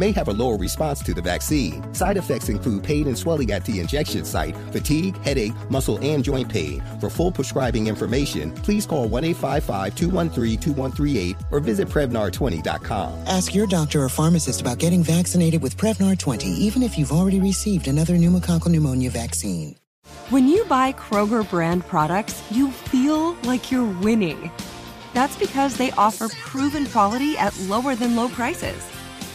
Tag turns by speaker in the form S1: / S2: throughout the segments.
S1: may have a lower response to the vaccine. Side effects include pain and swelling at the injection site, fatigue, headache, muscle, and joint pain. For full prescribing information, please call 1 855 213 2138 or visit Prevnar20.com.
S2: Ask your doctor or pharmacist about getting vaccinated with Prevnar 20, even if you've already received another pneumococcal pneumonia vaccine.
S3: When you buy Kroger brand products, you feel like you're winning. That's because they offer proven quality at lower than low prices.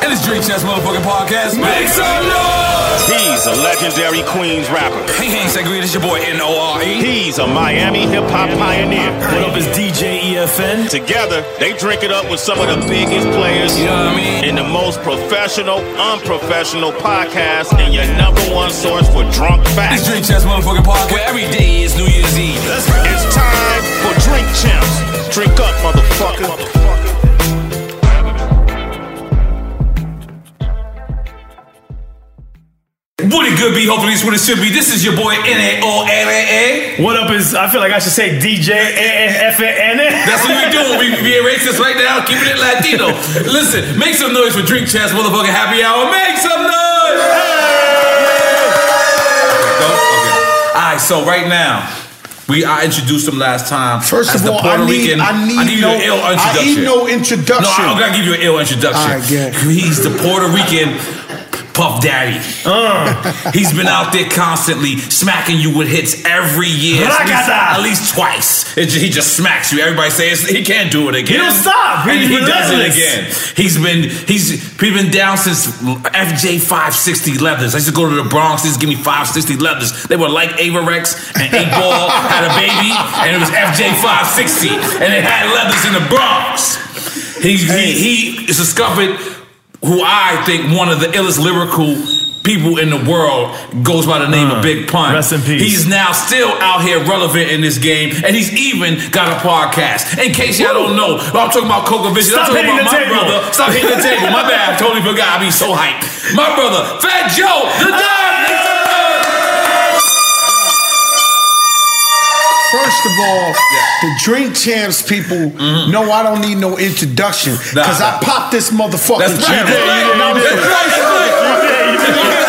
S4: And it's Dream Chess Motherfucking Podcast. Make some noise!
S5: He's a legendary Queens rapper.
S4: Hey, Hanks and Greed, it's your boy N-O-R-E.
S5: He's a Miami hip hop pioneer.
S4: E. What up is DJ EFN?
S5: Together, they drink it up with some of the biggest players.
S4: You know what I mean?
S5: In the most professional, unprofessional podcast, and your number one source for drunk
S4: It's
S5: facts.
S4: Dream Chess Motherfucking Podcast where every day is New Year's Eve. Let's go.
S5: It's time for Drink Champs. Drink up, motherfucker.
S4: Would it good be? Hopefully it's what it should be. This is your boy N-A-O-R-E.
S6: What up is? I feel like I should say DJ FNN.
S4: That's what we doing. We we being racist right now, keeping it Latino. Listen, make some noise for Drink Chess Motherfucking Happy Hour. Make some noise! Go? Okay. All right, so right now, we I introduced him last time.
S7: First
S4: as
S7: of
S4: the
S7: all,
S4: Puerto
S7: I need,
S4: Rican.
S7: I need
S4: I give
S7: no,
S4: you an ill
S7: I
S4: introduction.
S7: need no introduction.
S4: No, I'm gonna give you an ill introduction.
S7: All right, good.
S4: He's the Puerto Rican Puff Daddy.
S7: Uh.
S4: He's been out there constantly smacking you with hits every year, at least,
S6: Rakata.
S4: at least twice. It ju- he just smacks you. Everybody says he can't do it again.
S6: don't stop.
S4: and
S6: He's
S4: he does it
S6: relentless.
S4: again. He's been he's he's been down since FJ five sixty leathers. I used to go to the Bronx. They used to give me five sixty leathers. They were like Avarex and Eight Ball had a baby, and it was FJ five sixty, and they had leathers in the Bronx. He he he is discovered who I think one of the illest lyrical people in the world goes by the name of Big Pun.
S6: Rest in peace.
S4: He's now still out here relevant in this game, and he's even got a podcast. In case y'all don't know, I'm talking about Coca Vision.
S6: Stop
S4: I'm talking
S6: hitting
S4: about my
S6: the table.
S4: brother. Stop hitting the table. My bad. I totally forgot. I be so hyped. My brother, Fat Joe, the dog.
S7: First of all, the drink champs people know I don't need no introduction
S4: Mm-hmm. Nah,
S7: because
S4: nah.
S7: I popped this motherfucker.
S4: That's right.
S7: chair.
S4: That's right. That's right. That's right.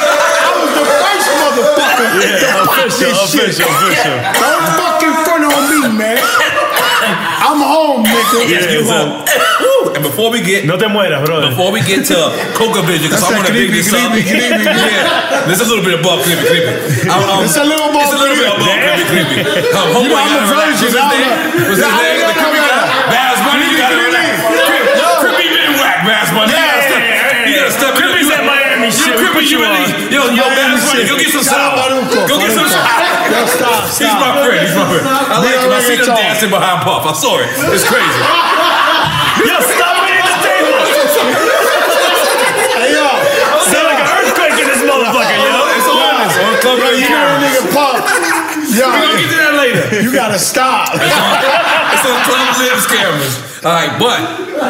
S7: I was the first motherfucker to pop this shit.
S6: official, official.
S7: Don't fuck in front of me, man. I'm home, nigga.
S4: Yes, you
S6: Yeah,
S4: won't. Woo. And before we get
S5: no te mueras, brother.
S4: Before we get to Coca Vision, because
S5: That's
S4: I want
S5: that
S4: to big
S5: creepy,
S4: this up.
S5: creepy, creepy.
S4: yeah, there's a little bit above creepy, creepy.
S5: It's a little more
S4: um, It's a little bit above creepy, creepy. Um, homeboy,
S5: You know,
S4: gotta
S5: I'm a
S4: relax. What's his
S5: virgin, I don't
S4: name?
S5: know.
S4: What's his
S5: Yeah, I
S4: name?
S5: don't
S4: The creepy
S5: know.
S4: guy. Bass Bunny, you gotta relax. Creep- Creepy been whack, Bass Bunny. You gotta step- You gotta step it up.
S5: Creepy's
S4: You-
S5: at Miami
S4: you
S5: shit. We
S4: Creepy,
S5: put
S4: you
S5: you
S4: really,
S5: on.
S4: yo, yo,
S5: Miami
S4: Bass Bunny,
S5: shit.
S4: go get some
S5: Stop,
S4: sour.
S5: Maruco,
S4: Go get some
S5: Maruco.
S4: sour.
S5: Yo, stop,
S4: He's
S5: stop.
S4: my friend, he's my friend. I like him. I see them
S5: Stop.
S4: dancing behind Puff. I saw it. It's crazy.
S5: Yo, stop it at the table.
S7: Hey, yo.
S5: Sound like an earthquake in this motherfucker, yo.
S4: It's on us. On Club
S7: Yo, you know that nigga Pop. Yo.
S4: We gonna get to that later.
S7: You gotta stop.
S4: It's on, it's on Club Lips cameras. All right, but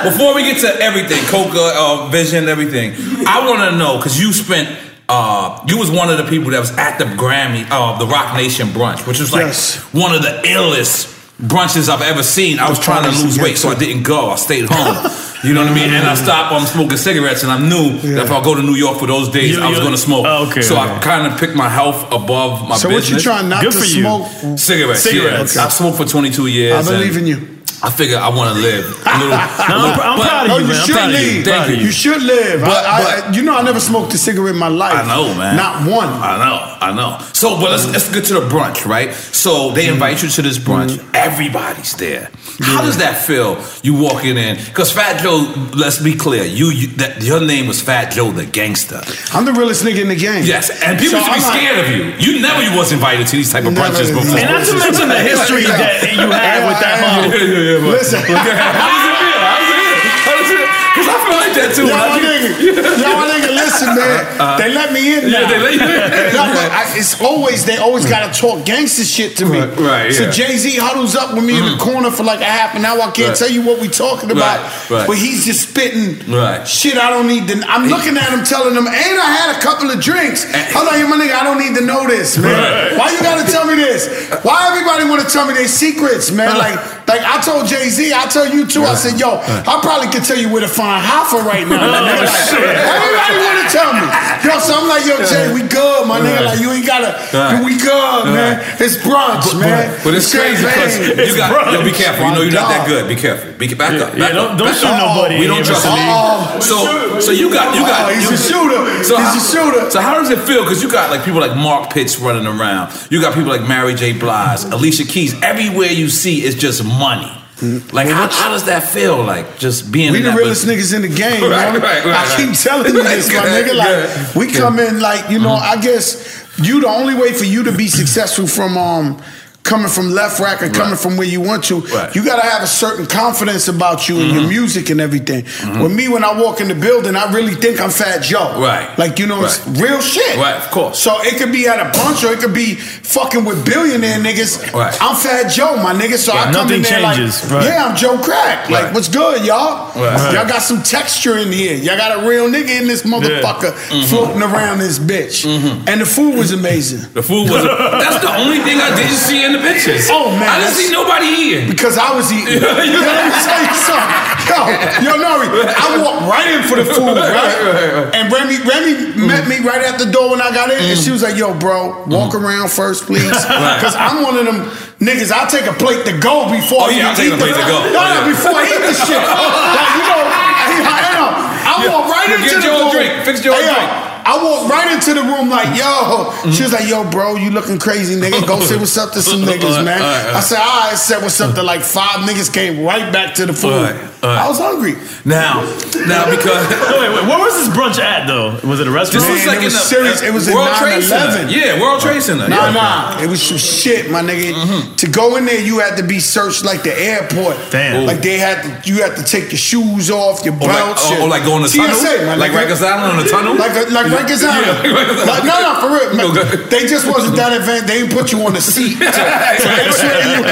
S4: before we get to everything, Coca, uh, Vision, everything, I want to know because you spent. Uh, you was one of the people that was at the Grammy, uh, the Rock Nation brunch, which was like one of the illest brunches I've ever seen. I was trying to lose weight, so I didn't go. I stayed home. You know what I mean? And I stopped. I'm smoking cigarettes, and I knew that if I go to New York for those days,
S5: You-
S4: I was
S5: you-
S4: going to smoke.
S5: Oh, okay,
S4: so I
S5: okay.
S4: kind of picked my health above my
S7: So what
S4: business.
S7: you trying not Good to for you. smoke?
S4: Cigarettes.
S7: Cigarettes.
S4: Yeah. I've smoked for 22
S7: I
S4: years.
S7: believe
S4: and-
S7: in you.
S4: I figure I want to live. A little,
S5: No, I'm pr- I'm proud of
S4: Oh,
S7: No,
S5: you,
S7: Oh, you
S5: man. I'm
S7: should
S5: proud of you.
S7: leave.
S4: Thank
S7: you.
S4: you.
S7: should live. I-
S4: But-
S7: I,
S4: but-
S7: you know, I never smoked a cigarette in my life.
S4: I know, man.
S7: Not one.
S4: I know, I know. So, but let's, let's get to the brunch, right? So they
S7: Mm-hmm.
S4: invite you to this brunch. Everybody's there. How does that feel? You walking in because Fat Joe. Let's be clear. You, you that your name was Fat Joe the Gangster.
S7: I'm the realest nigga in the game.
S4: Yes, and people
S7: So
S4: used to be
S7: I'm not-
S4: scared of you. You never you was invited to these type of
S7: Never.
S4: brunches before.
S5: And not to mention the history that you had with
S4: Yeah,
S5: that model.
S4: yeah, yeah, but-
S7: Listen.
S4: How does it feel? How does it feel? How does it feel? Because I feel like that too.
S7: Yo, my
S4: Like you-
S7: nigga, yo, my nigga, listen, man.
S4: Uh-huh.
S7: they let me in.
S4: Yeah,
S7: Now.
S4: they let you in.
S7: No, but I, it's always they always gotta talk gangster shit to me.
S4: Right, right,
S7: So
S4: yeah. Mm.
S7: Jay Z huddles up with me in the corner for like a half an hour. I can't
S4: Right.
S7: tell you what we talking
S4: Right,
S7: about,
S4: right.
S7: but he's just spitting
S4: Right.
S7: shit. I don't need to. I'm looking at him, telling him, "And I had a couple of drinks." I'm like, my nigga, I don't need to know this, man.
S4: Right.
S7: Why you gotta tell me this? Why everybody want to tell me their secrets, man? Like, like I told Jay Z, I tell you too. I said, yo, I probably could tell you where to find Hoffa right now.
S5: Oh,
S7: Like,
S5: shit.
S7: Everybody want to tell me, yo. So I'm like, yo, Jay, we good, my nigga. Like, you ain't gotta.
S4: Right.
S7: We good, man. It's brunch, man.
S4: But it's crazy because
S7: champagne.
S4: you got yo, be
S5: brunch.
S4: careful. You know you're not that
S7: God.
S4: good. Be careful. Be back up. Back
S5: Yeah, don't,
S4: up.
S5: don't
S4: Back
S5: shoot
S4: up.
S5: nobody.
S4: We don't trust
S7: Oh.
S4: him. So so you got you got
S7: Oh, he's
S4: you,
S7: a shooter.
S4: So
S7: He's
S4: how,
S7: a shooter.
S4: So how does it feel? Because you got like people like Mark Pitts running around. You got people like Mary J. Blige, Alicia Keys. Everywhere you see is just money. Like how, how does that feel? Like just being
S7: Hmm. We
S4: in
S7: the
S4: that
S7: realest
S4: business?
S7: niggas in the game.
S4: Right,
S7: man.
S4: right, right,
S7: I keep
S4: right.
S7: telling you this, my
S4: Good,
S7: nigga. Like
S4: good. Mm-hmm.
S7: we come in, like you know, I guess you the only way for you to be successful from um. Coming from left rack or coming
S4: Right.
S7: from where you want to,
S4: Right. Mm-hmm.
S7: you gotta have a certain confidence about you and your music and everything. With me, when I walk in the building, I really think I'm Fat Joe.
S4: Right.
S7: Like you know, it's
S4: Right.
S7: real shit.
S4: Right, of course.
S7: So it could be at a bunch or it could be fucking with billionaire niggas.
S4: Right.
S7: I'm Fat Joe, my nigga. So I
S5: Right,
S7: come in
S5: nothing
S7: there
S5: changes,
S7: like,
S5: right.
S7: yeah, I'm Joe Crack. Like,
S4: Right.
S7: what's good, y'all?
S4: Right.
S7: Y'all got some texture in here. Y'all got a real nigga in this motherfucker
S4: Mm-hmm.
S7: floating around this bitch. And the food was amazing.
S4: The food was. that's the only thing I didn't see in the pictures.
S7: Oh, man,
S4: I didn't
S7: that's-
S4: see nobody eating.
S7: Because I was eating. yo, let me tell you something. Yo, yo, Nori, I walked right in for the food, right? And Remy, Remy
S4: Mm.
S7: met me right at the door when I got in, and she was like, "Yo, bro, walk around first, please,
S4: Right.
S7: because I'm one of them niggas. I'll take a plate to go
S4: Oh,
S7: before I
S4: yeah, I'll take a
S7: even eat
S4: plate
S7: the-
S4: to go.
S7: No,
S4: Oh,
S7: no,
S4: yeah.
S7: before I eat the shit. Like, you know, I, I, know. I walk right
S4: Yeah,
S7: into
S4: get
S7: the
S4: your
S7: room.
S4: drink. Fix your
S7: Hey, yo,
S4: drink. Mm-hmm.
S7: I walked right into the room like, yo. She was like, yo, bro, you looking crazy, nigga. Go say what's up to some niggas,
S4: All right,
S7: man.
S4: all right.
S7: I said, all right, said what's up to like five niggas came right back to the food.
S4: All right, all right.
S7: I was hungry.
S4: Now, now because.
S5: Wait, wait, where was this brunch at though? Was it a restaurant?
S4: This was like
S7: Man, it
S4: in
S7: was
S4: the
S7: serious. It was in
S4: World Trade Center.
S7: 9/11.
S4: Yeah, World Trade Center.
S7: Nah,
S4: yeah. Mm-hmm.
S7: nah. It was some shit, my nigga. To go in there, you had to be searched like the airport.
S5: Damn.
S7: Like they had to, you had to take your shoes off, your
S4: Or like,
S7: belts.
S4: or,
S7: your-
S4: or like going to
S7: TSA,
S4: tunnel,
S7: my
S4: like
S7: nigga.
S4: Rikers Island on the tunnel,
S7: Like a, like Rikers Island.
S4: Yeah, Rikers Island.
S7: Like, no, no, for real. man.
S4: No, good.
S7: they just wasn't that advanced. They didn't put you on the seat. to- to make sure you-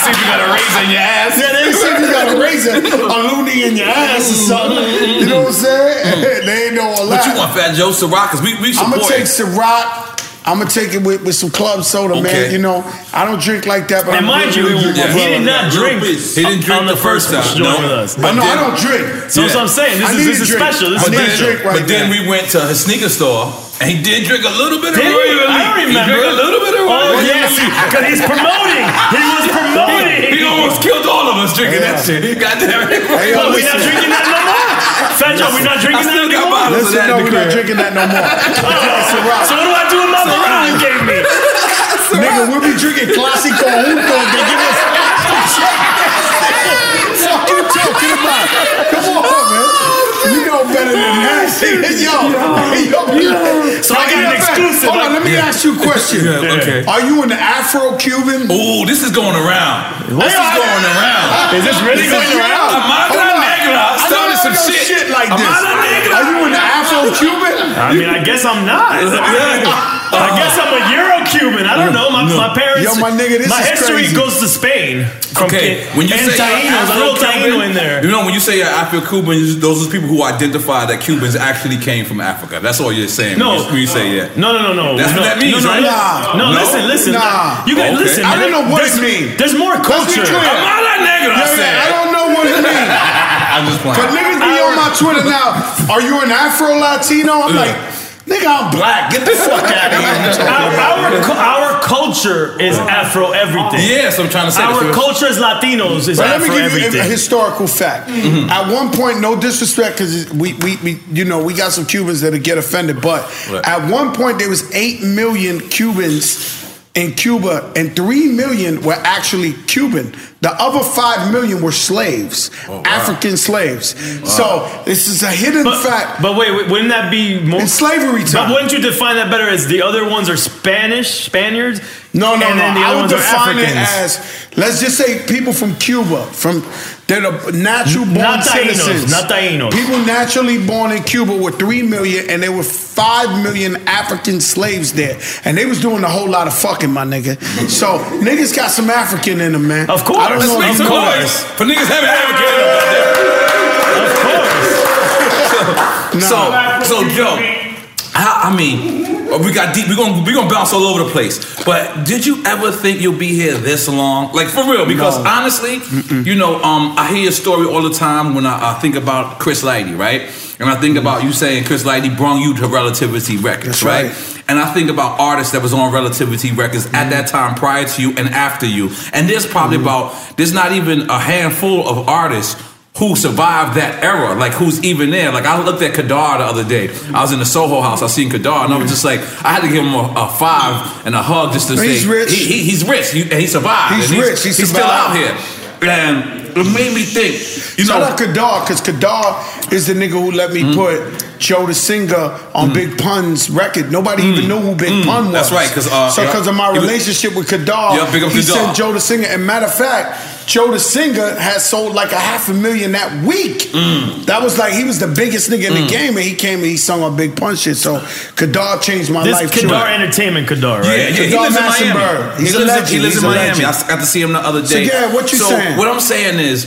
S4: See if you got a razor in your ass.
S7: Yeah, they didn't say you got a razor, a loony in your ass or something. You know what I'm saying? they ain't know a lot.
S4: Mm. But you want Fat Joe Ciroc? Cause we we
S7: I'm
S4: support.
S7: gonna take Ciroc. I'm gonna take it with, with some club soda, man.
S4: Okay.
S7: You know, I don't drink like that, but
S5: And
S7: I'm
S5: mind
S7: really with
S5: you, he
S7: my brother.
S5: did not
S4: Little
S5: drink.
S4: piece. He didn't drink
S5: on- on
S4: the
S5: the
S4: first
S5: first
S4: time.
S5: joint
S4: No.
S5: with us.
S7: Oh, no, I
S4: then-
S7: don't drink.
S5: So that's what I'm saying. This
S7: I
S5: is
S7: need
S5: this
S7: a
S5: is
S7: drink.
S5: special.
S7: I
S5: This is
S4: But
S7: need a
S4: then,
S5: special.
S7: drink right
S4: but then
S7: now.
S4: we went to his sneaker store and he did drink a little bit of
S5: Did he?
S4: Royal Elite.
S5: I
S4: He
S5: remember.
S4: drank a little bit of
S5: Oh
S4: Royal
S5: yes,
S4: Elite.
S5: because he's promoting. He was promoting.
S4: He almost killed all of us drinking that shit. Goddamn it.
S7: Hey,
S4: Well,
S7: yo,
S4: we
S7: listen.
S4: not drinking that no more. Fat Joe, we not drinking
S7: I
S4: that
S7: still got
S4: anymore.
S7: bottles of Listen, that in no, the we not crib. drinking that no more.
S4: so what do I do with my Ciroc you gave me?
S7: Nigga, we'll be drinking Clásico Junto. They give us. Fuck you talking about? Come on, man. You know better than that. Yo, yo, yo.
S4: So I got an
S7: Matter of fact,
S4: exclusive.
S7: Hold on, let me
S4: Yeah.
S7: ask you a question.
S4: Yeah, okay.
S7: Are you an Afro-Cuban?
S4: Ooh, this is going around. This
S7: Hey,
S4: is
S7: I-
S4: going around.
S7: Is this really going around?
S4: Amada
S7: Hold on.
S4: Negra
S7: I know
S4: started
S7: I
S4: some
S7: know
S4: shit.
S7: shit like this.
S4: Amada Negra.
S7: Are you an Afro-Cuban?
S6: I mean, I guess I'm not. I guess I'm a Euro Cuban. I don't know. My, my parents.
S7: Yo, my nigga, this
S6: my
S7: is
S6: history
S7: crazy.
S6: goes to Spain. From
S4: Okay,
S6: Ki-
S4: when you
S6: and
S4: say
S6: Taínos, a little
S4: Afro-Cuban,
S6: Taino in there.
S4: You know, when you say uh, I feel Cuban, you- those are people who identify that Cubans actually came from Africa. That's all you're saying.
S6: No.
S4: when you, when you say that.
S6: No, no, no, no.
S4: That's
S6: no,
S4: what that means,
S6: no, no,
S4: right?
S6: No, no,
S4: No?
S6: listen, listen.
S7: Nah.
S6: You gotta
S4: Okay.
S6: listen.
S7: I
S6: man.
S7: don't know what it
S6: There's-
S7: means.
S6: There's more
S7: Let's be
S6: culture.
S7: clear.
S4: Amada Negra, I said.
S7: Yeah, yeah, I don't know what it means.
S4: I'm just
S7: Cause
S4: playing.
S7: niggas be on my Twitter now. Are you an Afro Latino? I'm like, nigga, I'm black. Get the fuck out of here.
S6: Our, our, cu- our culture is Afro everything.
S4: Yes, I'm trying to say. that's
S6: Our
S4: what-
S6: culture as Latinos is
S7: But let me
S6: Afro
S7: give you
S6: everything. Mm-hmm.
S7: a historical fact. At one point, no disrespect, because we, we, we, you know, we got some Cubans that'll get offended. But
S4: Right.
S7: at one point, there was eight million Cubans in Cuba, and three million were actually Cuban. The other five million were slaves,
S4: Oh,
S7: African slaves. So this is a hidden
S6: but,
S7: fact.
S6: but wait, wait, wouldn't that be more
S7: It's slavery time.
S6: But wouldn't you define that better as the other ones are Spanish, Spaniards?
S7: No, no,
S6: and
S7: no.
S6: Then the other
S7: I would
S6: ones are
S7: define it
S6: Africans.
S7: as let's just say people from Cuba, from they're the natural born
S6: Not Taínos,
S7: citizens.
S6: not Taínos.
S7: People naturally born in Cuba were three million, and there were five million African slaves there, and they was doing a whole lot of fucking, my nigga. So niggas got some African in them, man.
S6: Of course.
S7: I don't
S4: Let's
S7: know.
S4: make
S6: Of
S4: some
S6: course.
S4: noise for niggas having advocated about that.
S6: of course.
S4: So, so Joe, I, I mean, we got deep. We're gonna we gonna bounce all over the place. But did you ever think you'll be here this long? Like for real? Because honestly, you know, um, I hear a story all the time when I, I think about Chris Lighty, right? And I think about you saying Chris Lighty brought you to Relativity Records,
S7: Mm-hmm. That's right. Mm-hmm.
S4: And I think about artists that was on Relativity Records at that time, prior to you and after you. And there's probably about there's not even a handful of artists who survived that era, like who's even there. Like I looked at Kadar the other day. I was in the Soho House. I seen Kadar, and I was just like, I had to give him a, a five and a hug just to
S7: He's
S4: say
S7: rich.
S4: He, he- he's rich. You- and he survived.
S7: He's
S4: and
S7: rich. He
S4: he's still out
S7: survived.
S4: here, and it made me think. You
S7: Shout
S4: know, Mm.
S7: out Kadar, because Kadar is the nigga who let me put Joe the singer on Big Pun's record. Nobody even knew who Big Pun was.
S4: Mm. That's right, 'cause, uh,
S7: so
S4: yeah.
S7: because of my
S4: He was-
S7: relationship with Kadar,
S4: Yeah, big up
S7: he
S4: Kadar.
S7: sent Joe the singer. And matter of fact, Joe the singer has sold like a half a million that week.
S4: Mm.
S7: That was like he was the biggest nigga in the game, and he came and he sung on Big Pun shit. So Kadar changed my
S6: This
S7: life. too.
S6: Kadar Entertainment Kadar,
S4: Yeah,
S6: right?
S4: yeah, he
S7: Kadar
S4: lives in
S7: Massenburg.
S4: Miami.
S7: He's
S4: he
S7: a
S4: lives,
S7: legend.
S4: He lives
S7: He's a
S4: in Miami.
S7: legend.
S4: I s- got to see him the other
S7: So,
S4: day.
S7: yeah, what you
S4: So,
S7: saying?
S4: What I'm saying is,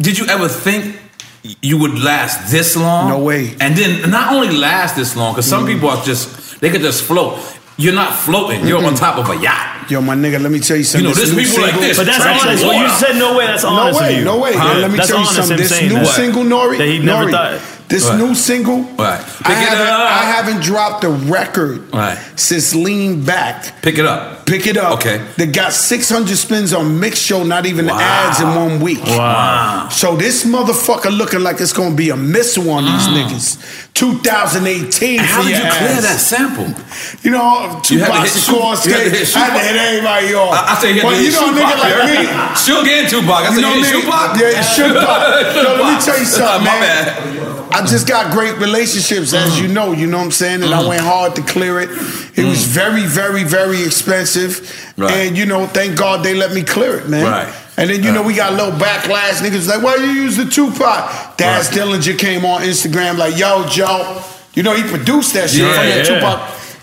S4: did you ever think you would last this long?
S7: No way. Mm-hmm.
S4: And then not only last this long, because some people are just they could just float. You're not floating. You're on top of a yacht.
S7: Yo, my nigga, let me tell you
S4: You
S7: something.
S4: know, there's
S7: new
S4: people like
S7: single-
S4: this.
S6: But that's
S4: Trash
S6: honest.
S4: water.
S6: Well, you said no way. That's
S7: No
S6: honest of
S7: way,
S6: you.
S7: no way.
S4: Huh?
S7: Let me
S6: That's
S7: tell you
S6: honest,
S7: something.
S6: him
S7: This
S6: saying
S7: new
S6: that.
S7: single, Nori.
S6: That he never
S7: Nori,
S6: thought.
S7: This
S4: Right.
S7: new single.
S4: Right.
S7: I
S4: Pick it
S7: haven't,
S4: up.
S7: I haven't dropped a record
S4: Right.
S7: since Lean Back.
S4: Pick it up.
S7: Pick it up.
S4: Okay.
S7: That got 600 spins on Mix Show, not even the
S4: Wow.
S7: ads in one week.
S6: Wow.
S7: So this motherfucker looking like it's gonna be a missile on these niggas. 2018.
S4: And how
S7: for
S4: did you
S7: your
S4: clear
S7: ass.
S4: that sample?
S7: You know, two
S4: You had to hit
S7: boxes
S4: shoe-
S7: scores.
S4: you had to
S7: I
S4: hit shoe-
S7: had to hit everybody off.
S4: I, I said he had
S7: but
S4: to
S7: you
S4: hit
S7: know, a
S4: Tupac,
S7: nigga like
S4: right?
S7: me.
S4: She'll get Tupac. I said,
S7: You know
S4: you
S7: me?
S4: hit Tupac?
S7: Yeah, it's Tupac. Yo, let me tell you something,
S4: My
S7: man.
S4: bad.
S7: I just got great relationships, as you know. You know what I'm saying? And I
S4: Mm.
S7: went hard to clear it. It was very, very, very expensive.
S4: Right.
S7: And, you know, thank God they let me clear it, man.
S4: Right.
S7: And then, you know, we got a little backlash. Niggas was like, why you use the Tupac? Daz Dillinger came on Instagram like, yo, Joe. You know, he produced that shit
S4: Yeah,
S7: from that
S6: yeah.
S7: Tupac.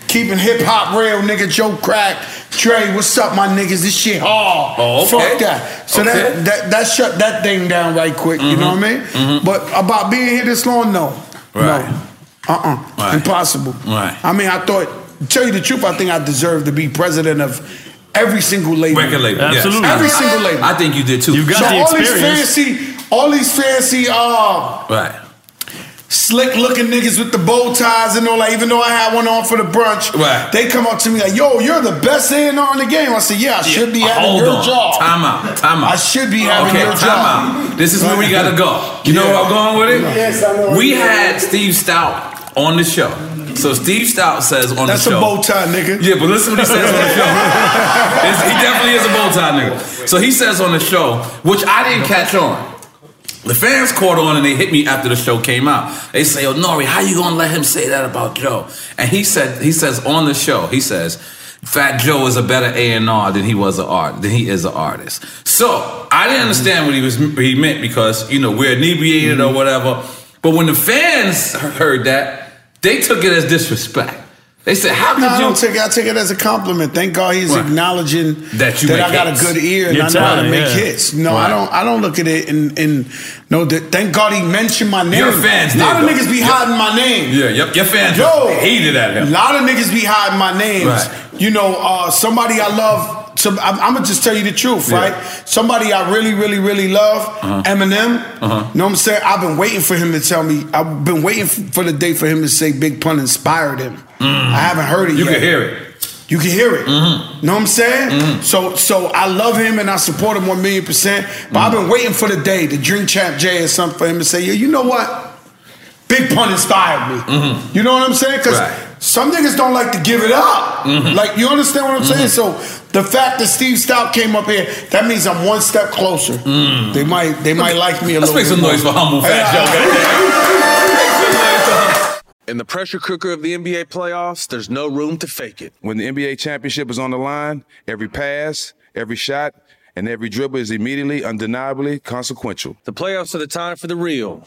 S7: Keeping hip hop real, nigga. Joe Crack, Trey, what's up, my niggas? This shit hard.
S4: Oh, okay.
S7: Fuck that. So
S4: Okay. Mm-hmm.
S7: that, that that shut that thing down right quick. You know what I mean? But about being here this long, no,
S4: Right.
S7: no, uh, uh
S4: Right.
S7: impossible.
S4: Right.
S7: I mean, I thought. to Tell you the truth, I think I deserve to be president of every single label.
S4: Record label. yes.
S6: Absolutely.
S7: Every single label.
S4: I think you did too.
S6: You got
S7: so
S6: the
S7: all these
S6: experience.
S7: fancy, all these fancy, uh,
S4: Right.
S7: slick looking niggas with the bow ties and all that. Even though I had one on for the brunch,
S5: Right.
S7: They come up to me like, "Yo, you're the best A and R in the game." I said, "Yeah, I should
S4: uh,
S7: be having
S5: Hold
S7: your
S5: on.
S7: job."
S5: Time out. Time out.
S7: I should be having
S5: okay,
S7: your
S5: time
S7: job.
S5: out. This is where we gotta go. You know where I'm going with it?
S7: Yes, I know.
S5: We had Steve Stout on the show. So Steve Stout says on
S7: That's
S5: the
S7: a
S5: show.
S7: bow tie, nigga.
S5: Yeah, but listen what he says on the show. It's- he definitely is a bow tie nigga. So he says on the show, which I didn't catch on. The fans caught on and they hit me after the show came out. They say, "Oh Nori, how you gonna let him say that about Joe?" And he said, he says on the show, he says, "Fat Joe is a better A and R than he was an art than he is an artist." So I didn't understand what he was he meant because you know we're inebriated or whatever. But when the fans heard that, they took it as disrespect. They said, "How could
S7: No, I
S5: you?"
S7: don't take it. I take it as a compliment. Thank God he's
S5: Right.
S7: acknowledging
S5: That you
S7: I
S5: make
S7: got
S5: hits.
S7: a good ear and
S5: Your
S7: I know how to
S5: talent,
S7: make
S5: yeah.
S7: hits. No,
S5: Right.
S7: I don't. I don't look at it in in no. th- Thank God he mentioned my name.
S5: Your fans
S7: A lot
S5: did,
S7: of
S5: though.
S7: niggas be
S5: Yeah.
S7: hiding my name.
S5: Yeah, yep, your fans
S7: Yo,
S5: hated at him.
S7: A lot of niggas be hiding my names.
S5: Right.
S7: You know, uh, somebody I love. Some, I'm, I'm gonna just tell you the truth,
S5: Yeah.
S7: right? Somebody I really, really, really love,
S5: Uh-huh.
S7: Eminem.
S5: Uh-huh.
S7: You know what I'm saying? I've been waiting for him to tell me. I've been waiting f- for the day for him to say Big Pun inspired him. I haven't heard it
S5: Mm. You
S7: yet.
S5: can hear it. Mm-hmm.
S7: You can hear it. Know what I'm saying? So so I love him and I support him one million percent. But I've been waiting for the day to drink Champ J or something for him to say, yeah, you know what? Big pun inspired me. You know what I'm saying? Because
S5: Mm-hmm. Right. Mm-hmm.
S7: some niggas don't like to give it up. Like you understand what I'm saying? So the fact that Steve Stout came up here, that means I'm one step closer. They might they might like me a
S5: Mm. Let's
S7: little bit
S5: make some
S7: more.
S5: noise for humble fat
S7: Yeah.
S5: Joe.
S8: In the pressure cooker of the NBA playoffs, there's no room to fake it.
S9: When the NBA championship is on the line, every pass, every shot, and every dribble is immediately, undeniably consequential.
S8: The playoffs are the time for the real.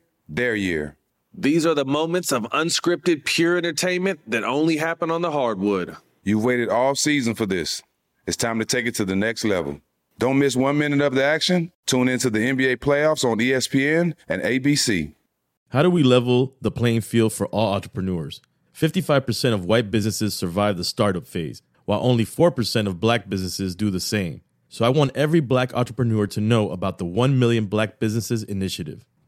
S9: their year?
S8: These are the moments of unscripted, pure entertainment that only happen on the hardwood.
S9: You've waited all season for this. It's time to take it to the next level. Don't miss one minute of the action. Tune into the NBA playoffs on E ESPN and ABC.
S6: How do we level the playing field for all entrepreneurs? 55% of white businesses survive the startup phase, while only 4% of black businesses do the same. So I want every black entrepreneur to know about the 1 Million Black Businesses Initiative.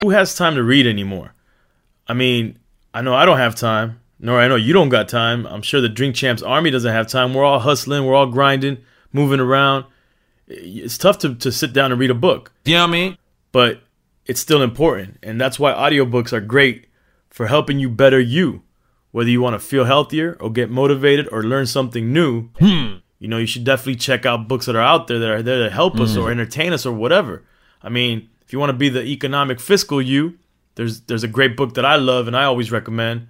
S6: Who has time to read anymore? I mean, I know I don't have time, nor I know you don't got time. I'm sure the Drink Champs Army doesn't have time. We're all hustling, we're all grinding, moving around. It's tough to, to sit down and read a book. You know what I mean? But it's still important. And that's why audiobooks are great for helping you better you. Whether you want to feel healthier or get motivated or learn something new, you know, you should definitely check out books that are out there that are there to help us
S10: Mhm.
S6: or entertain us or whatever. I mean, if you want to be the economic fiscal you, there's there's a great book that I love and I always recommend,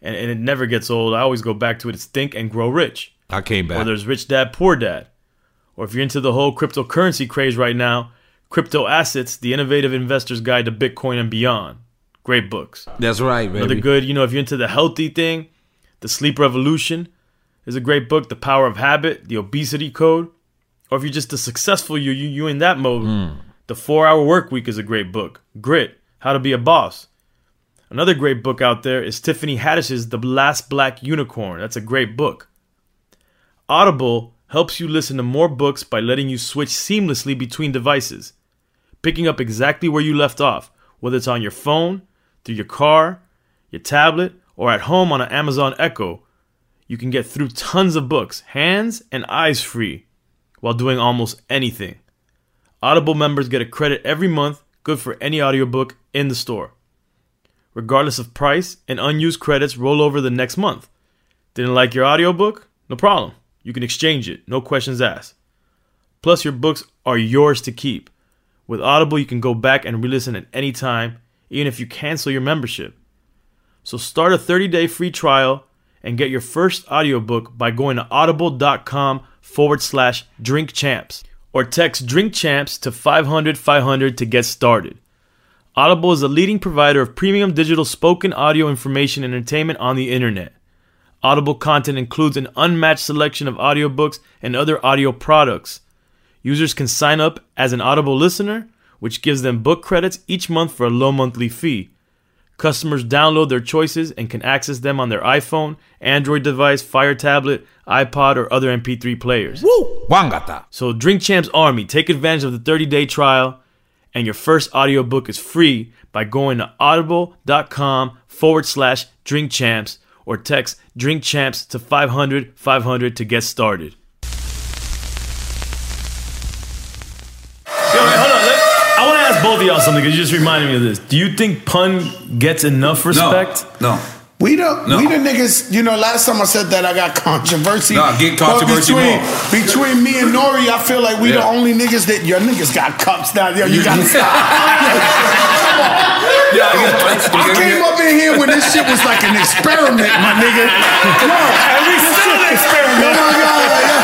S6: and, and it never gets old. I always go back to it. It's Think and Grow Rich.
S10: I came
S6: Or
S10: back.
S6: there's Rich Dad Poor Dad. Or if you're into the whole cryptocurrency craze right now, Crypto Assets: The Innovative Investor's Guide to Bitcoin and Beyond. Great books.
S10: That's right, baby.
S6: Another good, you know, if you're into the healthy thing, The Sleep Revolution is a great book. The Power of Habit, The Obesity Code, or if you're just the successful you, you you in that mode. The Four Hour Work Week is a great book. Grit, How to Be a Boss. Another great book out there is Tiffany Haddish's The Last Black Unicorn. That's a great book. Audible helps you listen to more books by letting you switch seamlessly between devices, picking up exactly where you left off, whether it's on your phone, through your car, your tablet, or at home on an Amazon Echo. You can get through tons of books, hands and eyes free, while doing almost anything. Audible members get a credit every month, good for any audiobook in the store. Regardless of price, and unused credits roll over the next month. Didn't like your audiobook? No problem. You can exchange it, no questions asked. Plus, your books are yours to keep. With Audible, you can go back and re listen at any time, even if you cancel your membership. So start a 30-day free trial and get your first audiobook by going to audible.com forward slash drink champs or text drink champs to 500 500 to get started. Audible is a leading provider of premium digital spoken audio information and entertainment on the internet. Audible content includes an unmatched selection of audiobooks and other audio products. Users can sign up as an Audible listener, which gives them book credits each month for a low monthly fee. Customers download their choices and can access them on their iPhone, Android device, Fire tablet, iPod, or other MP3 players. Woo! Wangata. So Drink Champs Army, take advantage of the 30-day trial, and your first audiobook is free by going to audible.com forward slash Drink Champs or text Drink Champs to 500 500 to get started. I want to ask both of y'all something because you just reminded me of this. Do you think Pun gets enough respect?
S5: No.
S7: We the
S6: No.
S7: we the niggas. You know, last time I said that I got controversy.
S5: Nah, get
S7: But
S5: controversy
S7: between,
S5: more.
S7: between me and Nori. I feel like we the
S5: Yeah.
S7: only niggas that your niggas got cups now. Yo, you gotta stop.
S5: Yeah,
S7: I came up in here when this shit was like an experiment, my nigga. No, and we still an experiment. No, no, no, no.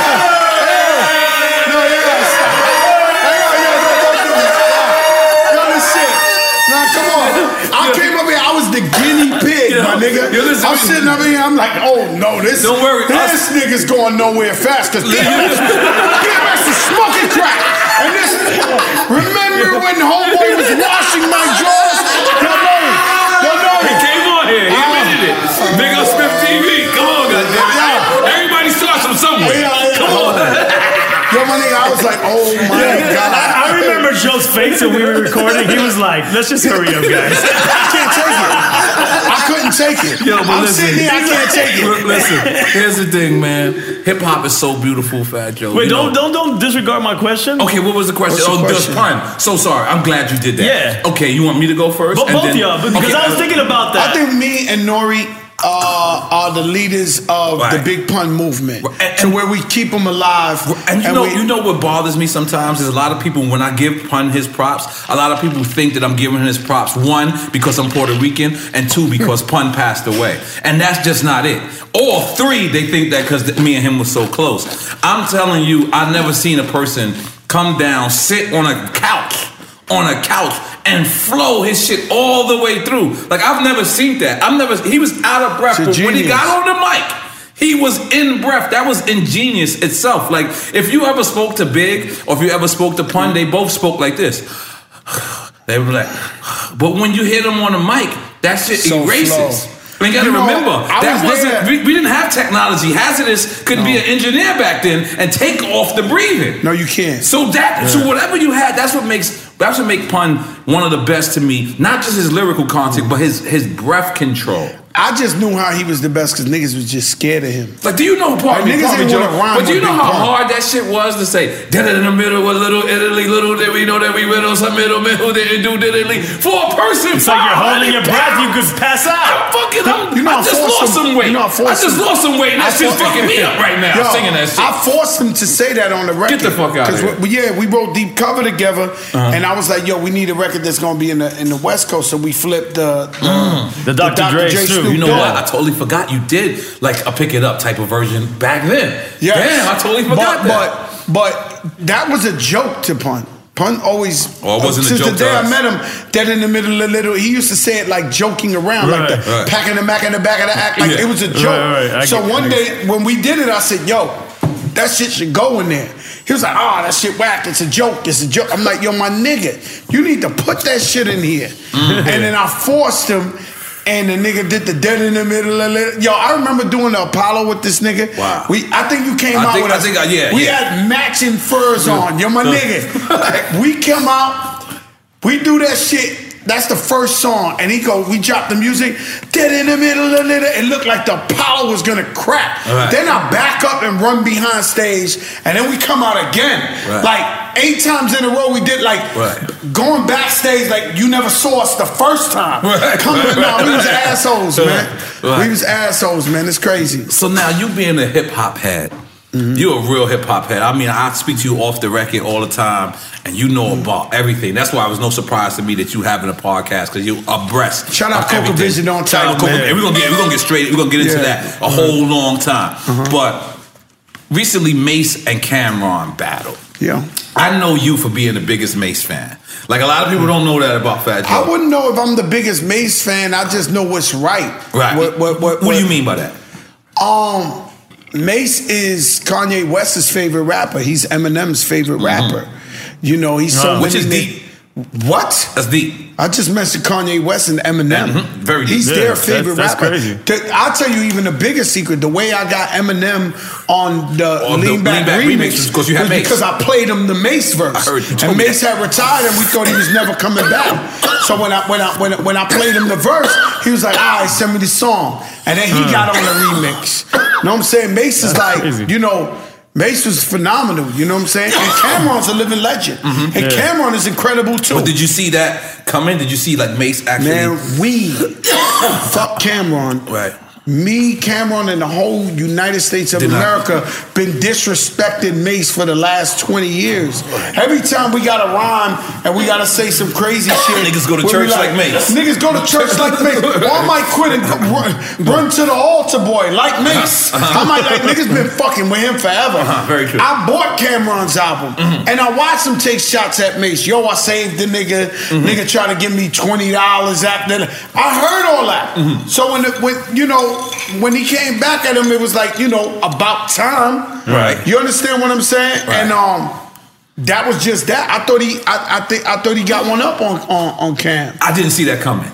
S7: No, yes. Hang on, yo, no, don't do this. Yo, this shit. Nah, come on. I came up here. I was the guinea pig, my nigga.
S5: Yo, listen,
S7: I'm
S5: we-
S7: sitting up here. I'm like, oh no, this.
S5: Don't worry,
S7: This nigga's going nowhere faster. Give us some smoking crack. And this. Remember when homeboy was washing my drawers? Yo, no, yo, no.
S5: He came on here.
S7: Uh,
S5: He admitted it. Big up Smith TV. Come on, goddamn it. Everybody starts from somewhere.
S7: Yeah, yeah.
S5: Come on.
S7: Yo, my nigga, I was like,
S5: faked till we were recording. He was like, "Let's just hurry up, guys."
S7: I can't take it. I couldn't take it.
S4: Yo, but
S7: I'm
S4: listen,
S7: sitting here, I can't take it.
S4: Listen, here's the thing, man. Hip hop is so beautiful, Fat Joe.
S5: Wait,
S4: you
S5: don't
S4: know.
S5: don't don't disregard my question.
S4: Okay, what was the question?
S5: What's the
S4: oh,
S5: question?
S4: the pun. So sorry. I'm glad you did that. Yeah. Okay, you want me to go first?
S5: But
S4: And
S5: both
S4: then-
S5: y'all, because
S4: Okay, uh,
S5: I was thinking about that.
S7: I think me and Nori uh, are the leaders of the Big Pun movement, to where we keep them alive.
S4: And you know,
S7: we-
S4: you know what bothers me sometimes is a lot of people when I give pun his props, a lot of people think that I'm giving him his props. One because I'm Puerto Rican, and two because
S7: Hmm.
S4: pun passed away, and that's just not it. Or three, they think that because me and him was so close. I'm telling you, I've never seen a person come down, sit on a couch. On a couch and flow his shit all the way through. Like I've never seen that. I've never. He was out of breath,
S7: It's a
S4: but when he
S7: genius.
S4: got on the mic, he was in breath. That was ingenious itself. Like if you ever spoke to Big or if you ever spoke to Pun, they both spoke like this. They were like, but when you hit them on the mic, that shit
S7: So
S4: erases.
S7: slow.
S4: And you gotta
S7: You know,
S4: remember,
S7: I
S4: that
S7: was
S4: was not
S7: there.
S4: we, we didn't have technology. Hazardous could be an engineer back then and take off the breathing.
S7: no, you can't.
S4: So that so
S7: Yeah.
S4: whatever you had, that's what makes that's what make Pun one of the best to me. Not just his lyrical content, but his his breath control.
S7: I just knew how he was the best because niggas was just scared of him.
S4: Like, do you know who
S7: Like,
S4: Pun?
S7: niggas
S4: Pun
S7: didn't want
S4: Joe-
S7: to rhyme
S4: But do you
S7: with
S4: know
S7: Big
S4: how
S7: Pun.
S4: hard that shit was to say? Dead in the middle with little Italy, little did we know that we riddle some middle middle didn't do diddly for a person.
S5: It's like you're holding your breath, you could pass out.
S4: I'm fucking. I'm,
S7: You know,
S4: I just
S7: forced
S4: lost
S7: him-
S4: some weight.
S7: you know,
S4: I
S7: forced
S4: just
S7: him-
S4: lost some weight, and
S7: I
S4: that shit's
S7: for-
S4: fucking me up right now.
S7: Yo,
S4: singing that shit.
S7: I forced him to say that on the record.
S4: the fuck outta
S7: 'Cause
S4: here. Uh-huh.
S7: we- yeah, we wrote Deep Cover together, and I was like, "Yo, we need a record that's gonna be in the in the West Coast." So we flipped the the,
S4: Mm. The Dr. Dre, Snoop you know
S7: Dogg.
S4: what? I totally forgot you did like a pick it up type of version back then.
S7: Yes.
S4: Damn, I totally forgot
S7: but,
S4: that.
S7: But but that was a joke to Pun. Pun always.
S4: Oh, it wasn't a
S7: since
S4: joke
S7: the
S4: to
S7: day
S4: us.
S7: I met him, dead in the middle of little. He used to say it like joking around,
S5: Right.
S7: like the
S5: Right.
S7: packing the mac in the back of the act. Like
S5: Yeah.
S7: it was a
S5: Right,
S7: joke.
S5: right. I
S7: So
S5: get- I
S7: one
S5: get-
S7: day when we did it, I said, "Yo, that shit should go in there." He was like, "Oh, that shit whack. It's a joke. It's a joke." I'm like, "Yo, my nigga, you need to put that shit in here."
S4: Mm-hmm.
S7: and then I forced him. And the nigga did the dead in the middle of it. Yo, I remember doing the Apollo with this nigga. Wow. We, I think you came
S4: I
S7: out
S4: think-
S7: with
S4: I
S7: us.
S4: think I- yeah,
S7: we
S4: yeah.
S7: had matching furs on. You're my
S4: Yeah.
S7: nigga. Like, we come out, we do that shit. That's the first song, and he go. We drop the music. Dead in the middle of it. It looked like the Apollo was gonna crack.
S4: Right.
S7: Then I back up and run behind stage, and then we come out again.
S4: Right.
S7: Like eight times in a row, we did like
S4: Right.
S7: going backstage like you never saw us the first time.
S4: Right.
S7: Coming
S4: Right.
S7: now, we was
S4: Right.
S7: assholes, man.
S4: Right.
S7: We was assholes, man. It's crazy. Mm-hmm.
S4: So now you being a hip hop head, you're a real hip hop head. I mean, I speak to you off the record all the time, and you
S7: Mm-hmm.
S4: know about everything. That's why it was no surprise to me that you having a podcast because you abreast.
S7: Shout out
S4: of
S7: Coca
S4: everything.
S7: Vision on
S4: Shout out
S7: title,
S4: Coca-
S7: man.
S4: and We're gonna get we're gonna get straight. We're gonna get into
S7: Yeah. Uh-huh.
S4: that a whole long time. But recently, Mace and Cameron battled.
S7: Yeah.
S4: I know you for being the biggest Mace fan. Like a lot of
S7: Mm.
S4: people don't know that about Fat Joe.
S7: I wouldn't know if I'm the biggest Mace fan. I just know what's right.
S4: right?
S7: What, what, what,
S4: do you mean by that?
S7: Um, Mace is Kanye West's favorite rapper. He's Eminem's favorite rapper. You know, he's so
S4: Uh, Mm-hmm. which is
S7: many-
S4: deep.
S7: What?
S4: That's deep.
S7: I just mentioned Kanye West and Eminem.
S4: Mhm, very deep.
S7: He's
S4: Yeah,
S7: their
S4: that's-
S7: favorite
S4: that's
S7: rapper.
S4: crazy.
S7: The- I'll tell you even the biggest secret. The way I got Eminem on the
S4: On the
S7: Lean,
S4: Lean
S7: Back
S4: Back
S7: remix
S4: remix was 'cause you had
S7: was
S4: Mace.
S7: because I played him the Mace verse.
S4: I heard you told
S7: and
S4: me
S7: Mace had retired, and we thought he was never coming back. So when I when I when I, when I played him the verse, he was like, "All right, send me the song," and then he
S4: Hmm.
S5: Mm.
S7: got on the remix. You know what I'm saying? Mace is
S5: That's
S7: like,
S5: crazy.
S7: you know. Mace was phenomenal, you know what I'm saying? And Cameron's a living legend.
S5: Mm-hmm.
S4: Mhm.
S7: And
S4: Yeah.
S7: Cameron is incredible too.
S4: But did you see that coming? Did you see like Mace actually?
S7: Man, we fuck Cameron.
S4: Right.
S7: Me, Cameron, and the whole United States of
S4: Did not.
S7: America been disrespecting Mace for the last 20 years. Every time we got to rhyme and we got to say some crazy shit.
S4: Niggas go to
S7: we be
S4: church like Mace.
S7: Niggas go to church like Mace. Or I might quit and go- run, run to the altar boy like Mace.
S4: Uh-huh.
S7: I might like, niggas been fucking with him forever.
S4: Uh-huh, very true. Mm-hmm.
S7: I bought Cameron's album and I watched him take shots at Mace. Yo, I saved the nigga.
S4: Mm-hmm.
S7: Nigga trying to give me twenty dollars after. that. I heard all that. So when the, when you know when he came back at him, it was like you know about time.
S4: Right.
S7: You understand what I'm saying? And um. That was just that. I thought he, I, I think, I thought he got one up on on, on Cam.
S4: I didn't see that coming.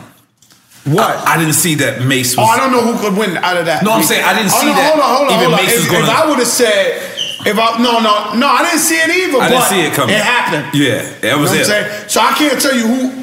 S7: What?
S4: I, I didn't see that Mace
S7: Oh,
S4: was.
S7: I don't know who could win out of that.
S4: No, I'm saying I didn't
S7: Oh,
S4: see
S7: no,
S4: that
S7: Hold on, hold on,
S4: even
S7: hold on.
S4: Mace
S7: if,
S4: was gonna-
S7: if I would have said If I no no no, I didn't see it either.
S4: I
S7: but
S4: didn't see it coming.
S7: It happened.
S4: Yeah, that was it.
S7: you know what I'm saying? So I can't tell you who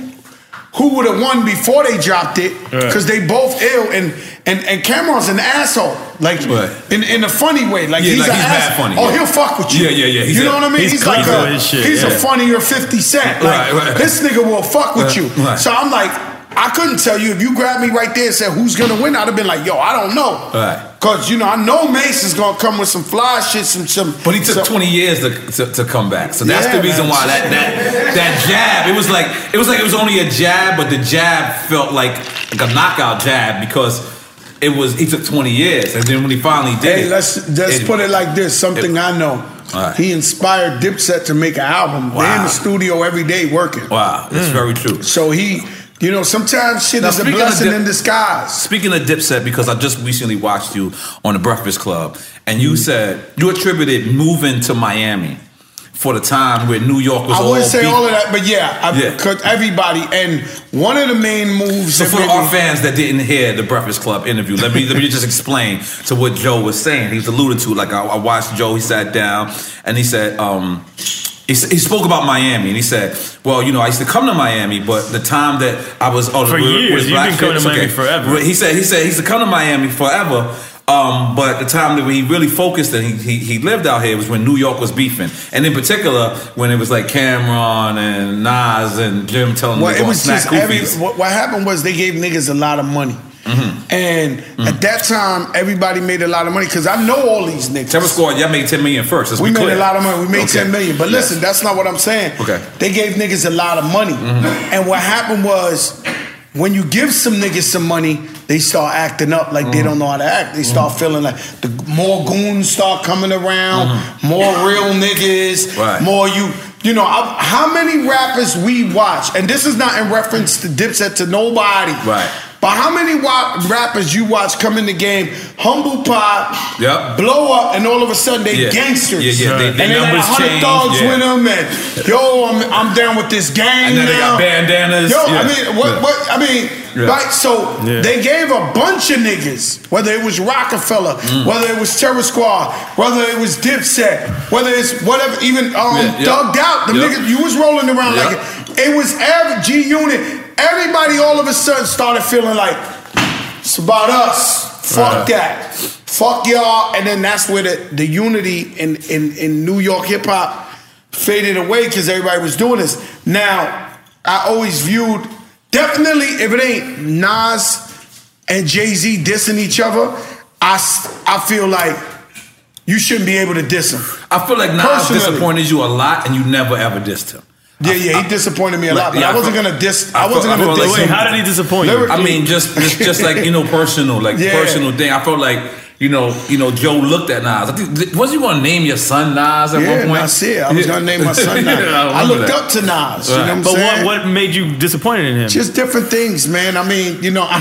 S7: who would have won before they dropped it
S4: Right.
S7: because they both ill and and and Cameron's an asshole like
S4: Right.
S7: in in a funny way like
S4: Yeah,
S7: he's
S4: like
S7: an
S4: he's
S7: ass-
S4: mad funny,
S7: Oh,
S4: yeah.
S7: he'll fuck with you.
S4: Yeah, yeah, yeah, he's
S7: you know
S4: a-
S7: what I mean?
S4: he's
S7: He's, like
S4: clever
S7: a,
S4: as shit,
S7: he's a
S4: yeah.
S7: funnier Fifty Cent.
S4: Right,
S7: Like
S4: right.
S7: this nigga will fuck with
S4: Right,
S7: you.
S4: right.
S7: So I'm like, I couldn't tell you if you grabbed me right there and said who's gonna win. I'd have been like, yo, I don't know.
S4: Right.
S7: Cause you know I know Mace is gonna come with some fly shit, some some.
S4: But he took
S7: some-
S4: 20 years to, to, to come back. So that's
S7: Yeah,
S4: the reason
S7: man.
S4: why that that that jab, it was like it was like it was only a jab, but the jab felt like, like a knockout jab because it was he took 20 years. And then when he finally did
S7: Hey,
S4: it,
S7: let's let's
S4: it-
S7: put it like this. Something I know.
S4: All right.
S7: He inspired Dipset to make an album. They're in
S4: Wow.
S7: the studio every day working. Mm.
S4: Wow, that's very true.
S7: So he, you know, sometimes shit
S4: Now,
S7: is a
S4: speaking of
S7: blessing
S4: Dip-
S7: in disguise.
S4: Speaking of Dipset, because I just recently watched you on The Breakfast Club, and
S7: Mm.
S4: you said you attributed moving to Miami for the time where New York was
S7: I
S4: all
S7: wouldn't say
S4: beat-
S7: all of that, but yeah, I,
S4: Yeah.
S7: Cause everybody. And one of the main moves.
S4: So
S7: that
S4: for
S7: really-
S4: our fans that didn't hear the Breakfast Club interview, let me let me just explain to what Joe was saying. He was alluded to. Like I, I watched Joe. He sat down and he said, um, he, s- he spoke about Miami and he said, "Well, you know, I used to come to Miami, but the time that I was on
S6: For
S4: with-
S6: years,
S4: with
S6: you've
S4: Black
S6: been coming to
S4: Folks,
S6: Miami forever.
S4: He said he said he used to come to Miami forever." Um, but the time that he really focused and he, he, he lived out here was when New York was beefing, and in particular when it was like Cameron and Nas and Jim telling
S7: Well,
S4: them
S7: it
S4: to
S7: was
S4: snack
S7: just every,
S4: Goofies. Mm-hmm.
S7: what, what happened was they gave niggas a lot of money. And
S4: Mm.
S7: at that time, everybody made a lot of money because I know all these niggas.
S4: Terror Squad, y'all made 10 million first. Let's
S7: we
S4: be
S7: made
S4: clear.
S7: a lot of money. We made
S4: Okay.
S7: ten million. But
S4: Yes.
S7: listen, that's not what I'm saying.
S4: Okay. Mm-hmm.
S7: They gave niggas a lot of money, Mm-hmm. and what happened was when you give some niggas some money, they start acting up like
S4: Mm-hmm.
S7: they don't know how to act. They start feeling like the more goons start coming around, more real niggas,
S4: Mm-hmm. Right.
S7: more you. You know I, how many rappers we watch, and this is not in reference to Dipset to nobody.
S4: Right.
S7: But how many wa- rappers you watch come in the game, humble pie,
S4: Yep.
S7: blow up, and all of a sudden they
S4: Yeah.
S7: gangsters.
S4: Yeah, yeah, they-
S7: and
S4: they
S7: they
S4: numbers
S7: like
S4: change,
S7: dogs
S4: yeah.
S7: with them, and yo, I'm, I'm down with this gang
S4: And then
S7: now.
S4: they got bandanas,
S7: Yo,
S4: yeah.
S7: I mean, what,
S4: Yeah.
S7: what? I mean,
S4: Yeah.
S7: right? So
S4: Yeah.
S7: they gave a bunch of niggas, whether it was Rockefeller,
S4: Mm.
S7: whether it was Terror Squad, whether it was Dipset, whether it's whatever, even um,
S4: Yeah, yeah.
S7: Dugged Out, the
S4: Yeah.
S7: niggas you was rolling around
S4: Yeah.
S7: like it. It was every G Unit. Everybody all of a sudden started feeling like it's about us. Fuck
S4: Right.
S7: that. Fuck y'all. And then that's where the, the unity in, in, in New York hip hop faded away because everybody was doing this. Now, I always viewed, definitely, if it ain't Nas and Jay Z dissing each other, I, s- I feel like you shouldn't be able to diss them.
S4: I feel like Nas
S7: Personally.
S4: disappointed you a lot and you never ever dissed him.
S7: Yeah, yeah, he disappointed me a
S4: Like,
S7: lot, but
S4: yeah,
S7: I wasn't
S4: feel-
S7: gonna diss.
S4: I
S7: I, wasn't
S4: feel- I
S7: gonna
S4: feel
S7: diss.
S4: like-
S7: him.
S4: Wait, how
S6: did he disappoint
S7: Lyrically,
S4: I mean, just just just like you know, personal, like
S7: Yeah.
S4: personal thing. I felt like you know, you know, Joe looked at Nas. I think was you gonna name your son Nas at
S7: yeah,
S4: one point?
S7: Nas, yeah, I was
S4: Yeah.
S7: gonna name my son. Nas.
S4: Yeah,
S7: I,
S4: remember
S7: looked
S4: that.
S7: up to Nas. You know
S4: Right.
S7: what I'm
S6: But
S7: saying?
S6: what, what made you disappointed in him?
S7: Just different things, man. I mean, you know, I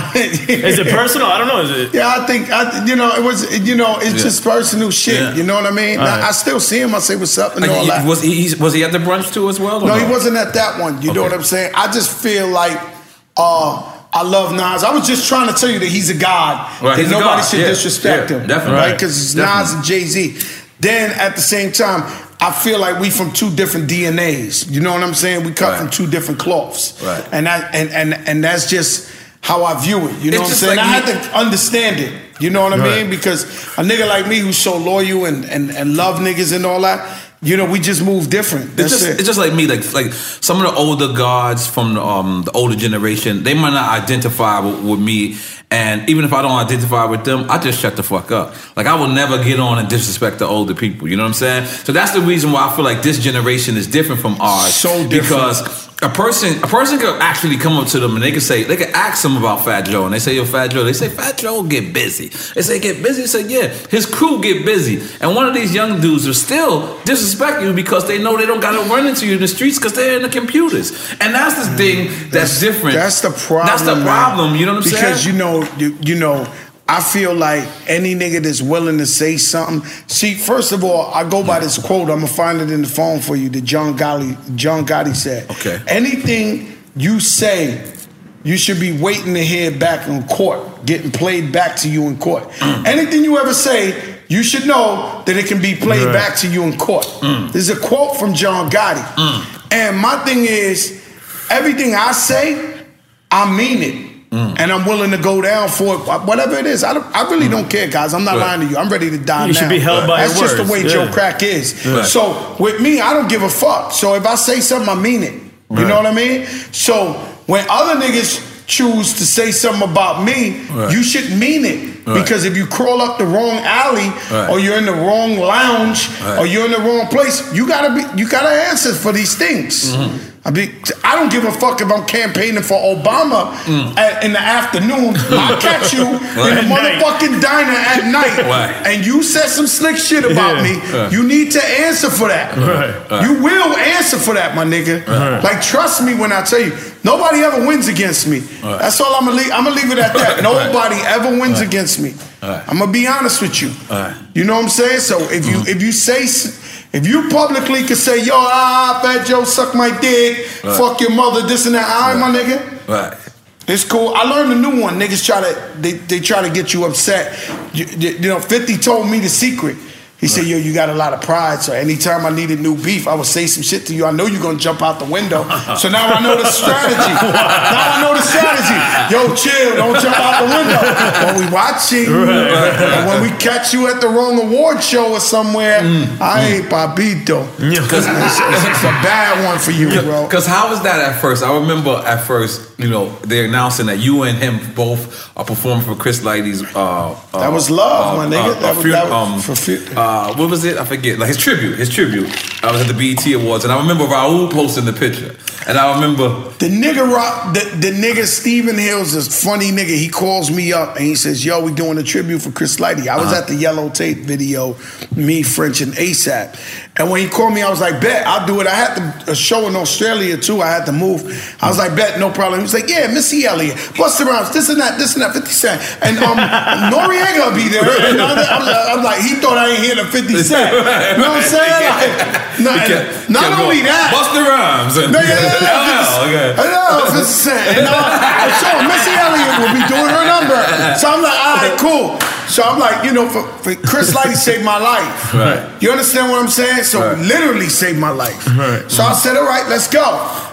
S6: Is it personal? I don't know. Is it?
S7: Yeah, I think I, you know it was. You know, it's
S4: Yeah.
S7: just personal shit.
S4: Yeah.
S7: You know what I mean?
S4: All
S7: Now,
S4: right.
S7: I still see him. I say what's up and
S4: Like,
S7: all
S4: he-
S7: that.
S4: was he he- was he at the brunch too as well? or
S7: No, he wasn't at that one. You know what I'm saying? I just feel like uh, I love Nas. I was just trying to tell you that he's a god.
S4: Right,
S7: that
S4: he's a god.
S7: nobody should
S4: Yeah,
S7: disrespect
S4: yeah,
S7: him.
S4: definitely.
S7: Right?
S4: Right,
S7: Because it's Nas
S4: definitely.
S7: and Jay Z. Then at the same time, I feel like we from two different DNAs. You know what I'm saying? We cut from two different cloths.
S4: Right.
S7: And that and and and that's just how I view it. You
S4: It's
S7: know what I'm
S4: just
S7: saying?
S4: like
S7: I
S4: me-
S7: had to understand it. You know what I
S4: Right.
S7: mean? Because a nigga like me who's so loyal and, and, and love niggas and all that, you know, we just move different.
S4: It's
S7: That's
S4: just,
S7: it.
S4: it's just like me, like like some of the older guards from the, um, the older generation. They might not identify with, with me, and even if I don't identify with them, I just shut the fuck up. Like I will never get on and disrespect the older people. You know what I'm saying? So that's the reason why I feel like this generation is different from ours.
S7: So different.
S4: because a person a person could actually come up to them and they could say they could ask them about Fat Joe and they say yo Fat Joe. They say Fat Joe get busy. They say get busy. They say yeah, his crew get busy. And one of these young dudes will still disrespect you because they know they don't gotta run into you in the streets because they're in the computers. And that's the thing that's, different.
S7: That's the problem.
S4: That's the
S7: man.
S4: problem. You know what I'm
S7: because
S4: saying?
S7: you know, you, you know, I feel like any nigga that's willing to say something. See, first of all, I go by this quote. I'm gonna find it in the phone for you. That John Gotti, John Gotti said.
S4: Okay.
S7: Anything you say, you should be
S4: Mm.
S7: waiting to hear back in court, getting played back to you in court. Anything you ever say. you should know that it can be played
S10: Right.
S7: back to you in court.
S10: Mm.
S7: There's a quote from John Gotti. And my thing is, everything I say, I mean it.
S10: Mm.
S7: And I'm willing to go down for it, whatever it is. I, don't, I really don't care, guys. I'm not
S10: Right.
S7: lying to you. I'm ready to die
S10: You
S7: now.
S10: should be held by your
S7: That's just the
S10: words.
S7: way
S10: Yeah.
S7: Joe Crack is.
S10: Right.
S7: So with me, I don't give a fuck. So if I say something, I mean it. You
S10: Right.
S7: know what I mean? So when other niggas choose to say something about me,
S10: Right.
S7: you should mean it.
S10: Right.
S7: Because if you crawl up the wrong alley
S10: Right.
S7: or you're in the wrong lounge
S10: Right.
S7: or you're in the wrong place, you gotta be you gotta answer for these
S10: Mm.
S7: things. I mean, I don't give a fuck if I'm campaigning for Obama
S10: Mm.
S7: at, in the afternoon. I'll catch you in the
S10: Right. At night.
S7: motherfucking diner at night.
S10: Right.
S7: And you said some slick shit about
S10: Yeah.
S7: me.
S10: Right.
S7: You need to answer for that.
S10: Right.
S11: Uh.
S10: Right.
S7: You will answer for that, my nigga.
S10: Right.
S7: Like, trust me when I tell you, nobody ever wins against me.
S10: Right.
S7: That's all I'm gonna leave. I'm gonna leave it at that.
S10: Right.
S7: Nobody ever wins
S10: Right.
S7: against me.
S10: Right.
S7: I'm gonna be honest with you.
S10: Alright.
S7: You know what I'm saying? So if you if you say s- if you publicly could say, yo, ah, Fat Joe suck my dick,
S10: Right.
S7: fuck your mother, this and that, all right, my nigga.
S10: Right.
S7: It's cool. I learned a new one. Niggas try to they, they try to get you upset. You, you- you know, Fifty told me the secret. He said, "Yo, you got a lot of pride. So anytime I needed new beef, I would say some shit to you. I know you're gonna jump out the window. So now I know the strategy. now I know the strategy. Yo, chill. Don't jump out the window. When we watching,
S10: Right, right, right.
S7: and when we catch you at the wrong award show or somewhere, I ain't Bobito.
S4: Cause,
S7: it's a bad one for you, bro.
S4: Because how was that at first? I remember at first, you know, they're announcing that you and him both are performing for Chris Lighty's. Uh, uh,
S7: That was love, my nigga. That was-
S4: fu-
S7: that was
S4: um, uh, what was it? I forget. Like his tribute. His tribute. I was at the BET Awards, and I remember Raul posting the picture, and I remember.
S7: The nigga rock, the, the nigga Steven Hills is a funny nigga. He calls me up and he says, "Yo, we doing a tribute for Chris Lighty." I was
S10: Uh-huh.
S7: at the Yellow Tape video, me French and ASAP. And when he called me, I was like, "Bet, I'll do it." I had to, a show in Australia too. I had to move. I was like, "Bet, no problem." He was like, "Yeah, Missy Elliott, Busta Rhymes, this and that, this and that, Fifty Cent, and um, Noriega will be there." And I'm, like- I'm like, I'm like, he thought I ain't here to Fifty Cent. You know what I'm saying? Like,
S4: He
S7: not,
S4: kept-
S7: not
S4: kept
S7: only
S4: going,
S7: that,
S4: Busta Rhymes and-
S7: No, yeah, yeah, yeah.
S4: Oh, okay.
S7: Hello, Mr. Sam. And I'm sure Missy Elliott will be doing her number. So I'm like, all right, cool. So I'm like, you know, for, for Chris Lighty saved my life.
S10: Right.
S7: You understand what I'm saying? So literally saved my life.
S10: Right.
S7: So I said, all right, let's go.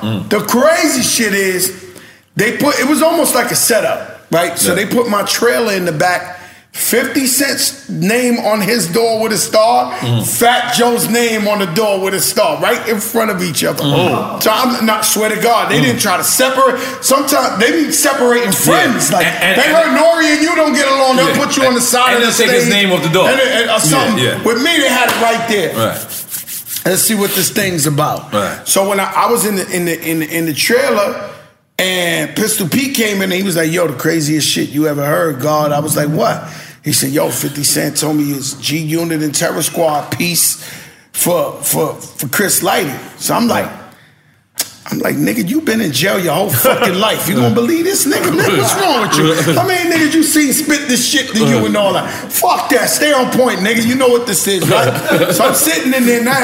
S10: Mm.
S7: The crazy shit is they put it was almost like a setup, right? So
S10: Yeah.
S7: they put my trailer in the back. 50 Cent's name on his door with a star,
S10: Mm.
S7: Fat Joe's name on the door with a star, right in front of each other.
S10: Oh.
S7: So I'm not swear to God,
S10: Mm.
S7: they didn't try to separate. Sometimes they be separating friends. Like
S10: And- and-
S7: they
S10: and-
S7: heard Nori and you don't get along, they'll
S10: Yeah.
S7: put you on the side
S10: And
S7: of the
S10: they'll take his
S7: stage.
S10: name off the door.
S7: And, and-
S10: Yeah,
S7: or something.
S10: yeah.
S7: With me, they had it right there.
S4: Right.
S7: Let's see what this thing's about.
S4: Right.
S7: So when I, I was in the in the in the, in the trailer. And Pistol Pete came in and he was like, Yo, the craziest shit you ever heard, God. I was like, What? He said, Yo, 50 Cent told me it's G Unit and Terror Squad piece for for for Chris Lighty. So I'm like, I'm like, nigga, you been in jail your whole fucking life. You gonna believe this nigga? Nigga, what's wrong with you? How many niggas you seen spit this shit to you and all that? Fuck that. Stay on point, nigga. You know what this is, right? so I'm sitting in there now.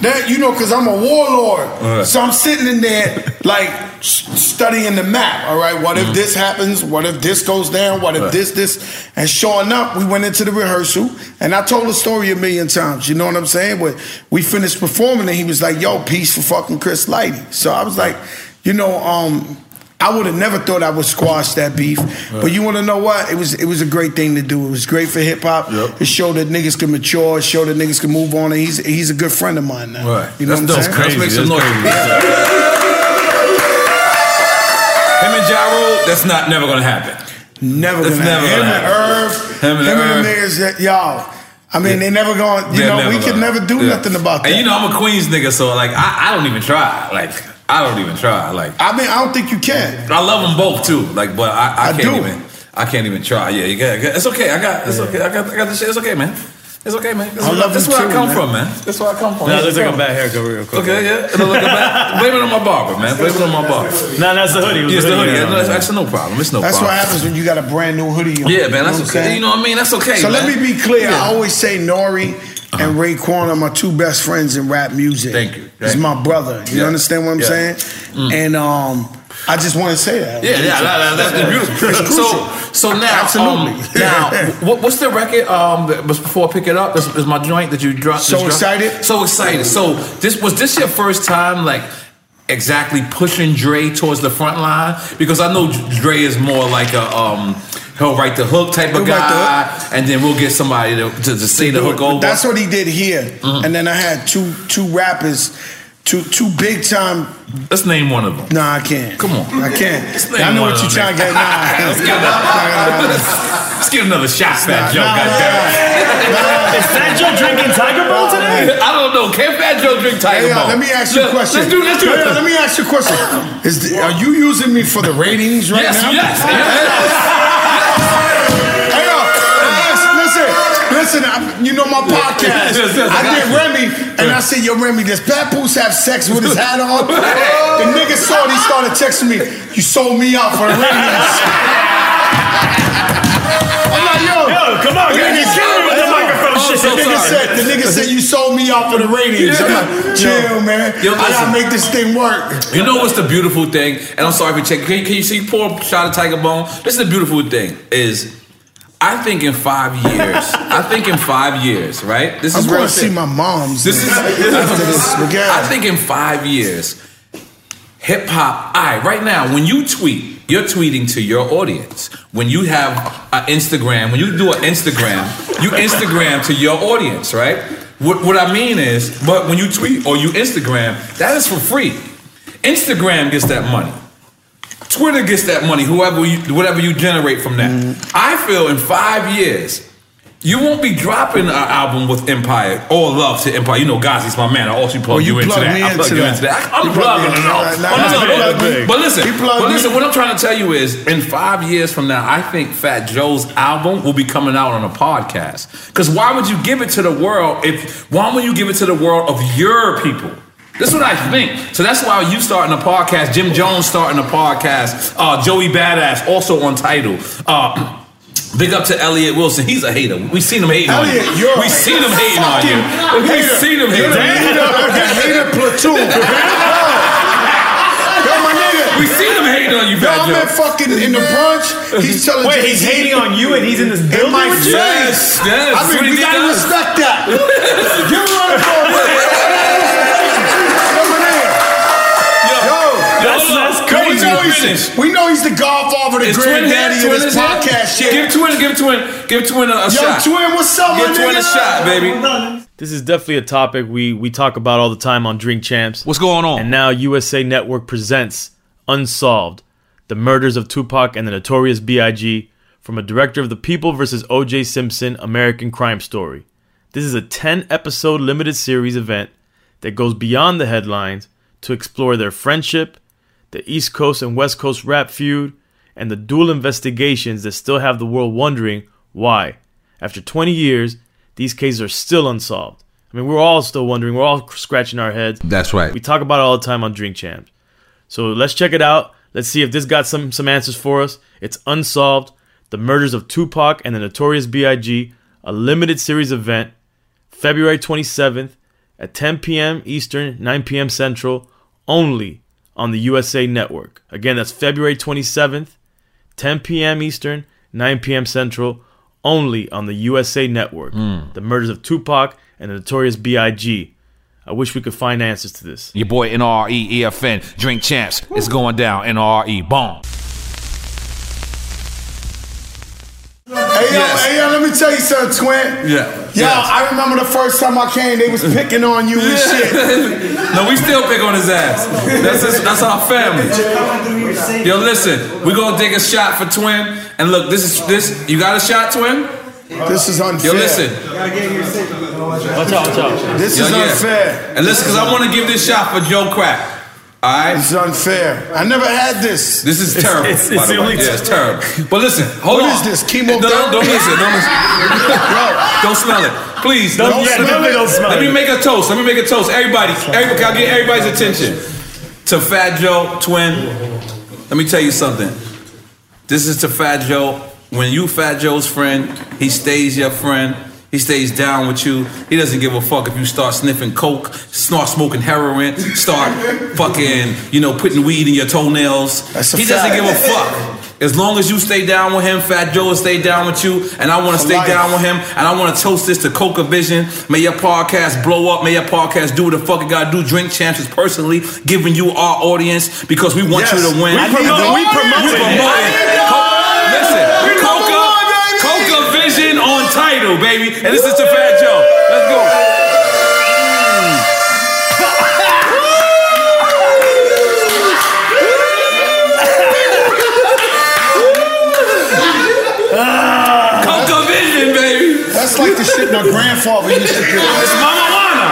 S7: That, you know, cause I'm a warlord.
S10: Right.
S7: So I'm sitting in there like s- studying the map. All right, what if
S4: Mm-hmm.
S7: this happens? What if this goes down? What if
S10: Right.
S7: this, this? And sure enough, we went into the rehearsal and I told the story a million times. You know what I'm saying? But we finished performing and he was like, yo, peace for fucking Chris Lighty. So I was like, you know, um, I would have never thought I would squash that beef,
S10: Right.
S7: but you want to know what? It was it was a great thing to do. It was great for hip hop. It showed that niggas can mature. It showed that niggas can move on. And he's he's a good friend of mine now.
S4: Right.
S7: You know
S4: That's
S7: what I'm
S4: dope.
S7: saying?
S4: Let's make some noise. Him and Ja Rule, that's not never gonna happen.
S7: Never
S4: that's
S7: gonna
S4: never
S7: happen.
S4: gonna
S7: Him and
S4: happen.
S7: Him and,
S4: Irv.
S7: the niggas, that, y'all. I mean, they never going. You
S4: They're
S7: know, we
S4: never
S7: could
S4: gonna-
S7: never do
S4: yeah.
S7: nothing about that.
S4: And you know, I'm a Queens nigga, so like, I, I don't even try. Like, I don't even try. Like,
S7: I mean, I don't think you can.
S4: I love them both too. Like, but I, I,
S7: I
S4: can't
S7: do.
S4: even. I can't even try. Yeah, you got. It's okay. I got. It's okay. I got. I got this shit. It's okay, man. It's okay, man. This,
S10: I
S4: is-
S10: love
S4: this
S10: you
S4: is where
S10: too,
S4: I come
S10: man.
S4: from, man. That's where I come from.
S10: No, it
S4: That's
S10: looks
S4: where
S10: like
S4: I'm
S10: a
S4: from.
S10: bad haircut real quick.
S4: Okay, yeah. It'll look bad. Blame it on my barber, man. Blame it on my barber.
S6: No, that's the hoodie. It was
S4: Yeah, it's
S6: the
S4: the
S6: hoodie.
S4: hoodie.
S6: Yeah, no,
S4: That's actually no problem. It's no
S7: that's
S4: problem.
S7: what happens when you got a brand new hoodie. on.
S4: Yeah, man, that's
S7: what I'm
S4: okay.
S7: saying?
S4: You know what I mean? That's okay,
S7: So let
S4: man.
S7: me be clear.
S4: Yeah. Uh-huh.
S7: I always say Nori and Raekwon are my two best friends in rap music.
S4: Thank you.
S7: He's
S4: Thank
S7: my brother. You
S4: Yeah.
S7: understand what I'm
S4: Yeah.
S7: saying? And um, I just want to say that.
S4: Yeah, yeah, that, that, that's beautiful.
S7: It's crucial.
S4: So, so now,
S7: Absolutely.
S4: um, now, what, what's the record? Um, that was before I pick it up. This is my joint that you dropped.
S7: So
S4: this dro-
S7: Excited?
S4: So excited. So this was this your first time, like exactly pushing Dre towards the front line because I know Dre is more like a um. He'll write the hook type of
S7: He'll write the
S4: guy, and then we'll get somebody to, to, to say the
S7: do it.
S4: hook
S7: But
S4: over.
S7: That's what he did here.
S4: Uh-huh.
S7: And then I had two two rappers, two two big time.
S4: Let's name one of them.
S7: Nah, I can't. Come
S4: on.
S7: I can't.
S4: Let's name
S7: I know
S4: one
S7: what
S4: of
S7: you're
S4: them.
S7: trying to get. Nah,
S4: Let's get
S7: Nah, nah, nah, nah.
S4: another- Let's get another shot, Fat Joe. goddamn.
S7: Is Fat Joe drinking Tiger Bone today?
S4: I don't know. Can Fat Joe drink Tiger
S7: Hey,
S4: Bone?
S7: uh, let me ask you a
S4: Let-
S7: question.
S4: Let's do. Let's do.
S7: No,
S4: it.
S7: no, let me ask you a question. Is the, are you using me for the ratings right
S4: Yes,
S7: now?
S4: yes, yes,
S7: Hey, yo, I asked- Listen, listen. I, you know my podcast.
S4: Yes, yes, yes, I
S7: I
S4: got
S7: did
S4: you.
S7: Remy, and I said, "Yo, Remy, does Pat Poose have sex with his hat on?" the nigga saw it. He started texting me. You sold me out for the ratings. I'm like, yo,
S6: Yo, come on,
S7: the
S6: guys,
S7: nigga
S6: just kill me with the
S7: said-
S6: microphone
S7: Oh,
S6: shit.
S7: The nigga
S6: Sorry.
S7: said, the nigga said you sold me out for the ratings. I'm like, chill, man.
S4: Yo,
S7: I
S4: listen.
S7: gotta make this thing work.
S4: You know what's the beautiful thing? And I'm sorry for checking. Can you, can you see poor shot of Tiger Bone? This is the beautiful thing is I think in five years, I think in five years, right? This
S7: I'm
S4: is
S7: going
S4: real
S7: to see
S4: shit.
S7: my mom's
S4: This is
S7: after this. But yeah.
S4: I think in five years, hip hop. I right now when you tweet, you're tweeting to your audience. When you have an Instagram, when you do an Instagram, you Instagram to your audience, right? What, what I mean is, but when you tweet or you Instagram, that is for free. Instagram gets that money. Twitter gets that money. Whoever you, whatever you generate from that.
S7: Mm-hmm.
S4: I feel in five years. You won't be dropping an album with Empire. All love to Empire. You know, Gazi's my man. I also plug
S7: Well, Oh, you
S4: you, into
S7: plug
S4: that.
S7: me
S4: I plug
S7: into
S4: you
S7: that.
S4: into that. I- I'm
S7: You plug
S4: plugging
S7: me
S4: it
S7: into
S4: all.
S7: that. Nah,
S4: But
S7: nah,
S4: listen,
S7: he plugged me.
S4: But listen,
S7: He plugged
S4: but
S7: me.
S4: listen. What I'm trying to tell you is, in five years from now, I think Fat Joe's album will be coming out on a podcast. Because why would you give it to the world if? Why would you give it to the world of your people? That's what I think. So that's why you starting a podcast. Jim Jones starting a podcast. Uh, Joey Badass also on title. Uh, Big up to Elliot Wilson. He's a hater. We seen him hating on
S7: Elliot,
S4: you.
S7: you're
S4: We seen him hating on you.
S7: fucking
S4: We
S7: hater.
S4: seen him
S7: You're
S4: hating
S7: the leader
S4: on you.
S7: of the hater platoon. Yo, my nigga.
S4: We seen him hating on you,
S7: Yo,
S4: Fat
S7: I'm
S4: Joe.
S7: at fucking in the brunch. He's telling
S6: Wait,
S7: Jay-Z-
S6: he's hating on you and he's in this building
S7: in my
S6: with you?
S7: face.
S6: Yes, yes,
S7: I
S6: that's what
S7: mean,
S6: he
S7: we
S6: did
S7: gotta
S6: to us.
S7: respect that. You're running for it. Yo, my nigga. Yo,
S6: that's- that's
S7: yo, we
S6: crazy.
S7: know he's- We know he's the godfather, the
S4: Is Twin here?
S7: granddaddy
S4: Twin
S7: of
S4: is
S7: this
S4: here?
S7: podcast shit.
S4: Give Twin, give Twin, give Twin a, a
S7: Yo,
S4: shot.
S7: Twin, what's up,
S4: give
S7: my
S4: Twin a
S7: nigga?
S4: shot, baby.
S6: This is definitely a topic we we talk about all the time on Drink Champs.
S4: What's going on?
S6: And now USA Network presents Unsolved: The Murders of Tupac and the Notorious B.I.G. from a director of The People versus O.J. Simpson: American Crime Story. This is a 10 episode limited series event that goes beyond the headlines to explore their friendship, the East Coast and West Coast rap feud, and the dual investigations that still have the world wondering why, after 20 years, these cases are still unsolved. I mean, we're all still wondering, we're all scratching our heads.
S4: That's right.
S6: We talk about it all the time on Drink Champs. So let's check it out. Let's see if this got some, some answers for us. It's Unsolved The Murders of Tupac and the Notorious B.I.G., a limited series event, February 27th at 10 p.m. Eastern, 9 p.m. Central, only on the USA Network. Again, that's February 27th, 10 p.m. Eastern, 9 p.m. Central, only on the USA Network.
S4: Hmm.
S6: The Murders of Tupac and the Notorious B.I.G. I wish we could find answers to this.
S12: Your boy NRE
S4: E
S12: EFN Drink Champs. It's going down. NRE Bomb.
S7: Hey yo, hey yo, let me tell you something, Twin.
S4: Yeah.
S7: Yo, I remember the first time I came, they was picking on you and shit.
S4: No, we still pick on his ass. That's his, that's our family. Yo, listen, we gonna take a shot for Twin. And look, this is this. You got a shot, Twin?
S7: This is unfair.
S4: Yo, listen.
S6: Watch out, watch out.
S7: This
S4: Yo,
S7: is
S4: yeah.
S7: unfair.
S4: And listen, because I want to give this shot for Joe Crack. All right.
S7: This is unfair. I never had this.
S4: This is terrible.
S7: it's-
S4: by
S7: it's
S4: the
S7: the
S4: way.
S7: only
S4: yeah,
S7: time.
S4: it's terrible. But listen, hold
S7: What
S4: on.
S7: is this, chemotherapy?
S4: No, don't, don't listen. Don't listen.
S7: Bro.
S4: Don't smell it. Please.
S7: Don't- yeah, definitely don't smell
S4: Let
S7: it.
S4: me make a toast. Let me make a toast. Everybody, everybody, can I get everybody's attention? To Fat Joe, twin. Let me tell you something. This is to Fat Joe. When you Fat Joe's friend, he stays your friend. He stays down with you. He doesn't give a fuck if you start sniffing coke, start smoking heroin, start fucking, you know, putting weed in your toenails.
S13: a
S4: he doesn't
S13: fact.
S4: give a fuck. As long as you stay down with him, Fat Joe will stay down with you, and I want to
S13: For
S4: stay
S13: life.
S4: down with him, and I want to toast this to Coca Vision. May your podcast blow up. May your podcast do what the fuck it got to do. Drink Champs is personally giving you our audience because we want
S13: Yes.
S4: you to win.
S13: We promote-
S4: promote-
S13: we promote
S4: we
S13: it.
S4: promote
S13: I
S4: it.
S13: need the
S4: Co-
S13: audience.
S4: Listen,
S13: We number
S4: Coca,
S13: one, baby.
S4: Coca Vision on title, baby, and this is to Fat Joe. Let's go. Coca Vision, baby.
S7: That's like the shit my grandfather used to do.
S4: It's Mama Wana.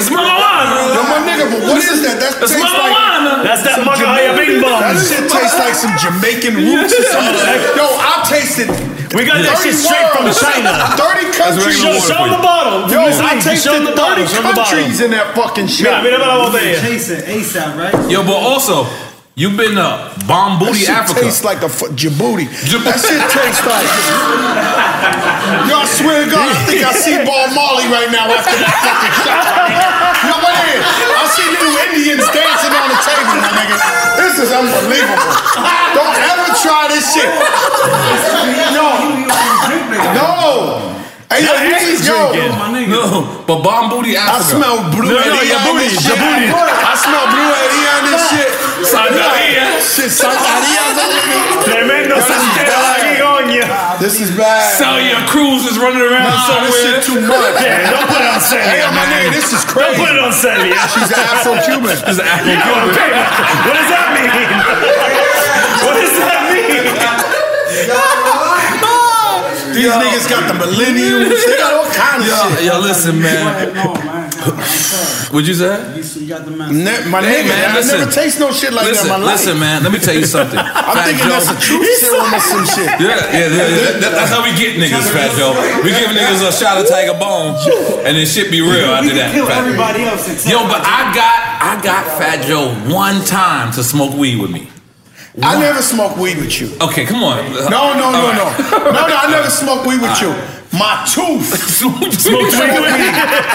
S4: It's Mama Wana.
S7: Yo, my nigga, but what is that? That
S4: It's
S7: tastes
S4: Mama
S7: like
S4: Wana. That's that
S7: some
S4: Mugga
S7: Jamaican-
S4: Haya Bing Bong.
S7: That shit tastes like some Jamaican roots or something.
S4: Yeah.
S7: Yo, I tasted.
S4: We got that
S7: 30
S4: shit straight from
S7: worlds,
S4: China.
S7: Thirty
S4: That's
S7: countries.
S4: regular Show- water show for you. the bottle.
S7: Yo,
S4: Miss
S7: I
S4: Lee, show
S7: tasted
S4: the
S7: thirty
S4: bottle, show the
S7: countries
S4: bottle.
S7: in that fucking shit.
S4: Mira, mira, mira, botella.
S13: Chasing ASAP, right?
S4: Yo, but also, you've been to Bomb
S7: That
S4: Booty
S7: shit
S4: Africa.
S7: tastes like a fu- Djibouti. That shit tastes like. Yo, I swear to God, I think I see Bob Marley right now after that fucking shot. Yo, my nigga, I see little Indians dancing on the table, my nigga. This is unbelievable. Don't ever try this shit. Yo, no. Hey, yo, you need- yo,
S4: No, but bomb booty
S7: I
S4: Africa.
S7: smell
S4: No,
S7: blue
S4: no,
S7: Eddie
S4: your
S7: on
S4: booty,
S7: this
S4: your
S7: shit.
S4: booty.
S7: I smell blue Eddie on this shit.
S4: Sandalia.
S7: Shit, Sandalia, my nigga.
S4: eh? Tremendo
S7: Yo, this is
S4: santero
S7: bad.
S4: aquí, coño.
S7: This is bad.
S4: So your cruise is running around
S7: Nah,
S4: somewhere.
S7: This shit too much.
S4: Yeah, don't put it on sale,
S7: Hey, my
S4: man.
S7: nigga, this is crazy.
S4: Don't put it on sale, yeah.
S7: She's an Afro-Cuban.
S4: She's an Afro-Cuban.
S7: what does that mean? what does that mean? These niggas got the millennials. They got all kinds
S4: Yo,
S7: of shit.
S4: yo, listen, man. What'd you say?
S7: Ne- my
S4: Hey,
S7: nigga,
S4: man,
S7: I
S4: listen.
S7: never taste no shit like
S4: listen,
S7: that in my life.
S4: Listen, man, let me tell you something.
S7: I'm
S4: Fat
S7: thinking
S4: Joe-
S7: that's a truth serum or some shit.
S4: Yeah, yeah, yeah, yeah. That- that's how we get niggas, Fat Joe. We give niggas a shot of Tiger Bone, and then shit be real after that.
S13: Kill
S4: Fat-
S13: everybody else except
S4: Yo, but I got I got Fat Joe one time to smoke weed with me.
S7: I never smoke weed with you.
S4: Okay, come on.
S7: No, no, no,
S4: All right.
S7: no. No, no, I never smoke weed with
S4: All
S7: you. My tooth.
S4: Smoke weed with me.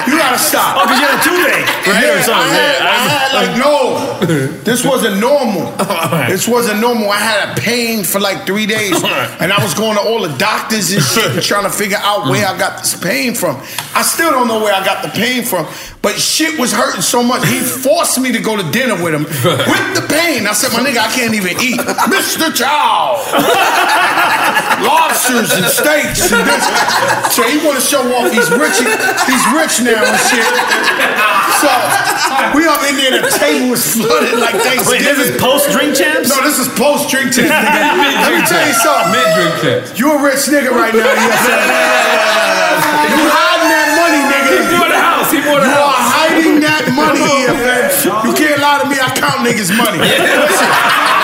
S7: You gotta stop.
S14: Oh, 'cause you had a toothache, right? Or
S7: Yeah, I
S14: something,
S7: had,
S14: yeah.
S7: I had like, no, this wasn't normal.
S14: right.
S7: This wasn't normal. I had a pain for like three days. And I was going to all the doctors and shit trying to figure out where I got this pain from. I still don't know where I got the pain from, but shit was hurting so much. He forced me to go to dinner with him with the pain. I said, my nigga, I can't even eat. Mr. Chow lobsters and steaks and this. So he want to show off he's rich. He's rich now and shit. So we up in there. The table was flooded like Thanksgiving.
S14: Wait, this is post-drink champs?
S7: No, this is post drink champs. Nigga. Let me
S4: Mid-drink
S7: tell you
S4: champs.
S7: something.
S4: Mid-drink champs.
S7: You a rich nigga right now. Yes. you hiding that money, nigga.
S4: He bought a house. He bought a
S7: you
S4: house.
S7: are hiding that money here, man. You can't lie to me. I count niggas' money. Listen,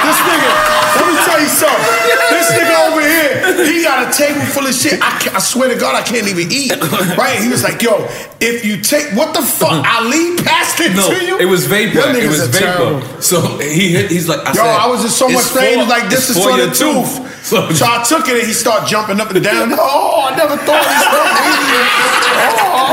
S7: this nigga, let me tell you something. This nigga over here, he got a table full of shit. I, ca- I swear to God, I can't even eat. Right? He was like, yo, if you take, what the fuck? Ali passed it
S4: Mm-hmm. No,
S7: to you?
S4: it was vapor.
S7: Them
S4: It
S7: niggas
S4: was
S7: are
S4: vapor.
S7: terrible.
S4: So he hit- he's like, I
S7: Yo,
S4: said,
S7: I was in so much
S4: it's
S7: pain.
S4: for-
S7: like, this
S4: it's
S7: is for
S4: your
S7: the tooth.
S4: So,
S7: So I took it and he started jumping up and down. Oh, I never thought this was easy.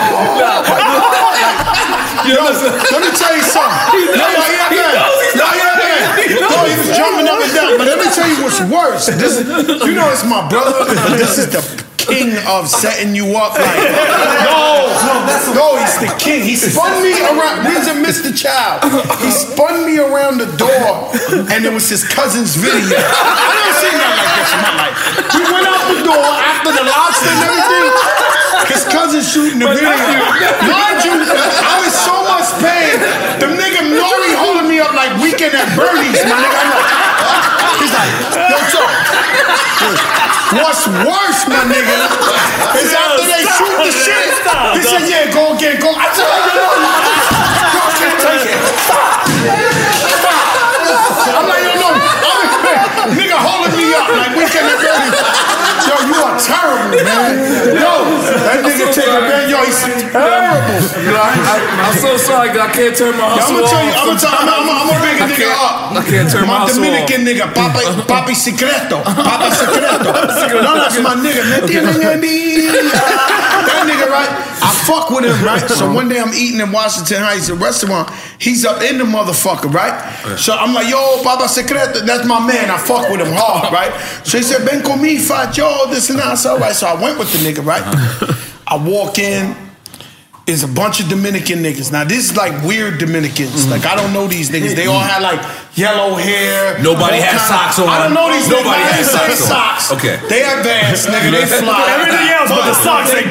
S7: Yo, let me tell you something. No, no, yeah, man. No, yeah, man. No, he was jumping up and down. But let me tell you what's worse. This, you know, it's my brother. but This is the king of setting you up. Like, no, no, he's the king. He spun me around. We was in Mr. Child. He spun me around the door, and it was his cousin's video. I never seen nothing like this in my life. We went out the door after the lobster and everything. His cousin shooting the video. Mind you, I was so much pain. The nigga Nori holding me up like weekend at Bernie's, my nigga. I'm like, He's like, yo, Joe. What's worse, my nigga, is after they shoot the shit, he said, yeah, go again, go. I said, no, no, no, no. Yo, I can't take it. Stop. Stop. I'm like, yo, no. I'm- Nigga holding me up like weekend at Bernie's. Yo, you are terrible, man. Yo, that nigga
S4: I'm so
S7: take a
S4: sorry.
S7: man, yo, he's terrible.
S4: I, am so sorry 'cause I can't turn my
S7: Yeah, I'm
S4: hustle
S7: gonna tell you,
S4: off.
S7: I'm gonna tell you, I'm gonna, I'm gonna bring a
S4: I
S7: nigga
S4: can't-
S7: up.
S4: I can't turn my
S7: my
S4: hustle
S7: Dominican nigga, Papa, Papi Secreto. Papa Secreto. no, that's my nigga. Me tienen envidia. That nigga right fuck with him, right? So one day I'm eating in Washington Heights, a restaurant. He's up in the motherfucker, right? So I'm like, yo, Baba Secreto, that's my man. I fuck with him hard, right? So he said, Ben con me, fight yo, this and that. I said, all right. So I went with the nigga, right?
S4: Uh-huh.
S7: I walk in. It's a bunch of Dominican niggas. Now this is like weird Dominicans.
S4: Mm-hmm.
S7: Like I don't know these niggas. They all had like yellow hair.
S4: Nobody had
S7: all kinda-
S4: socks on.
S7: I don't know these niggas.
S4: Nobody
S7: I
S4: had
S7: didn't say
S4: socks on.
S7: socks.
S4: Okay.
S7: They advanced, nigga. They fly.
S4: Everything else but the socks ain't
S7: They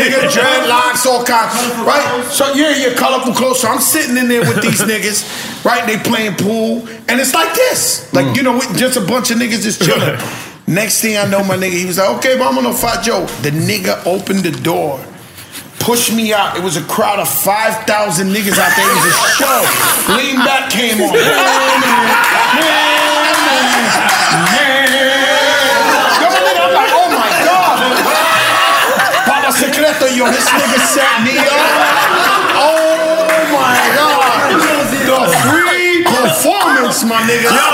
S4: good.
S7: nigga. Dreadlocks, all kinds. Right? So yeah, yeah, colorful clothes. So I'm sitting in there with these niggas, right? They playing pool. And it's like this. Like,
S4: Mm.
S7: you know, with just a bunch of niggas just chilling. Next thing I know, my nigga, he was like, okay, but I'm gonna fight Joe. The nigga opened the door. Pushed me out. It was a crowd of 5,000 niggas out there. It was a show. Lean Back came on. Yo, my nigga, I'm like, oh my God. Papa Secreto, yo, this nigga set me up. Oh my God. The free performance, my nigga.
S15: Yo,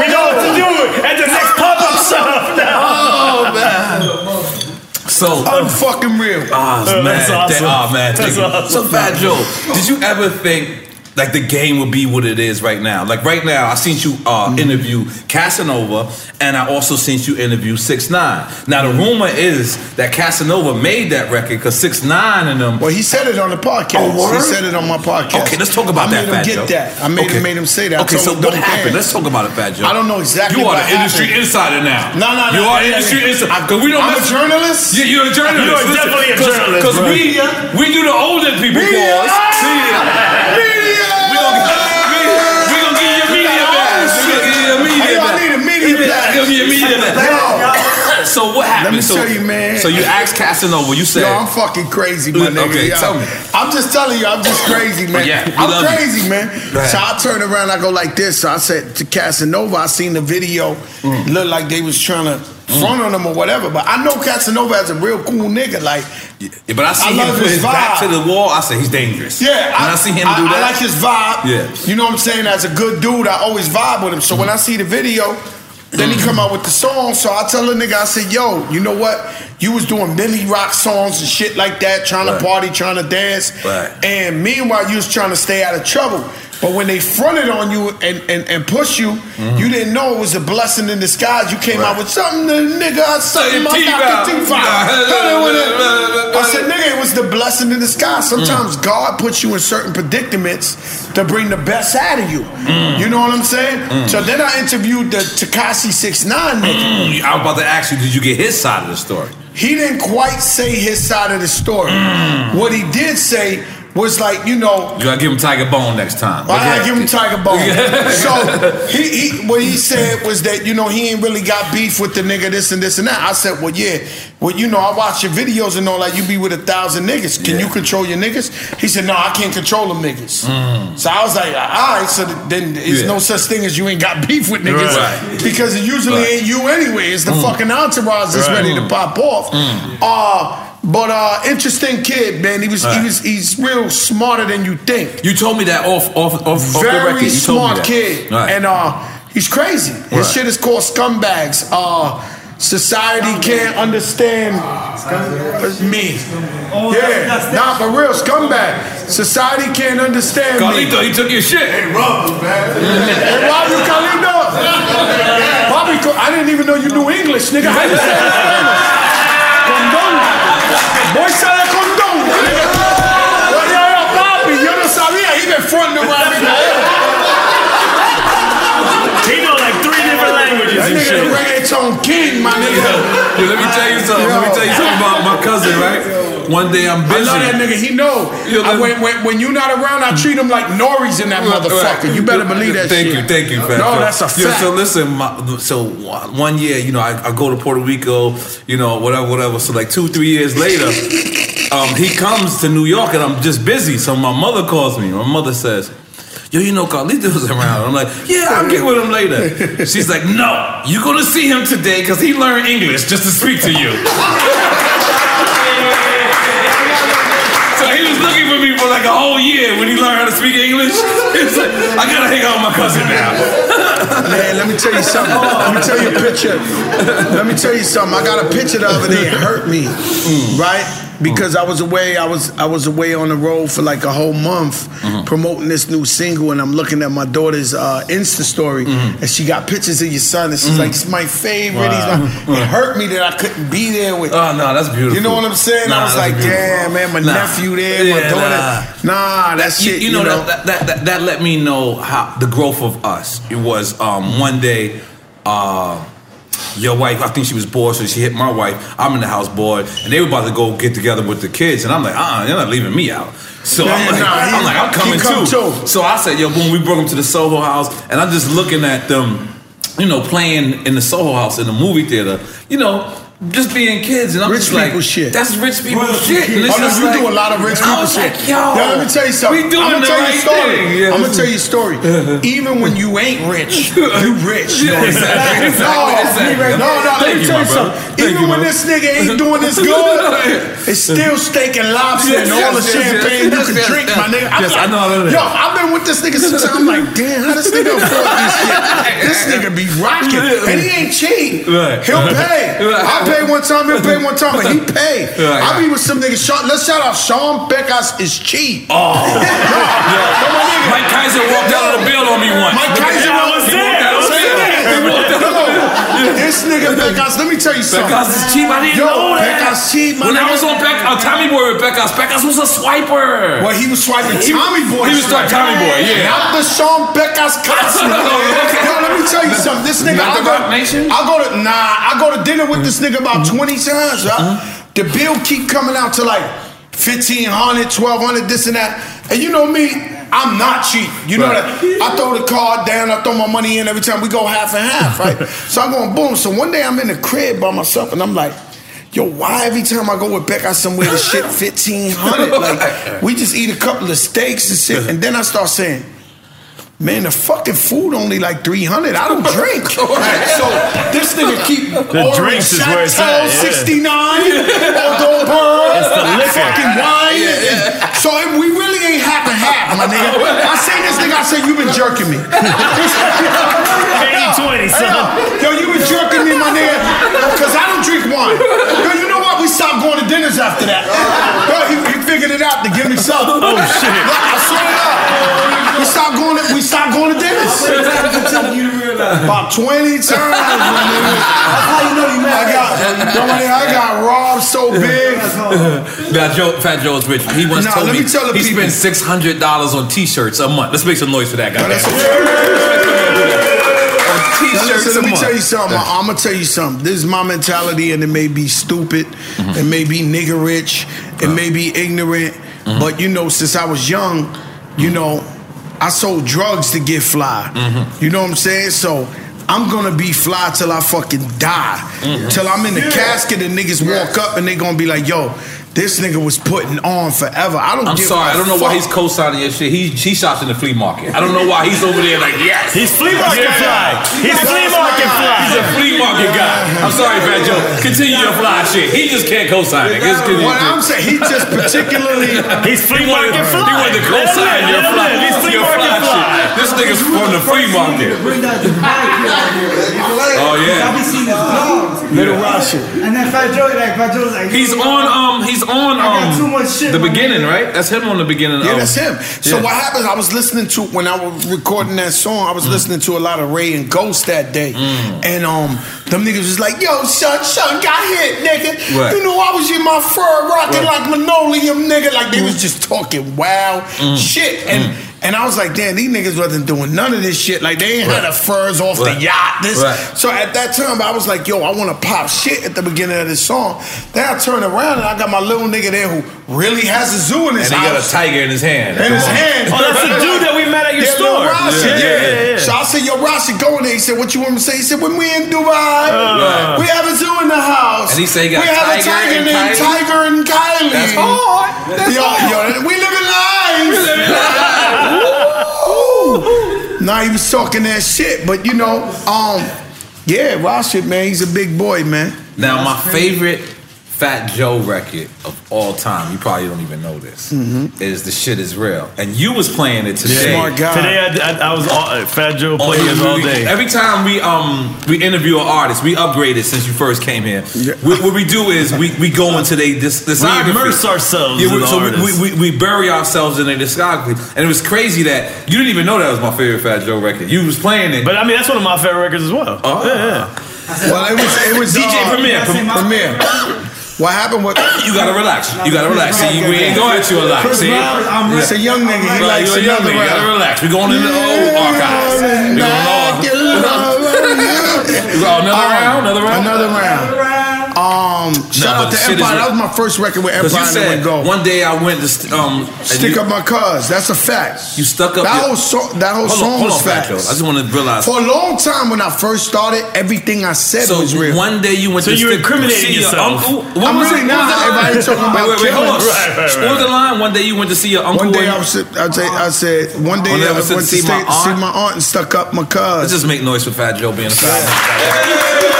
S15: we know what to do at the next pop-up shop now.
S7: Oh, man.
S4: So
S7: unfucking real.
S4: Ah
S7: Uh,
S4: man,
S7: that's awesome.
S4: that- ah, man,
S7: That's
S4: thank you.
S7: awesome.
S4: So Fat Joe, did you ever think like the game would be what it is right now? Like right now, I seen you uh,
S7: Mm.
S4: interview Casanova, and I also seen you interview Six Nine. Now the rumor is that Casanova made that record because Six Nine and them.
S7: Well, he said it on the podcast.
S4: Oh, word?
S7: he said it on my podcast.
S4: Okay, let's talk about
S7: I
S4: that,
S7: made
S4: Fat
S7: him
S4: Joe.
S7: get that. I made
S4: Okay.
S7: him made him say that. I
S4: Okay,
S7: told
S4: so
S7: him,
S4: what
S7: "Don't
S4: happened?
S7: dance."
S4: Let's talk about it, Fat Joe.
S7: I don't know exactly.
S4: You are
S7: what
S4: the industry
S7: happened.
S4: insider now.
S7: No, no, no.
S4: You are
S7: yeah,
S4: industry
S7: yeah.
S4: insider.
S7: I-
S4: 'Cause we don't
S7: I'm a
S4: mess-
S7: journalist.
S4: Yeah, you're a journalist.
S7: You are
S4: Listen,
S7: definitely a journalist,
S4: Because
S7: bro.
S4: we we do the older people
S7: Media!
S4: calls. Media.
S7: Media!
S4: We gonna get- we gonna get your media badge. We gonna get your media
S7: Hey, yo, I
S4: badge.
S7: need a media
S4: Yeah, we
S7: badge.
S4: gonna get your media
S7: Yo.
S4: badge. So what happened?
S7: Let me
S4: so,
S7: tell you, man.
S4: So you asked Casanova. You said,
S7: Yo, I'm fucking crazy, my nigga.
S4: Okay,
S7: yo.
S4: tell me. Oh,
S7: I'm just telling you, I'm just crazy, man.
S4: Yeah, we love
S7: I'm
S4: you.
S7: crazy, man.
S4: Go ahead.
S7: So I turn around, I go like this. So I said to Casanova, I seen the video.
S4: Mm.
S7: Looked like they was trying to front on him or whatever. But I know Casanova is a real cool nigga. Like,
S4: Yeah, but I see him
S7: love
S4: put his,
S7: vibe.
S4: back to the wall. I said he's dangerous.
S7: Yeah,
S4: when I, see him do that,
S7: I like his vibe.
S4: Yeah.
S7: you know what I'm saying. As a good dude, I always vibe with him. So when I see the video, then he come out with the song. So I tell the nigga, I said, "Yo, you know what? You was doing Billy Rock songs and shit like that, trying
S4: Right.
S7: to party, trying to dance,
S4: Right.
S7: and meanwhile you was trying to stay out of trouble." But when they fronted on you and, and, and pushed you,
S4: Mm-hmm.
S7: you didn't know it was a blessing in disguise. You came out with something, the nigga, something, I got the T5. I said, nigga, it was the blessing in
S4: Mm.
S7: disguise. Sometimes God puts you in certain predicaments to bring the best out of you.
S4: Mm.
S7: You know what I'm saying?
S4: Mm.
S7: So then I interviewed the Takashi 69 nigga.
S4: Mm, I was about to ask you, did you get his side of the story?
S7: He didn't quite say his side of the story.
S4: Mm.
S7: What he did say was like, you know,
S4: You gotta give him Tiger Bone next time.
S7: Well, I gotta
S4: Okay.
S7: give him Tiger Bone.
S4: Yeah.
S7: so he, he what he said was that you know he ain't really got beef with the nigga this and this and that. I said, well yeah, well you know I watch your videos and all that. You be with a thousand niggas. Can you control your niggas? He said, no, I can't control them niggas.
S4: Mm.
S7: So I was like, all right. So then it's
S4: Yeah.
S7: no such thing as you ain't got beef with niggas
S4: Right.
S7: because it usually
S4: Right.
S7: ain't you anyway. It's the
S4: Mm.
S7: fucking entourage that's
S4: Right.
S7: ready to
S4: Mm.
S7: pop off.
S4: Mm.
S7: Uh but uh, interesting kid, man. He was
S4: Right.
S7: he was he's real smarter than you think
S4: You told me that off off off, off the
S7: very
S4: record. You told me
S7: smart
S4: that.
S7: kid,
S4: Right.
S7: and uh, he's crazy. His
S4: Right.
S7: shit is called scumbags. Uh, society can't understand me. yeah, not for real, scumbag. Society can't understand me.
S4: Carlito, he took your shit. Hey,
S7: Rob, Hey, why you Carlito? Bobby, Co- I didn't even know you knew English, nigga. How you say that Spanish? Condón. Boy, say that condón, nigga. Yo, yo, yo, Bobby, yo no sabía. He been fronting around me
S15: He know like three different languages
S7: That
S15: and
S7: nigga
S15: shit.
S7: the reggaeton king, my nigga.
S4: Yo, let me tell you something. Let me tell you something about my cousin, right? One day I'm
S7: I
S4: busy.
S7: know that nigga. He know. I, when, when, when you not around, I treat him like Nori's in that motherfucker. You better believe that
S4: thank
S7: shit.
S4: Thank you, thank you, Fat
S7: No,
S4: Joe.
S7: that's a
S4: Yo,
S7: fact.
S4: so listen, my, so one year, you know, I, I go to Puerto Rico, you know, whatever, whatever. So like two, three years later, um, he comes to New York, and I'm just busy. So my mother calls me. My mother says. Yo, you know Carlito's around. I'm like, yeah, I'll get with him later. She's like, no, you're gonna see him today because he learned English just to speak to you. So he was looking for me for like a whole year when he learned how to speak English. It's like, I gotta hang out with my cousin now.
S7: Man, let me tell you something. Let me tell
S4: Mm.
S7: you a picture. Let me tell you something. I got a picture the other day. It hurt me, right? because I was away. I was I was away on the road for like a whole month
S4: Mm-hmm.
S7: promoting this new single, and I'm looking at my daughter's uh, Insta story, and she got pictures of your son, and she's like, "It's my favorite."
S4: Mm-hmm. Wow.
S7: He's my, it hurt me that I couldn't be there with.
S4: Oh no, that's beautiful.
S7: You know what I'm saying? I
S4: Nah,
S7: was
S4: that's
S7: like,
S4: beautiful.
S7: "Damn, man, my
S4: Nah.
S7: nephew there, my
S4: Yeah,
S7: daughter." Nah, that
S4: you-
S7: shit.
S4: You, know, That, that, that that let me know how the growth of us. It was um, one day, uh, your wife. I think she was bored, so she hit my wife. I'm in the house bored, and they were about to go get together with the kids, and I'm like, uh, uh you're not leaving me out. So
S7: Yeah,
S4: I'm like,
S7: nah, he-
S4: I'm, like, I'm
S7: he
S4: coming
S7: come
S4: too. So I said, yo, boom. We brought them to the Soho house, and I'm just looking at them, you know, playing in the Soho house in the movie theater, you know. Just being kids, and I'm
S7: Rich
S4: just like,
S7: people shit.
S4: that's rich people shit.
S7: Royalty
S4: And
S7: kids.
S4: it's
S7: Oh, no,
S4: just
S7: you
S4: like-
S7: do a lot of rich
S4: I
S7: people
S4: was
S7: shit.
S4: like, yo,
S7: Yo, let me tell you something.
S4: We doing
S7: I'm gonna
S4: the
S7: tell
S4: right
S7: you a story.
S4: thing. Yeah, this
S7: I'm gonna
S4: is-
S7: tell you a story. Even when you ain't rich, you rich.
S4: Yeah,
S7: No,
S4: exactly, exactly, exactly.
S7: no, no.
S4: Thank you,
S7: Let me tell
S4: my
S7: you
S4: brother.
S7: something.
S4: Thank
S7: Even
S4: you,
S7: when
S4: brother.
S7: this nigga ain't doing this good, it's still steak and lobster
S4: Yes,
S7: and all the
S4: yes, yes,
S7: champagne
S4: yes,
S7: you can
S4: yes,
S7: drink,
S4: yes.
S7: my nigga. I'm
S4: Yes, I
S7: like,
S4: know all of that.
S7: Yo, I've been with this nigga since I'm like, damn, how this nigga afford this shit? This nigga be rocking, and he ain't cheap.
S4: Right.
S7: He'll pay.
S4: Right.
S7: I pay one time, he'll pay one time, but he pay.
S4: Right.
S7: I be with some niggas. Sean, let's shout out Sean Beckas is cheap. Oh,
S4: Mike Kaiser walked out of the bill on me once.
S7: Mike Kaiser
S4: Yeah, I was
S7: walked- he
S4: there,
S7: walked out
S4: I was
S7: of
S4: there.
S7: jail.
S4: He walked out of
S7: Yo,
S4: jail.
S7: This nigga Beckas, let me tell you something.
S4: Beckas is cheap. I didn't
S7: Yo,
S4: know that.
S7: Beckas cheap. my
S4: When I
S7: nigga.
S4: was on Beck, uh, Tommy Boy with Beckas, Beckas was a swiper.
S7: Well, he was swiping
S4: He-
S7: Tommy Boy.
S4: he was
S7: swiping.
S4: Tommy Boy, yeah.
S7: Not the Sean Becker's Cosby.
S4: Okay.
S7: Yo, let me tell you something. This nigga,
S4: Not
S7: I
S4: the
S7: go,
S4: Rock Nation? Mm-hmm.
S7: I go to nah, I go to dinner with this nigga about twenty times. Right?
S4: Uh-huh.
S7: The bill keep coming out to like 1500 1200 this and that. And you know me, I'm not cheap. You know
S4: Right.
S7: that. I throw the card down, I throw my money in every time. We go half and half, right? so I'm going boom. So one day I'm in the crib by myself and I'm like, yo, why every time I go with Becca somewhere the shit 1500? Like, we just eat a couple of steaks and shit. And then I start saying, Man, the fucking food only like 300. I don't drink. so this nigga keep
S15: The
S7: ordering
S15: drinks is where it's at,
S7: Chateau
S15: yeah.
S7: 69, Old Burr,
S15: It's the liquor.
S7: fucking wine. So if we really ain't half and half, my nigga. I say this nigga, I say, you been jerking me.
S15: 80-20, son.
S7: Yo, you been jerking me, my nigga. Because I don't drink wine. Yo, you know what? We stopped going to dinners after that. Yo, he, he figured it out to give me something.
S15: Oh, shit.
S7: I swear to God. We stopped going to, we stopped going to dinners. About 20 times, my nigga.
S13: how you know you mad.
S7: I got, yo, my nigga, I got robbed so big.
S4: Fat Joe, Fat Joe's rich. He once
S7: Nah,
S4: told
S7: let
S4: me,
S7: me tell the
S4: he
S7: people.
S4: spends six hundred dollars on T-shirts a month. Let's make some noise for that guy.
S7: Now,
S4: T-shirts
S7: listen,
S4: a
S7: let me
S4: month.
S7: tell you something. I, am gonna tell you something. This is my mentality, and it may be stupid,
S4: Mm-hmm.
S7: it may be nigger rich, it may be ignorant.
S4: Mm-hmm.
S7: But you know, since I was young, you know, I sold drugs to get fly.
S4: Mm-hmm.
S7: You know what I'm saying? So. I'm gonna be fly till I fucking die.
S4: Mm-hmm.
S7: Till I'm in the casket and niggas walk up and they gonna be like, yo, this nigga was putting on forever. I don't
S4: I'm
S7: give
S4: sorry,
S7: a
S4: I don't know why
S7: fuck.
S4: he's co-signing your shit. He he shops in the flea market. I don't know why he's over there like yes.
S15: He's flea market fly. He's flea market fly.
S4: He's a flea market guy. I'm sorry, Fat Joe. Continue your fly shit. He just can't co-sign it. Just continue.
S7: What I'm saying, he just particularly
S15: He's flea
S4: He wanted,
S15: market fly.
S4: he wanted to
S15: Let him
S4: co-sign
S15: live,
S4: your
S15: let him
S4: fly.
S15: live. He's flea
S4: your
S15: market fly.
S4: shit. This nigga's from the flea market.
S13: Bring that
S4: Oh,
S13: Oh
S4: yeah.
S13: I be seeing his vlogs.
S7: Little Russia.
S13: And then Fat Joe like Fat Joe's like.
S4: He's on um he's on
S13: I got too
S4: um
S13: much shit,
S4: the
S13: my
S4: beginning,
S13: nigga.
S4: right? That's him on the beginning um,
S7: Yeah,
S4: of
S7: that's him. So
S4: Yeah.
S7: what happens? I was listening to when I was recording that song.
S4: Mm.
S7: I was listening to a lot of Ray and Ghost that day, and um, them niggas was like, "Yo, son, son, got hit, nigga.
S4: Right.
S7: You know I was in my fur rocking
S4: Right. Mm.
S7: like Manolium, nigga. Like they was just talking wild shit, and and I was like, damn, these niggas wasn't doing none of this shit. Like they ain't had the furs off
S4: Right.
S7: the yacht. This
S4: Right.
S7: so at that time, I was like, yo, I want to pop shit at the beginning of this song. Then I turned around and I got my little nigga there who really has a zoo in his
S4: And he got a
S7: house.
S4: tiger in his hand.
S7: In his hand.
S15: Oh, that's the dude that we met at your
S7: Yeah,
S15: store.
S7: Yo, Rashi,
S15: Yeah,
S7: yeah,
S15: yeah, yeah.
S7: So I said, Yo, Rashi, go in there. He said, What you want me to say? He said, When we in Dubai,
S15: Uh,
S4: Right.
S7: we have a zoo in the house.
S4: And he said he got
S7: we have a
S4: Tiger
S7: tiger
S4: and
S7: named
S4: Kylie.
S7: Tiger and Kylie.
S4: That's
S15: Oh,
S7: hard. yo, yo, we living life. Ooh. Nah, he was talking that shit, but you know, um, yeah, Rashi, man, he's a big boy, man.
S4: Now my favorite Fat Joe record of all time. You probably don't even know this.
S7: Mm-hmm.
S4: Is the shit is real, and you was playing it today.
S14: Today I, I, I was all, uh, Fat Joe
S4: Oh,
S14: playing
S4: yeah,
S14: this
S4: we-
S14: all
S4: we-
S14: day.
S4: Every time we um we interview an artist, we upgrade it since you first came here. What, what we do is we, we go into they this this
S14: immerse ourselves in
S4: we,
S14: the
S4: so
S14: artist.
S4: we, we, we bury ourselves in their discography, and it was crazy that you didn't even know that was my favorite Fat Joe record. You was playing it,
S14: but I mean that's one of my favorite records as well.
S4: Oh.
S7: Well, it was it was
S4: DJ
S7: uh,
S4: Premier.
S7: Premier. What happened with
S4: You gotta relax. You gotta relax. See, we ain't going at you a lot.
S7: Chris
S4: See,
S7: Brown, I'm it's a young nigga. He
S4: Right,
S7: likes
S4: you're a
S7: a
S4: young nigga. You gotta relax. We going in the old archives. We going all-
S7: Another
S4: another round? Another round?
S7: Um, Another round. Um, shout
S4: but
S7: out
S4: the
S7: to
S4: shit is
S7: Empire. That
S4: real.
S7: was my first record with
S4: because
S7: Empire.
S4: you
S7: and it went
S4: said
S7: gold.
S4: one day I went to st- um and
S7: Stick
S4: you-
S7: up my cuz. That's a fact.
S4: You stuck up
S7: that
S4: your-
S7: whole song. That whole
S4: Hold on,
S7: song
S4: hold
S7: was
S4: on,
S7: facts.
S4: Fat Joe. I just wanna realize-
S7: For a long time, when I first started, everything I said
S4: So
S7: was real.
S4: one day you went to stick- see Your uncle? What
S7: I'm
S4: was
S7: really
S4: it?
S7: not.
S4: What was
S7: Everybody
S4: the-
S7: talking about
S4: Wait, wait, wait, hold on.
S7: killing.
S4: What was the line? One day you went to see your uncle.
S7: One day
S4: and-
S7: I was, I, say, I said, one day
S4: One day
S7: I
S4: I was
S7: went to
S4: to see
S7: see,
S4: my
S7: see
S4: aunt.
S7: my aunt and stuck up my cuz.
S4: Let's just make noise for Fat Joe being a fat.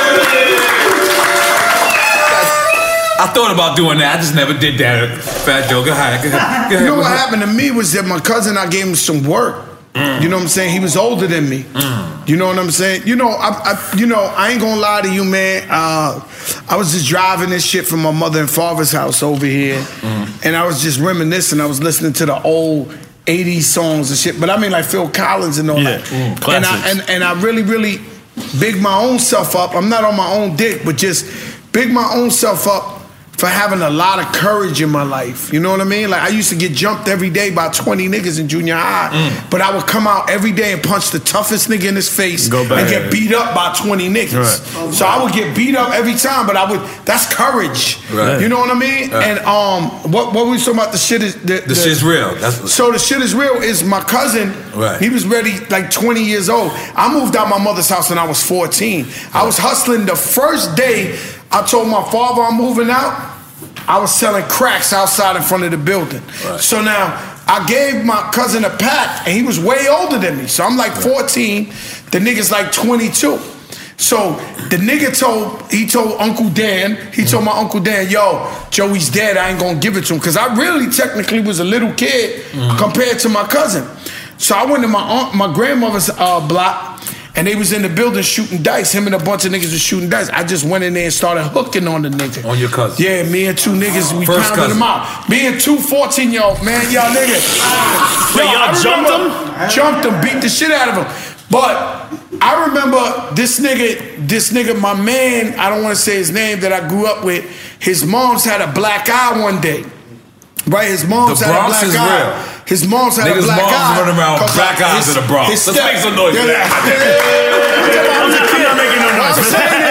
S4: I thought about doing that. I just never did that. Fat Joe, go ahead. Go ahead. Go
S7: You
S4: ahead.
S7: know what happened to me was that my cousin, I gave him some work. You know what I'm saying? He was older than me. You know what I'm saying? You know, I, I, you know, I ain't gonna lie to you, man. Uh, I was just driving this shit from my mother and father's house over here, and I was just reminiscing. I was listening to the old '80s songs and shit, but I mean like Phil Collins and all
S14: Yeah.
S7: that.
S14: Mm,
S7: and
S14: classics.
S7: I and, and I really, really big my own self up. I'm not on my own dick, but just big my own self up for having a lot of courage in my life. You know what I mean? Like I used to get jumped every day by 20 niggas in junior high,
S4: Mm.
S7: but I would come out every day and punch the toughest nigga in his face
S4: Go back.
S7: and get beat up by 20 niggas.
S4: Right.
S7: So I would get beat up every time, but I would that's courage.
S4: Right.
S7: You know what I mean?
S4: Right.
S7: And um what what we talking about the shit is the,
S4: The shit's real. That's
S7: so the shit is real is my cousin.
S4: Right.
S7: He was ready like 20 years old. I moved out my mother's house when I was 14. I was hustling the first day I told my father I'm moving out. I was selling cracks outside in front of the building. So now I gave my cousin a pack and he was way older than me. So I'm like 14. The nigga's like 22. So the nigga told he told Uncle Dan, he told my Uncle Dan, yo, Joey's dead, I ain't gonna give it to him. Cause I really technically was a little kid
S4: Mhm.
S7: compared to my cousin. So I went to my aunt, my grandmother's uh, block, and they was in the building shooting dice. Him and a bunch of niggas was shooting dice. I just went in there and started hooking on the nigga.
S4: On your cousin.
S7: Yeah, me and two niggas, we
S4: First cousin.
S7: pounded him out. Me and two 14 year old, man, y'all niggas.
S14: Wait, y'all
S7: I
S14: jumped
S7: remember- Jumped him, beat the shit out of him. But I remember this nigga, this nigga, my man, I don't want to say his name that I grew up with, his mom's had a black eye one day. Right? His mom's
S4: The
S7: had
S4: Bronx
S7: a
S4: is
S7: black eye.
S4: real.
S7: His mom's had a
S4: Niggas'
S7: black
S4: moms
S7: eye.
S4: running around with
S7: 'cause
S4: black
S7: I-
S4: eyes in the Bronx.
S7: his
S4: Let's
S7: step-
S4: make some noise for that.
S7: I'm not-
S4: I'm not making no
S7: What I'm
S4: noise.
S7: saying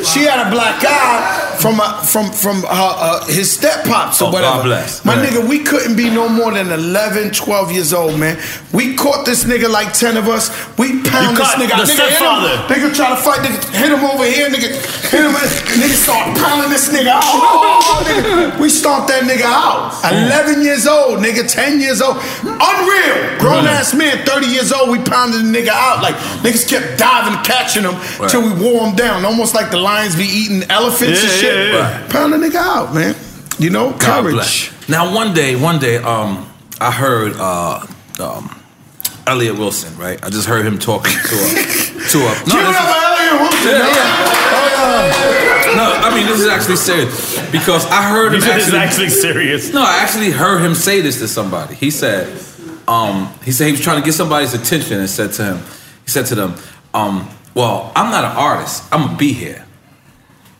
S7: is, she had a black eye from a, from from her, uh, his step pops or
S4: Oh, God
S7: whatever.
S4: bless.
S7: My
S4: Right.
S7: nigga, we couldn't be no more than 11, 12 years old, man. We caught this nigga like 10 of us. We pound this
S14: caught
S7: nigga.
S14: the
S7: nigga, hit
S14: stepfather.
S7: him. nigga try to fight, nigga hit him over here, nigga hit him, nigga start pounding this nigga out. Oh, nigga. We stomped that nigga out.
S4: Mm.
S7: 11 years old, nigga, 10 years old. Unreal. Grown
S4: Right.
S7: ass man, 30 years old, we pounded the nigga out. Like, niggas kept diving, catching him
S4: Right.
S7: till we wore him down. Almost like the lions be eating elephants and
S4: Yeah,
S7: shit.
S4: yeah, yeah.
S7: Pound the nigga out, man. You know,
S4: God
S7: courage.
S4: bless. Now, one day, one day, um, I heard uh, um, Elliot Wilson. Right, I just heard him talking to a to a. No, this- Yeah, yeah. No, I mean this is actually serious because I heard him.
S14: He said this is
S4: actually
S14: serious.
S4: No, I actually heard him say this to somebody. He said, um, he said he was trying to get somebody's attention and said to him, he said to them, um, "Well, I'm not an artist. I'm gonna be here."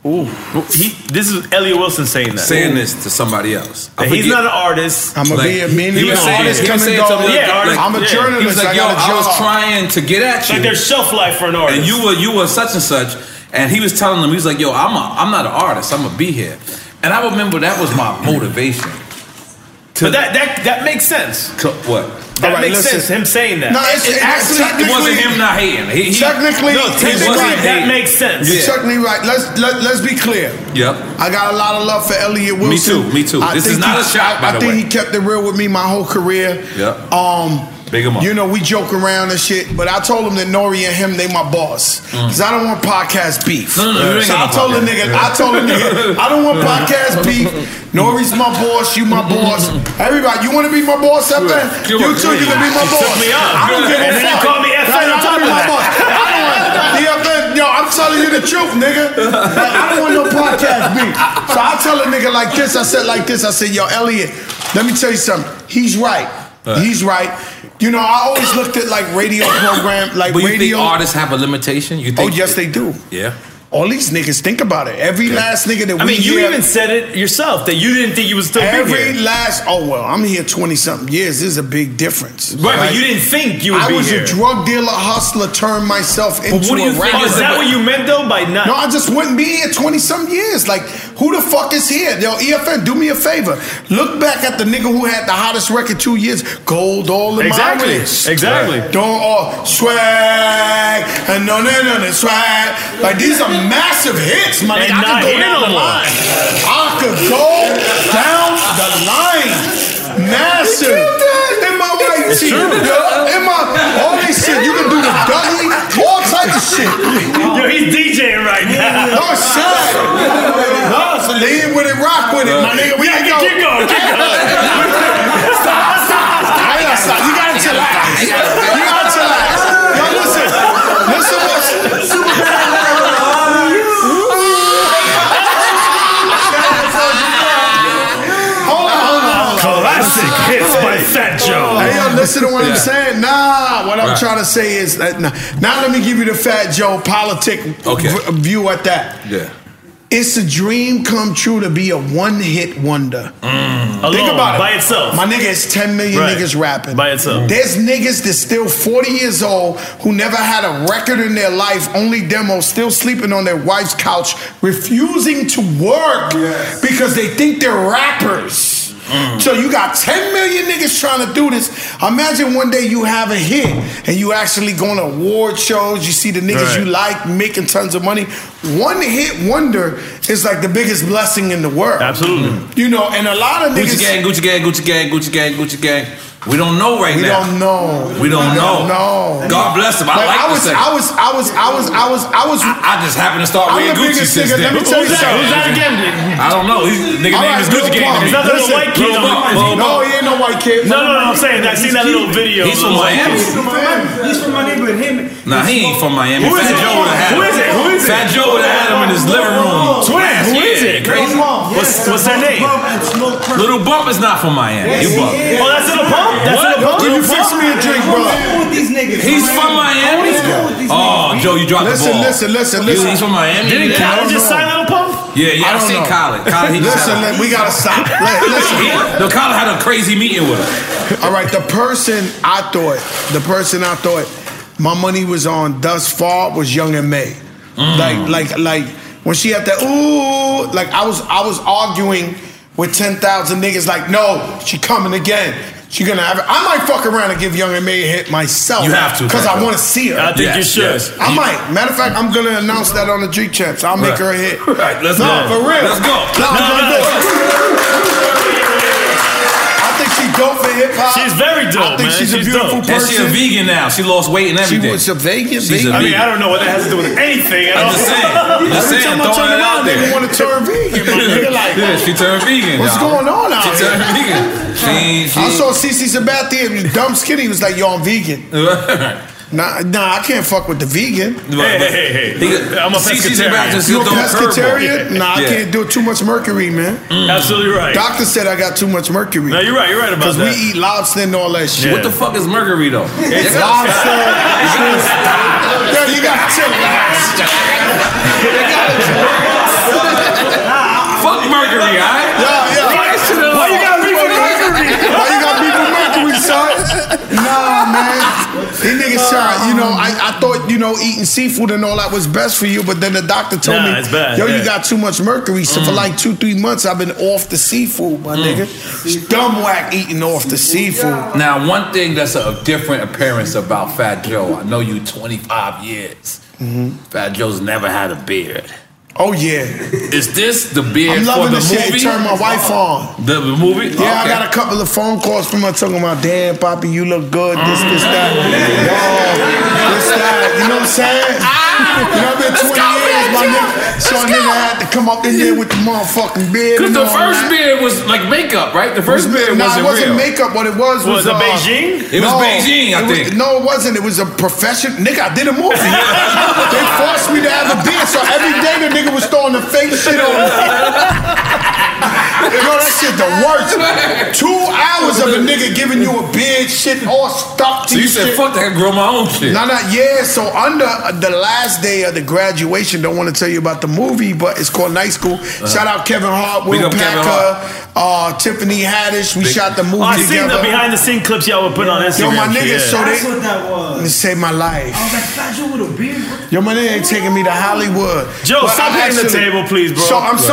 S14: Ooh, he. This is Elliot Wilson saying that.
S4: Saying this to somebody else. I
S14: That he's
S4: forget-
S14: not an artist.
S4: I'ma be a mean-
S14: He was
S4: I'm an
S14: saying-
S4: artist
S14: he was
S4: coming
S14: saying
S4: dog.
S14: something like-
S4: Yeah, artist. I'm a
S14: yeah.
S4: journalist.
S14: He was like,
S4: I got
S14: yo,
S4: a
S14: I was
S4: job."
S14: trying-
S4: trying to get at you.
S14: Like there's shelf life for an artist.
S4: And you were you were such and such, and he was telling them, he was like, "Yo, I'm a, I'm not an artist. I'm gonna be here." And I remember that was my motivation.
S14: But that that that makes sense.
S4: what?
S14: That makes sense. Him saying that.
S4: No, it's,
S14: It- it
S4: actually it wasn't him not hating. He, he,
S7: technically,
S4: no,
S7: he's
S4: technically
S7: right.
S4: hating.
S7: You're
S4: Yeah.
S7: technically right. Let's let, let's be clear.
S4: Yep.
S7: I got a lot of love for Elliot
S4: Me
S7: Wilson.
S4: too, me too. This is
S7: think
S4: not a shot, by
S7: I
S4: the
S7: think
S4: way.
S7: he kept it real with me my whole career.
S4: Yep.
S7: Um,
S4: Big him up.
S7: You know, we joke around and shit, but I told him that Nori and him, they my boss. Because I don't want podcast beef.
S4: Mm. No, no, no, you ain't
S7: so I
S4: got no
S7: told the
S4: podcast.
S7: nigga, I told the nigga, I don't want podcast beef. Nori's my boss, you my boss. Everybody, you want to be my boss up there? You too, you can be my
S15: You
S7: boss.
S15: took me up.
S7: I don't give a
S15: And
S7: fuck.
S15: then you called me FN on
S7: Like, I
S15: top
S7: wanna be
S15: of
S7: my
S15: that.
S7: boss. I don't want- You FN, Yo, I'm telling you the truth, nigga. Like, I don't want no podcast beef. So I tell a nigga like this, I said like this, I said, yo, Elliot, let me tell you something. He's right.
S4: Right.
S7: He's right. You know, I always looked at like radio program, like
S4: but you
S7: radio.
S4: think artists have a limitation? You
S7: oh
S4: think?
S7: yes, they do.
S4: Yeah.
S7: All these niggas think about it. Every
S4: Yeah.
S7: last nigga that
S15: I
S7: we
S15: mean, you
S7: hear-
S15: even said it yourself that you didn't think you was still be
S7: every
S15: here.
S7: last. Oh well, I'm here twenty something years. This is a big difference.
S15: Right, but you didn't think you would
S7: I
S15: be
S7: was
S15: here.
S7: a drug dealer, hustler, turned myself into
S15: But what do you
S7: a
S15: think?
S7: rapper.
S15: Is that what you meant though by not?
S7: No, I just wouldn't be here 20 something years. Like, who the fuck is here? Yo, EFN, do me a favor. Look back at the nigga who had the hottest record two years, Gold All in
S15: Exactly,
S7: My Wrist.
S15: exactly.
S7: Don't all swag and no, no, no, no, swag. Like, these are massive hits, my
S15: And
S7: nigga. I
S15: not
S7: could go
S15: here
S7: down
S15: no
S7: the
S15: more.
S7: line. I could go down the line. Massive. In my white
S15: It's
S7: tee.
S15: true.
S7: yo, In my, all this shit. You can do the Dudley, all type of shit.
S15: Yo, he's DJing right now.
S7: No, shut up. No, lean with it, rock with it, my nigga. We
S15: Yeah,
S7: ain't
S15: keep-
S7: go-
S15: keep going, keep going. Stop, stop, stop.
S7: I gotta stop. You gotta chill out. You gotta chill out. Yo, listen. Listen what's Hold on, hold on, hold on.
S15: Classic hits by Fat Joe.
S7: Hey, yo, listen to what
S15: Yeah.
S7: I'm saying. Nah, what I'm
S15: Right.
S7: trying to say is that nah. now let me give you the Fat Joe politic v- view at that.
S4: Yeah.
S7: It's a dream come true to be a one hit wonder.
S5: Mm.
S15: Alone, by itself.
S7: My nigga, it's 10 million
S15: Right.
S7: niggas rapping.
S15: By itself.
S7: There's niggas that's still 40 years old who never had a record in their life, only demo, still sleeping on their wife's couch, refusing to work because they think they're rappers.
S5: Mm.
S7: So you got 10 million niggas trying to do this. Imagine one day you have a hit and you actually going to award shows. You see the niggas
S15: Right.
S7: you like making tons of money. One hit wonder is like the biggest blessing in the world. Mm-hmm.
S15: Absolutely.
S7: You know, and a lot of
S4: Gucci
S7: niggas.
S4: gang, Gucci gang, Gucci gang, Gucci gang, Gucci gang. We don't know right
S7: we
S4: now.
S7: don't know.
S4: We don't know.
S7: know.
S4: God bless him. I like
S7: I
S4: this
S7: was,
S4: segment.
S7: I was, I was, I was, I was, I was.
S4: I just happened to start
S7: I'm
S4: wearing
S7: the
S4: Gucci
S7: biggest
S4: since
S7: nigga.
S4: then.
S7: Let me tell you something. Who's that again?
S4: I don't know. His nigga
S7: All
S4: name is
S7: right,
S4: Gucci
S7: Lil
S4: gang.
S7: Pump.
S4: to me.
S7: Is that the little white kid
S4: Lil
S7: on the
S4: Pump,
S7: right?
S4: Lil
S7: No,
S4: Pump.
S7: he ain't no white kid.
S15: No, no, no, I'm saying that. I seen that little video.
S4: He's from Miami.
S7: He's from Miami.
S13: He's from my neighborhood. Him.
S4: Nah, he ain't from Miami.
S15: Who is
S4: Fat
S15: it?
S4: Joe would have had
S15: Who is it? Who is it?
S4: Fat Joe would have had him in his living room.
S15: Twins, who is
S4: Yeah,
S15: it?
S4: Crazy.
S15: What's, what's that name? Oh,
S4: Little Bump is not from Miami. you bump.
S5: Oh,
S15: that's Little Pump? That's
S4: What?
S15: Little Pump?
S7: Can you fix me a drink, brother?
S13: Who are these niggas?
S4: He's from Miami. Oh, Joe, you dropped
S7: Listen,
S4: the ball.
S7: listen, listen,
S4: You-
S7: listen.
S4: He's from Miami.
S15: Didn't
S4: Yeah.
S15: Khaled
S7: don't
S15: just
S7: know.
S15: sign Little Pump?
S4: Yeah, yeah,
S7: I
S4: I've
S7: don't
S4: seen
S7: know.
S4: Khaled. Khaled, he just
S7: Listen,
S4: had
S7: li- we gotta stop. Li- Listen.
S4: a, no, Khaled had a crazy meeting with him.
S7: All right, the person I thought, the person I thought my money was on thus far was Young and May.
S4: Mm.
S7: Like, like, like when she had that ooh, like I was, I was arguing with ten thousand niggas. Like, no, she coming again. She gonna have it. I might fuck around and give Young and May a hit myself.
S4: You have to,
S7: because
S4: Franco.
S7: I want to see her.
S15: I think
S4: Yes,
S15: you should.
S4: yes.
S7: I
S4: You-
S7: might. Matter of fact, I'm gonna announce that on the Drink Champs. I'll make
S4: Right.
S7: her a hit.
S4: Right, let's
S7: no,
S4: go.
S7: for real.
S4: Let's go.
S7: No,
S4: No,
S7: I'm gonna
S15: no.
S7: do it. I think she dope for hip hop.
S15: She's very dope,
S7: I think
S15: man.
S7: she's,
S15: She's
S7: a beautiful
S15: dope.
S4: And she
S7: person.
S4: a vegan now. She lost weight and
S7: She
S4: everything.
S7: was a vegan.
S4: She's
S7: vegan.
S4: a
S15: I mean,
S4: vegan.
S15: I don't know what that has to do with anything at
S4: I'm
S15: all.
S4: just saying. I'm just
S7: Every
S4: saying.
S7: time I
S4: Throwing
S7: turn
S4: it out
S7: around,
S4: there.
S7: they want to turn vegan. My nigga, like,
S4: yeah, she turned vegan.
S7: what's
S4: y'all.
S7: going on out
S4: She
S7: here?
S4: turned vegan. She, ain't- she
S7: I saw CC Sabathia, dumb skinny, he was like, "Yo, I'm vegan." Nah, nah, I can't fuck with the vegan.
S15: Hey, hey, hey, hey. I'm a pescatarian.
S7: You a pescatarian? Nah, I
S4: Yeah. Mm.
S7: can't do it. Too much mercury, man.
S15: Absolutely right.
S7: Doctor said I got too much mercury.
S15: No, you're right. You're right about
S7: Cause we
S15: that.
S7: eat lobster and all that shit.
S4: What the fuck is mercury though?
S7: It's lobster. Yo, you gotta chill out.
S4: Fuck mercury, alright?
S7: Yo, yo.
S15: Why you got beef with
S7: Mercury? Why you got beef with Mercury, son? Nah, man. These niggas trying. You know, I, I thought you know eating seafood and all that was best for you, but then the doctor told
S15: Nah,
S7: me,
S15: it's bad,
S7: yo,
S15: yeah.
S7: you got too much mercury. So for like two, three months, I've been off the seafood, my nigga. Dumb whack eating off the seafood.
S4: Now, one thing that's a different appearance about Mm-hmm. Fat Joe, I know you 25 years. Fat Joe's never had a beard.
S7: Oh yeah.
S4: Is this the beard
S7: I'm
S4: for
S7: loving
S4: the
S7: this shit.
S4: movie?
S7: It turned my wife on.
S4: The movie?
S7: Yeah, I
S4: Okay.
S7: got a couple of phone calls from her talking about, damn, Poppy, you look good, this, this, that. Yo, Oh, this, that. You know what I'm saying?
S4: Ah!
S7: You know, I've been 20 years, my nigga. So a nigga had to come up in there with the motherfucking beard.
S4: Because
S7: and
S4: the
S7: all
S4: first
S7: that.
S4: beard was like makeup, right? The first beard
S7: nah,
S4: wasn't,
S7: it wasn't
S4: real.
S7: makeup. What it was
S4: Was
S7: was,
S4: it
S7: uh,
S4: Beijing? It was Beijing, I
S7: it was-
S4: think.
S7: no, it wasn't. It was a profession. Nigga, I did a movie. they forced me to have a beard, so every day the nigga was throwing the fake shit on me. Yo, that shit the worst. Two hours of a nigga giving you a beard, shit all stuck to
S4: So you
S7: you
S4: said,
S7: shit.
S4: fuck that, I can grow my own shit.
S7: No, no, yeah. So under the last day of the graduation, don't want to tell you about the movie, but it's called Night School.
S4: Uh-huh.
S7: Shout out Kevin Hart,
S4: Big
S7: Will
S4: up Kevin
S7: Packer, uh, Tiffany Haddish. We shot the movie
S15: Oh, I
S7: together.
S15: seen the behind the scene clips y'all were putting on Instagram.
S7: Yo, my niggas,
S15: shit,
S7: so
S15: yeah.
S7: they Let me save my life.
S13: was like, Fajr with a beard. What
S7: Yo, my nigga ain't taking me to Hollywood.
S15: Joe,
S7: But
S15: stop
S7: I
S15: hitting the table, please, bro.
S7: So I'm
S15: Yeah.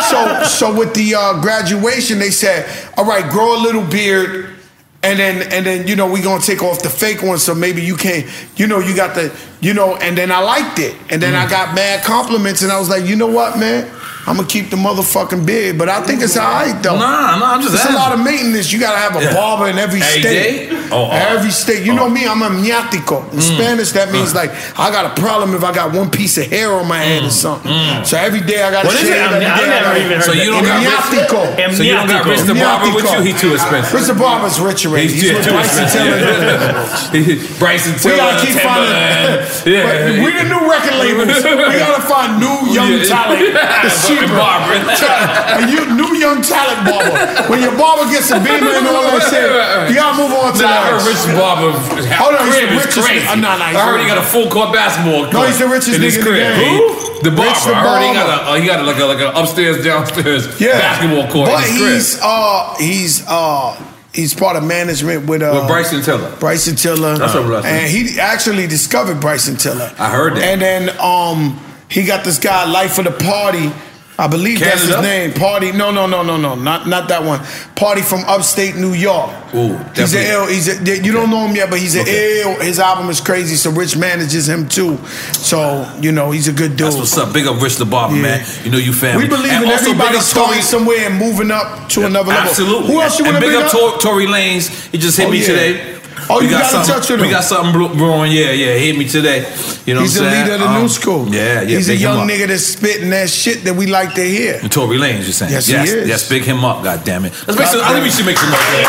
S7: sorry. so so with the uh, graduation, they said, all right, grow a little beard. And then, and then, you know, we gonna take off the fake one, so maybe you can't, you know, you got the, you know, and then I liked it, and then
S15: Mm.
S7: I got mad compliments, and I was like, you know what, man, I'm gonna keep the motherfucking beard, but I think it's alright though.
S4: Nah, nah, I'm just
S7: It's a lot of
S4: asking.
S7: maintenance. You gotta have a
S4: Yeah.
S7: barber in every
S4: Every
S7: state,
S4: day? Oh, oh. Mm.
S7: every state. You know me, I'm a miático. In Spanish, that means like I got a problem if I got one piece of hair on my head or
S4: Mm.
S7: something. So every day I got
S15: What
S7: to
S15: is
S7: shave.
S15: it?
S7: every
S15: I've
S7: day I
S15: never
S7: gotta-
S15: even heard
S4: So you
S15: that.
S4: don't got Rich-
S7: Miático.
S4: So you don't got Rich the Barber with you? He too expensive.
S7: Rich the Barber's rich already. He's, with Bryson Tiller.
S4: Tiller. Bryson Tiller.
S7: We gotta keep finding.
S4: Timberland.
S7: But
S4: Yeah.
S7: we the new record labels. We gotta find new young
S4: Yeah.
S7: talent. It's
S4: Fucking
S7: cheaper.
S4: barber.
S7: Try- and you new young talent barber. When your barber gets a beamer and all that shit, you gotta move on to
S4: Nah, I
S7: that.
S4: heard Rich Barber his
S7: Hold on, he's
S4: crib
S7: the
S4: is
S7: richest-
S4: crazy.
S7: uh, nah, nah, he's
S4: I heard he
S7: the-
S4: got a full court basketball.
S7: No,
S4: court
S7: he's the richest
S4: in his
S7: nigga in the
S4: crib.
S7: game.
S4: Who? The barber.
S7: Rich
S4: I
S7: the
S4: heard he got
S7: Barber.
S4: a uh, he got like a like an upstairs downstairs
S7: Yeah.
S4: basketball court
S7: But
S4: in his crib.
S7: he's uh he's uh he's part of management with uh
S4: With Bryson Tiller.
S7: Bryson Tiller.
S4: That's what I'm saying.
S7: And he actually discovered Bryson Tiller.
S4: I heard that.
S7: And then um he got this guy Life of the Party. I believe that's his
S4: Canada?
S7: name. Party. No, no, no, no, no. Not not that one. Party from upstate New York.
S4: Ooh,
S7: He's an
S4: definitely.
S7: ill. He's a, you don't know him yet, but he's an ill. His album is crazy. So Rich manages him too. So you know he's a good dude.
S4: That's what's up. Big up Rich the Barber, man. You know you family.
S7: We believe
S4: and
S7: in
S4: also big
S7: everybody
S4: up Tory
S7: starting somewhere and moving up to another level.
S4: Absolutely.
S7: Who else you
S4: And
S7: want to
S4: big
S7: bring
S4: up?
S7: up?
S4: Tor- Tory Lanez. He just hit
S7: Oh,
S4: me
S7: yeah.
S4: today.
S7: Oh,
S4: We
S7: you got in
S4: something-
S7: touch with
S4: We
S7: him.
S4: got something bro- brewing. Yeah, yeah. He hit me today. You know
S7: He's the
S4: what I'm saying?
S7: leader of the
S4: Um,
S7: new school.
S4: Yeah, yeah.
S7: He's a
S4: big him
S7: young
S4: up.
S7: nigga that's spitting that shit that we like to hear.
S4: And Tory Lanez, you're saying?
S7: Yes, he
S4: yes,
S7: is.
S4: yes, big him up, God damn it. Let's make some. I
S7: Goddamn.
S4: think we should make some noise. man.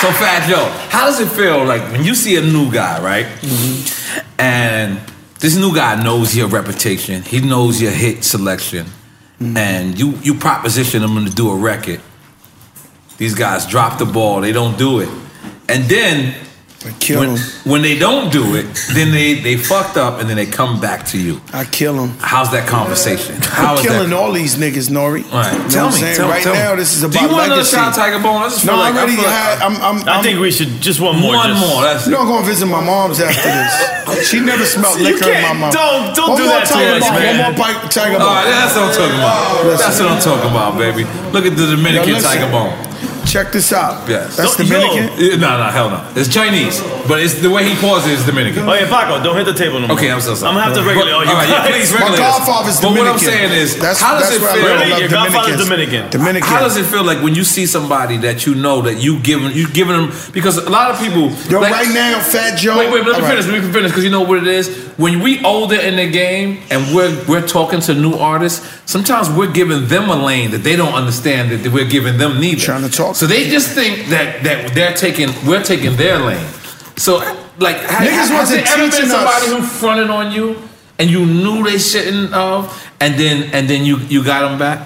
S4: So Fat Joe, how does it feel like when you see a new guy, right?
S7: Mm-hmm.
S4: And this new guy knows your reputation. He knows your hit selection,
S7: Mm-hmm.
S4: and you you proposition him to do a record. These guys drop the ball. They don't do it, and then.
S7: kill
S4: when,
S7: him.
S4: when they don't do it, then they they fucked up, and then they come back to you.
S7: I kill him.
S4: How's that conversation? How
S7: I'm
S4: is
S7: killing
S4: that?
S7: all these niggas, Nori.
S4: All right,
S7: You
S4: tell
S7: know
S4: me,
S7: what I'm saying?
S4: tell me,
S7: right
S4: tell me.
S7: now, this is
S4: Do
S7: about
S4: you want another
S7: legacy.
S4: shot, Tiger Bone? I just feel
S7: no,
S4: like- I
S7: I already
S4: feel like-
S7: had. I'm, I'm,
S4: I
S7: I'm-
S4: think we
S15: should just one
S4: more, One just- more, that's
S7: you know, I'm going to visit my mom's after this. She never smelled
S15: You
S7: liquor in my
S15: can't-
S7: mouth.
S15: don't- don't
S7: One
S15: do that
S7: more
S15: to
S7: Tiger
S15: us,
S7: Bomb,
S15: man.
S7: One more bite, Tiger
S4: All right,
S7: Bomb.
S4: that's what I'm talking about. that's what I'm talking about, baby. Look at the Dominican
S7: Yo, listen.
S4: Tiger Bone.
S7: Check this out.
S4: Yes.
S7: That's
S4: Don't-
S7: Dominican?
S4: Yo. Eh, No, no, hell no. It's Chinese, but it's the way he pauses is Dominican.
S15: Oh yeah, Paco, don't hit the table no more.
S4: Okay, I'm so sorry.
S15: I'm gonna have to regulate all
S4: But-
S15: you
S4: all right, yeah,
S15: guys.
S4: please regulate.
S7: My godfather's
S4: But what I'm
S7: Dominican.
S4: saying is,
S7: That's-
S4: how does
S7: that's
S4: it
S7: where I
S4: feel?
S7: really Really? love Your
S15: godfather's Dominicans. Dominican.
S7: Dominican.
S4: How does it feel like when you see somebody that you know that you giving you giving them because a lot of people
S7: Yo,
S4: like-
S7: right now, Fat Joe.
S4: Wait, wait, let me
S7: All right.
S4: finish. Let me finish because you know what it is. When we older in the game and we're we're talking to new artists, sometimes we're giving them a lane that they don't understand that we're giving them neither. Trying to talk. So they just think that that they're taking we're taking their lane. So like, ha-
S7: Niggas
S4: has
S7: wasn't
S4: there ever been
S7: teaching
S4: somebody
S7: us.
S4: who fronted on you and you knew they shouldn't of, and then and then you you got them back?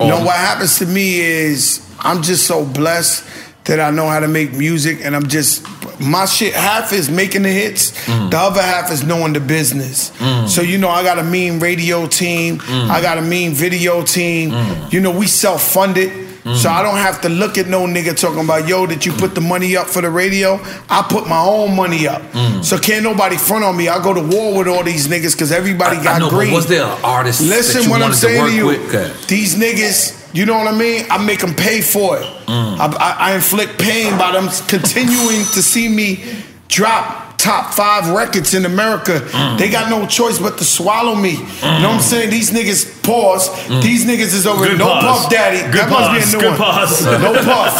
S7: You know what happens to me is I'm just so blessed that I know how to make music, and I'm just my shit. Half is making the hits,
S4: Mm.
S7: the other half is knowing the business.
S4: Mm.
S7: So you know, I got a mean radio team,
S4: Mm.
S7: I got a mean video team.
S4: Mm.
S7: You know, we self funded. So I don't have to look at no nigga talking about yo. Did you put the money up for the radio? I put my own money up.
S4: Mm.
S7: So can't nobody front on me. I go to war with all these niggas because everybody got
S4: I know,
S7: green.
S4: but was there an artist
S7: Listen
S4: that you
S7: what I'm
S4: wanted
S7: saying
S4: to
S7: to
S4: work
S7: you.
S4: with? Okay.
S7: These niggas, you know what I mean? I make them pay for it.
S15: Mm.
S7: I, I, I inflict pain by them continuing to see me drop. top five records in America.
S15: Mm.
S7: They got no choice but to swallow me. You know what I'm saying? These niggas pause. These niggas is over.
S15: Mm. Good
S7: no
S15: pause.
S7: puff, daddy.
S15: Good
S7: that must
S15: pause.
S7: be a new
S15: Good
S7: one.
S15: pause. Oh.
S7: No puff.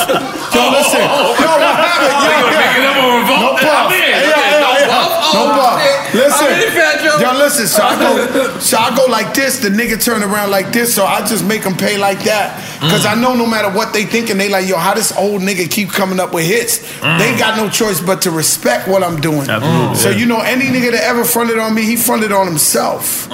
S7: Yo, listen. Yo, what happened? Yo,
S15: They gonna
S7: yo.
S15: make it up on Revolt?
S7: No
S15: I'm
S7: puff.
S15: in.
S7: Yeah,
S15: I'm in.
S7: yeah,
S15: No
S7: yeah.
S15: puff? Oh,
S7: No puff.
S15: shit.
S7: Listen.
S15: I'm in, Fat Joe.
S7: Yo, listen. So I go, so I go like this. The nigga turn around like this. So I just make them pay like that. Cause I know no matter what they thinking, they like, yo, how this old nigga keep coming up with hits?
S15: Mm.
S7: They got no choice but to respect what I'm doing.
S15: Absolutely.
S7: So
S15: Yeah.
S7: you know, any nigga that ever fronted on me, he fronted on himself.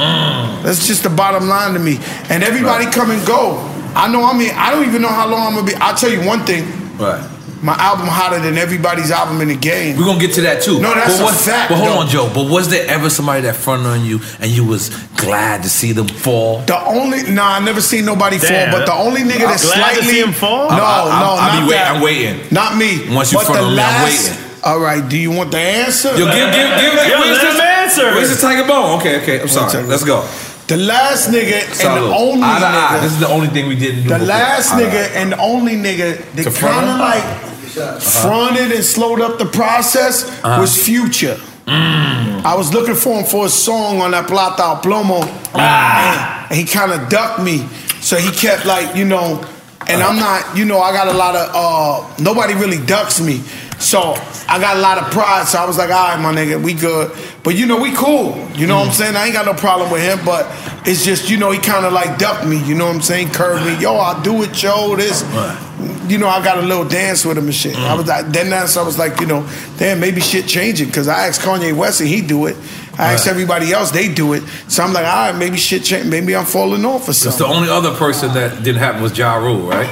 S7: That's just the bottom line to me. And everybody come and go. I know I'm here. I don't even know how long I'm gonna be. I'll tell you one thing.
S4: Right.
S7: My album hotter than everybody's album in the game.
S4: We're gonna get to that too.
S7: No, that's
S4: but
S7: a
S4: what-
S7: fact.
S4: But hold
S7: though.
S4: on, Joe. But was there ever somebody that fronted on you and you was glad to see them fall?
S7: The only nah, I never seen nobody
S4: Damn.
S7: fall, but the only nigga that
S4: I'm glad
S7: slightly
S4: to see him fall?
S7: No,
S4: I- I-
S7: no,
S4: I'll be
S7: not
S4: wait-
S7: that.
S4: I'm waiting.
S7: Not me.
S4: Once you
S7: But
S4: front
S7: the
S4: on me, I'm
S7: last-
S4: waiting.
S7: All right, do you want the answer?
S4: Yo, give, give, give.
S7: Yo,
S4: where's
S7: let
S4: this-
S7: him answer.
S4: Where's the Tiger Bone? Okay, okay. I'm sorry.
S7: second.
S4: Let's go.
S7: The last nigga and
S4: Salute.
S7: the only
S4: Eye to eye.
S7: nigga.
S4: This is the only thing we didn't do.
S7: The
S4: before. Ah,
S7: last
S4: Eye to
S7: nigga and the only nigga that
S4: To front
S7: kind of
S4: him?
S7: like fronted and slowed up the process
S4: Uh-huh. Mm.
S7: was Future. I was looking for him for a song on that Plata Plomo,
S4: Ah.
S7: and, and he kind of ducked me. So he kept like, you know,
S4: Uh-huh.
S7: and I'm not, you know, I got a lot of, uh, nobody really ducks me. So I got a lot of pride. So I was like, all right, my nigga, we good. But you know, we cool. You know what I'm
S4: Mm.
S7: saying? I ain't got no problem with him, but it's just, you know, he kind of like ducked me. You know what I'm saying? Curved me. Yo, I'll do it, yo, this you know, I got a little dance with him and shit.
S4: Mm.
S7: I was like, then that's I was like, you know, damn, maybe shit changing because I asked Kanye West and he do it. I asked
S4: Right.
S7: everybody else, they do it. So I'm like, all right, maybe shit changing. Maybe I'm falling off or
S4: Because
S7: something.
S4: the only other person that didn't happen was Ja Rule, right?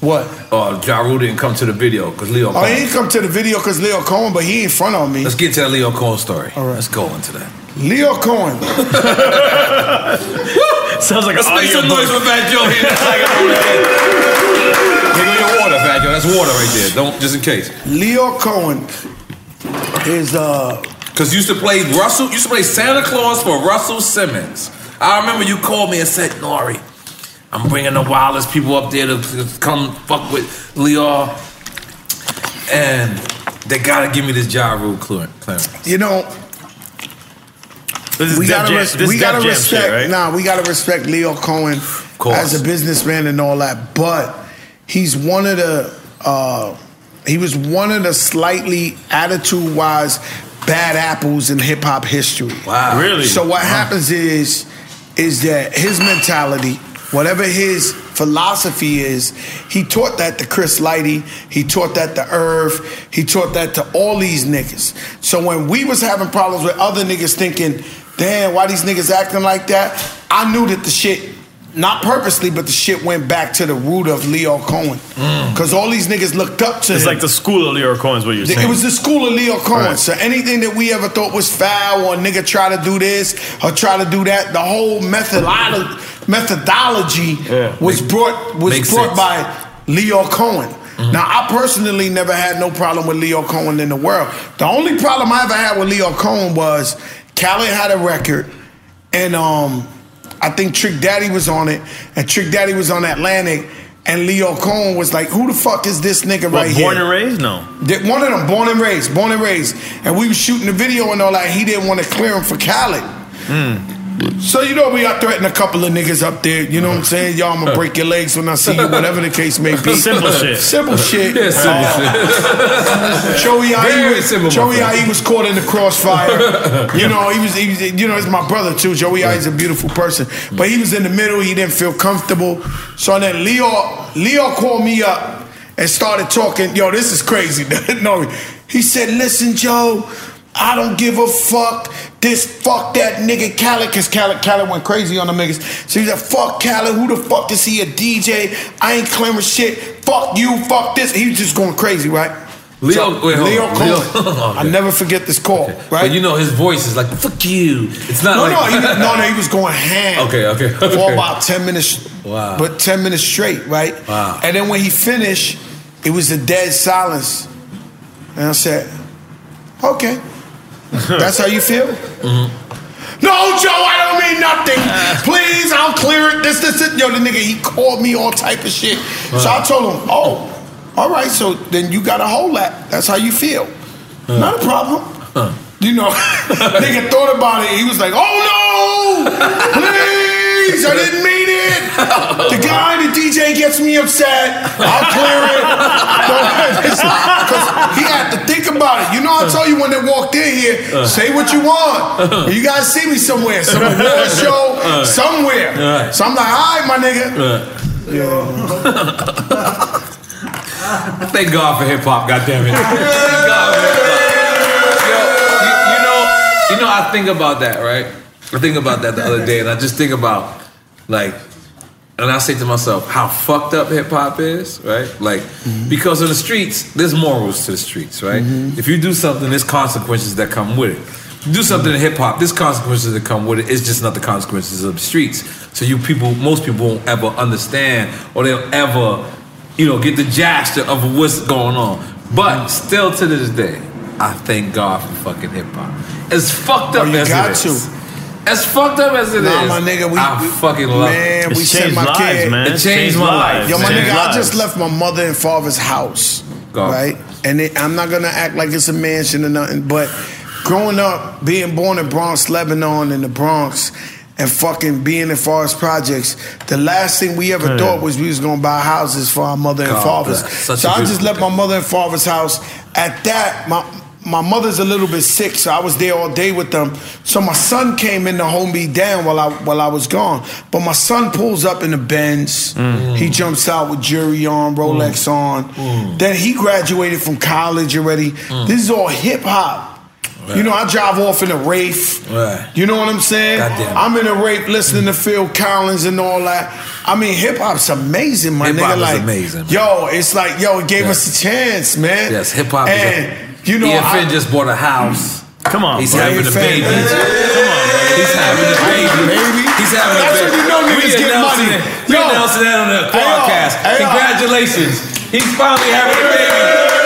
S7: What?
S4: Uh, ja Rule didn't come to the video because Leo.
S7: oh,
S4: Cohen-
S7: he didn't come to the video because Leo Cohen, but he in front of me.
S4: Let's get to that Leo Cohen story. All right. Let's go into that.
S7: Leo Cohen.
S14: Sounds like
S4: Let's
S14: an
S4: make some
S14: audiobook.
S4: noise for Fat Joe here. That's like Take on your water, Fat Joe. That's water right there. Don't just in case.
S7: Leo Cohen is uh
S4: Cause you used to play Russell, you used to play Santa Claus for Russell Simmons. I remember you called me and said, Nori, I'm bringing the wildest people up there to, to come fuck with Leo. And they gotta give me this Ja Rule clearance.
S7: You know,
S14: This is
S7: we
S14: Def
S7: gotta,
S14: Jam-
S7: res-
S14: this is
S7: we
S14: Def Jam
S7: gotta
S14: shit,
S7: respect.
S14: right?
S7: Nah, we gotta respect Leo Cohen
S14: course.
S7: as a businessman and all that. But he's one of the. Uh, he was one of the slightly attitude-wise bad apples in hip hop history.
S4: Wow. Really?
S7: So what
S4: Wow.
S7: happens is, is that his mentality, whatever his philosophy is, he taught that to Chris Lighty, he taught that to Irv, he taught that to all these niggas. So when we was having problems with other niggas thinking, damn, why these niggas acting like that? I knew that the shit, not purposely, but the shit went back to the root of Leo Cohen. Cause all these niggas looked up to
S14: Mm. It's
S7: him.
S14: like the school of Leo Cohen's what you're saying.
S7: It was the school of Leo Cohen.
S14: Right.
S7: So anything that we ever thought was foul or a nigga try to do this or try to do that, the whole methodolo- methodology was brought was
S4: makes
S7: brought
S4: sense.
S7: by Leo Cohen. Now I personally never had no problem with Leo Cohen in the world. The only problem I ever had with Leo Cohen was Khaled had a record and um I think Trick Daddy was on it, and Trick Daddy was on Atlantic, and Leo Cohen was like, "Who the fuck is this nigga
S14: What,
S7: right
S14: born
S7: here?"
S14: and raised? No.
S7: That one of them, born and raised, born and raised. And we was shooting the video and all that. He didn't want to clear him for Khaled. Mm. So you know we are threatening a couple of niggas up there. You know what I'm saying? Y'all, I'ma break your legs when I see you, whatever the case may be.
S15: Simple shit.
S7: Simple shit. Uh,
S15: Yeah, simple shit.
S7: Joey
S15: Very
S7: Ie was,
S15: simple, my
S7: Joey
S15: friend.
S7: Ie was caught in the crossfire. you know he was, he was. You know it's my brother too. Joey Ie is a beautiful person, but he was in the middle. He didn't feel comfortable. So then Leo, Leo called me up and started talking. Yo, this is crazy. no, he said, "Listen, Joe." I don't give a fuck. This fuck that nigga Khaled, cause Khaled, Khaled went crazy on the niggas. So he said, fuck Khaled, who the fuck is he a DJ? I ain't claiming shit. Fuck you, fuck this. He was just going crazy, right?
S4: Leo, wait, hold
S7: Leo
S4: on.
S7: Cohen.
S4: Leo-
S7: I never forget this call, right?
S4: Oh, But you know his voice is like, fuck you. It's not
S7: no,
S4: like
S7: no, he, no, no, he was going ham.
S4: Okay, okay,
S7: For
S4: okay. Uh.
S7: about 10 minutes.
S4: Wow.
S7: But 10 minutes straight, right?
S4: Wow.
S7: And then when he finished, it was a dead silence. And I said, okay. That's how you feel?
S5: Mm-hmm.
S7: No, Joe, I don't mean nothing. Please, I'll clear it. This, this, this. Yo, the nigga, he called me all type of shit. So I told him, oh, all right, so then you got a whole lot. That's how you feel. Not a problem. you know, nigga thought about it. He was like, oh no, please, I didn't mean it.
S4: Oh,
S7: The guy, the DJ gets me upset. I'll clear it. Because he had to think about it. You know, I tell you when they walked in here, say what you want. You guys see me somewhere, some award show, somewhere. So I'm like, all right, my nigga.
S4: Thank God for hip hop, goddammit. Thank God for hip hop. Yo, you, you know, you know, I think about that, right? I think about that the other day, and I just think about, like, and I say to myself, how fucked up hip hop is, right? Like,
S7: Mm-hmm.
S4: because on the streets, there's morals to the streets, right? If you do something, there's consequences that come with it. You do something
S7: Mm-hmm.
S4: in hip hop, there's consequences that come with it. It's just not the consequences of the streets. So you people, most people won't ever understand, or they'll ever you know, get the gesture of what's going on.
S7: Mm-hmm.
S4: But still to this day, I thank God for fucking hip hop. As fucked up
S7: Oh, you
S4: as
S7: got
S4: it is. As fucked up as it is,
S7: Nah, my nigga, we-
S4: I
S7: we-
S4: fucking love
S7: man,
S4: it.
S7: we It's sent changed my lives, kid- man.
S4: It
S7: It's
S4: changed,
S7: changed
S4: my life.
S7: Yo, my
S4: man.
S7: nigga, I just left my mother and father's house,
S4: God.
S7: right? And it, I'm not gonna act like it's a mansion or nothing, but growing up, being born in Bronx, Lebanon, in the Bronx, and fucking being in Forest Projects, the last thing we ever
S16: Yeah.
S7: thought was we was gonna buy houses for our mother and
S16: God
S7: fathers.
S16: bless.
S7: So
S16: Such a
S7: I just
S16: beautiful
S7: left my mother and father's house. At that, my my mother's a little bit sick, so I was there all day with them. So my son came in to hold me down while I while I was gone. But my son pulls up in the Benz.
S16: Mm.
S7: He jumps out with jewelry on, Rolex on. Then he graduated from college already. This is all hip hop. You know, I drive off in a Wraith.
S4: Right.
S7: You know what I'm saying?
S4: Goddamn.
S7: I'm in a rape listening to Phil Collins and all that. I mean, hip hop's amazing, my
S4: Hip-hop
S7: nigga.
S4: is
S7: like,
S4: amazing, man.
S7: yo, it's like, yo, it gave
S4: Yeah.
S7: us a chance, man.
S4: Yes, hip hop.
S7: And
S4: is a, E
S7: you know,
S4: EFN
S7: I-
S4: just bought a house.
S14: Come on,
S4: he's
S7: bro.
S4: having a
S7: EFN.
S4: baby. Come on, he's having a baby. He's having
S7: That's
S4: a
S7: when
S4: baby.
S7: you know
S4: We
S7: niggas get
S4: announcing
S7: money.
S4: it. We announcing that on the podcast. Congratulations, he's finally having a baby.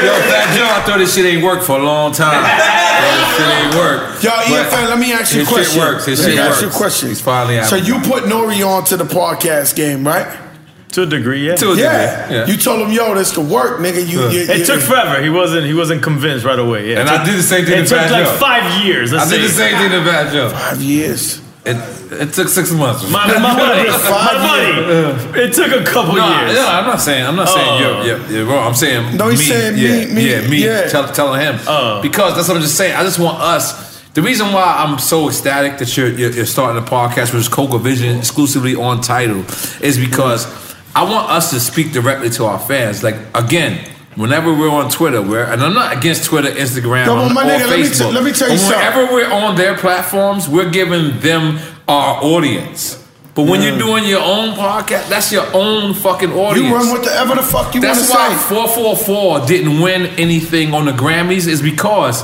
S4: Yo, Fat Joe, I thought this shit ain't worked for a long time. Yo, this shit ain't worked.
S7: Yo,
S4: But
S7: EFN, let me ask you a
S4: his
S7: question.
S4: Shit works. His
S7: Let me
S4: shit
S7: ask
S4: works.
S7: you a question.
S4: He's finally having
S7: So
S4: a
S7: you put Nori on to the podcast game, right?
S14: To a degree, yeah.
S7: To a yeah. degree, yeah. You told him, yo, this could work, nigga. You, you,
S14: it
S7: you-
S14: took forever. He wasn't. He wasn't convinced right away. Yeah,
S4: And
S14: it
S4: I
S14: took-
S4: did the same thing
S14: It
S4: to
S14: took
S4: Bad
S14: like
S4: Joe.
S14: five years. Let's
S4: I did the
S14: say.
S4: same thing to Bad Joe.
S7: Five years.
S4: It, it took six months.
S14: My, my buddy,
S4: Five
S14: my buddy. It took a couple
S4: Nah,
S14: years.
S4: No, I'm not saying. I'm not saying
S14: Oh.
S4: you're, you're, you're wrong. I'm saying
S14: No,
S4: me,
S14: he's saying me,
S4: yeah,
S14: me,
S4: yeah, me.
S14: yeah.
S4: Tell, telling him
S14: Uh.
S4: because that's what I'm just saying. I just want us. The reason why I'm so ecstatic that you're you're, you're starting a podcast with Coca Vision exclusively on Title is because I want us to speak directly to our fans. Like again. Whenever we're on Twitter, where and I'm not against Twitter, Instagram,
S7: Yo, but
S4: or
S7: my nigga, let me t-
S4: Facebook.
S7: let me tell you
S4: but
S7: something.
S4: whenever we're on their platforms, we're giving them our audience. But when you're
S7: Yeah.
S4: doing your own podcast, that's your own fucking audience.
S7: You run whatever the fuck you
S4: That's
S7: wanna
S4: why 444 didn't win anything on the Grammys is because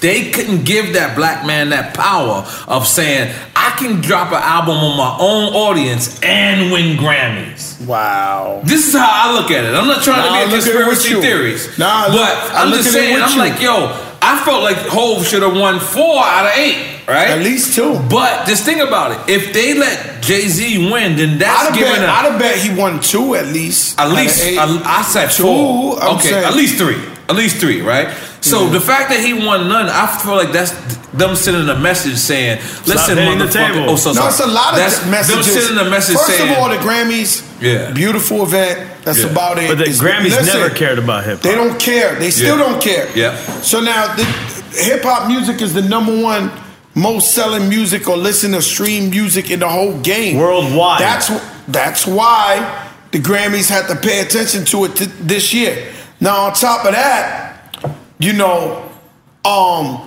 S4: they couldn't give that black man that power of saying, I can drop an album on my own audience and win Grammys.
S7: Wow.
S4: This is how I look at it. I'm not trying
S7: Nah, I
S4: to be a
S7: look at it with
S4: conspiracy
S7: you.
S4: theorist.
S7: Nah, I look-
S4: but
S7: I
S4: I'm
S7: look
S4: just
S7: at it
S4: saying,
S7: with
S4: I'm
S7: you.
S4: like, yo, I felt like Hove should have won four out of eight, right? At
S7: least two.
S4: But just think about it. If they let Jay Z win, then that's
S7: I'd have
S4: giving
S7: bet,
S4: a-
S7: I'd have bet he won two at least.
S4: at least
S7: Out of eight.
S4: I, I said
S7: Two,
S4: 4
S7: I'm
S4: okay,
S7: saying.
S4: at least three. At least three, right? So
S7: Mm-hmm.
S4: the fact that he won none, I feel like that's them sending a message saying, "Listen,
S7: hitting the
S4: motherfucker."
S7: table.
S4: Oh, so,
S7: no,
S4: sorry.
S7: it's a lot of
S4: that's
S7: messages.
S4: Them sending a message
S7: First
S4: saying,
S7: of all, the Grammys,
S4: Yeah.
S7: beautiful event. That's
S4: Yeah.
S7: about it.
S14: But the
S7: It's-
S14: Grammys
S7: listen,
S14: never cared about hip
S7: They
S14: hop.
S7: don't care. They still
S14: Yeah.
S7: don't care.
S14: Yeah.
S7: So now, the hip hop music is the number one most selling music or listen to stream music in the whole game worldwide. That's wh- that's why the Grammys had to pay attention to it th- this year. Now, on top of that, you know, um,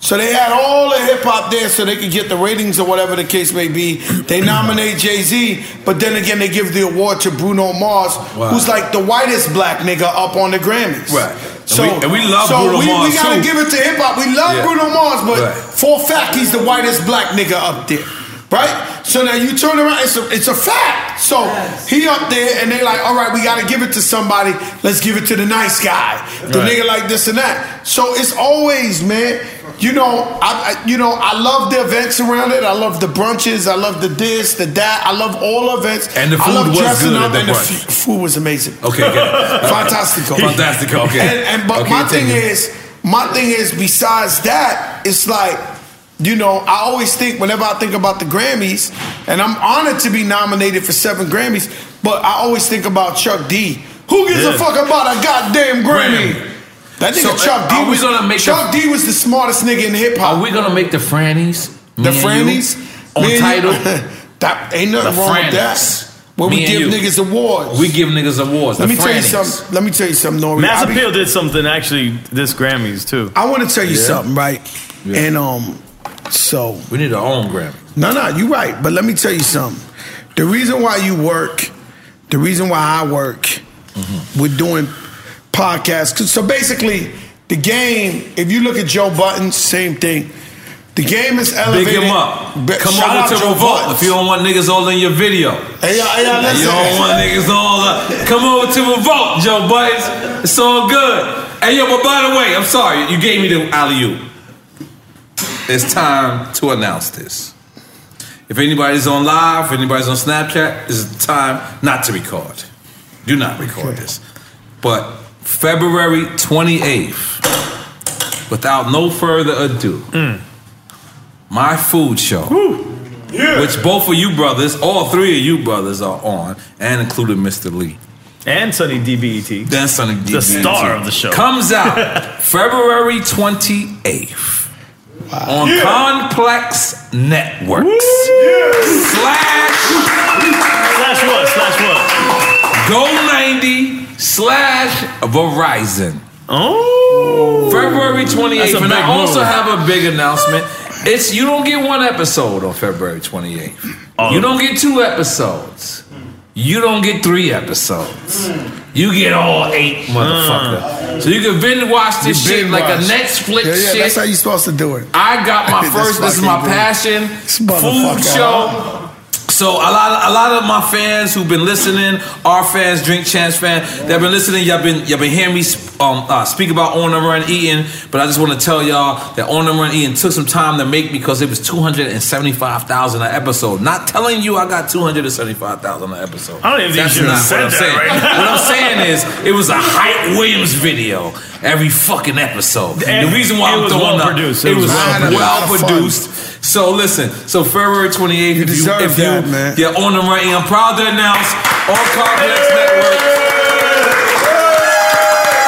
S7: so they had all the hip hop there so they could get the ratings or whatever the case may be. They nominate Jay Z, but then again, they give the award to Bruno Mars,
S4: Wow.
S7: who's like the whitest black nigga up on the Grammys.
S4: Right. And
S7: So,
S4: we- and we love
S7: so
S4: Bruno
S7: we,
S4: Mars,
S7: we gotta
S4: too.
S7: give it to hip hop. We love
S4: Yeah.
S7: Bruno Mars, but
S4: Right.
S7: for a fact, he's the whitest black nigga up there. Right? So now you turn around, it's a, it's a fact. So he up there, and they like, all right, we gotta give it to somebody. Let's give it to the nice guy, the
S16: Right.
S7: nigga like this and that. So it's always, man. You know, I, I you know, I love the events around it. I love the brunches. I love the this, the that. I love all events.
S4: And the
S7: I
S4: food
S7: love
S4: was
S7: dressing
S4: good at
S7: up,
S4: that
S7: and the
S4: brunch.
S7: fu- food was amazing.
S4: Okay, good.
S7: fantastico,
S4: Fantastico, okay.
S7: And, and but
S4: Okay,
S7: my
S4: continue.
S7: thing is, my thing is, besides that, it's like, you know, I always think whenever I think about the Grammys, and I'm honored to be nominated for seven Grammys, but I always think about Chuck D. Who gives
S4: Yeah.
S7: a fuck about a goddamn Grammy? That nigga
S4: So, uh, are
S7: Chuck D
S4: we
S7: was
S4: gonna make
S7: Chuck D was the smartest nigga in hip hop.
S4: Are we gonna make the Frannies? me
S7: The
S4: and you,
S7: Frannies
S4: on
S7: Me and you-
S4: title.
S7: that ain't nothing
S4: The
S7: wrong with
S4: Frannies.
S7: that. When
S4: Me
S7: we
S4: and
S7: give
S4: you.
S7: niggas awards.
S4: We give niggas awards.
S7: Let
S4: the
S7: me tell you
S4: Frannies.
S7: something. Let me tell you something, Nori.
S14: Mass
S7: I be-
S14: Appeal did something actually this Grammys too.
S7: I want to tell you
S14: Yeah.
S7: something, right? And um, so
S4: we need our own Grammy.
S7: No, no, you're right. But let me tell you something. The reason why you work, the reason why I work,
S4: Mm-hmm.
S7: we're doing podcasts. 'Cause- So basically, the game. If you look at Joe Button, same thing. The game is
S4: Big
S7: elevated.
S4: him up.
S7: Be-
S4: Come
S7: shout out
S4: over to
S7: Joe
S4: Revolt
S7: Buttons.
S4: if you don't want niggas all in your video.
S7: Hey, y'all- hey, y'all,
S4: And you
S7: listen.
S4: don't want niggas all. Uh, come over to Revolt, Joe Buttons. It's all good. Hey yo, but by the way, I'm sorry you gave me the alley oop. It's time to announce this. If anybody's on live, if anybody's on Snapchat, this is the time not to record. Do not record this. But February 28th, without no further ado, my food show, which both of you brothers, all three of you brothers are on, and including Mr. Lee.
S14: And Sonny DBET.
S4: Then Sonny DBET.
S14: The star of the show.
S4: Comes out February 28th on
S14: Yeah.
S4: Complex Networks. Slash.
S14: Slash what? Slash what?
S4: Go 90 slash Verizon. Oh. February
S14: That's
S4: 28th.
S14: a
S4: and I
S14: big
S4: also
S14: move.
S4: have a big announcement. It's you don't get one episode on February 28th. You don't get two episodes. You don't get three episodes.
S7: Mm.
S4: You get all eight, motherfucker. So you can binge watch this
S7: You
S4: shit
S7: been
S4: like a
S7: watched.
S4: Netflix
S7: yeah, yeah,
S4: shit.
S7: That's how you're supposed to do it.
S4: I got my
S7: That's
S4: first. This is my
S7: fucking good.
S4: passion. Food
S7: motherfucker.
S4: show. So a lot, of, a lot of my fans who've been listening, our fans, Drink Chance fans, that've been listening. Y'all been, y'all been hearing me um, uh, speak about On the Run Eating, but I just want to tell y'all that On the Run Eating took some time to make because it was two hundred and seventy-five thousand an episode. Not telling you I got two hundred and seventy-five thousand an episode.
S14: I don't even think
S4: That's
S14: you should've
S4: not
S14: said
S4: what I'm
S14: that
S4: saying.
S14: right now.
S4: What I'm saying is, it was a Hype Williams video every fucking episode.
S14: And
S4: the reason why
S14: it
S4: I'm
S14: was
S4: throwing
S14: well
S4: up-
S14: produced.
S4: It,
S14: It was
S4: was
S14: well
S4: well,
S14: produced.
S7: Lot of fun.
S4: produced. So listen, so February 28th, if you
S7: deserve
S4: if
S7: that,
S4: you,
S7: man.
S4: You're on the right. I'm proud to announce on Complex Network.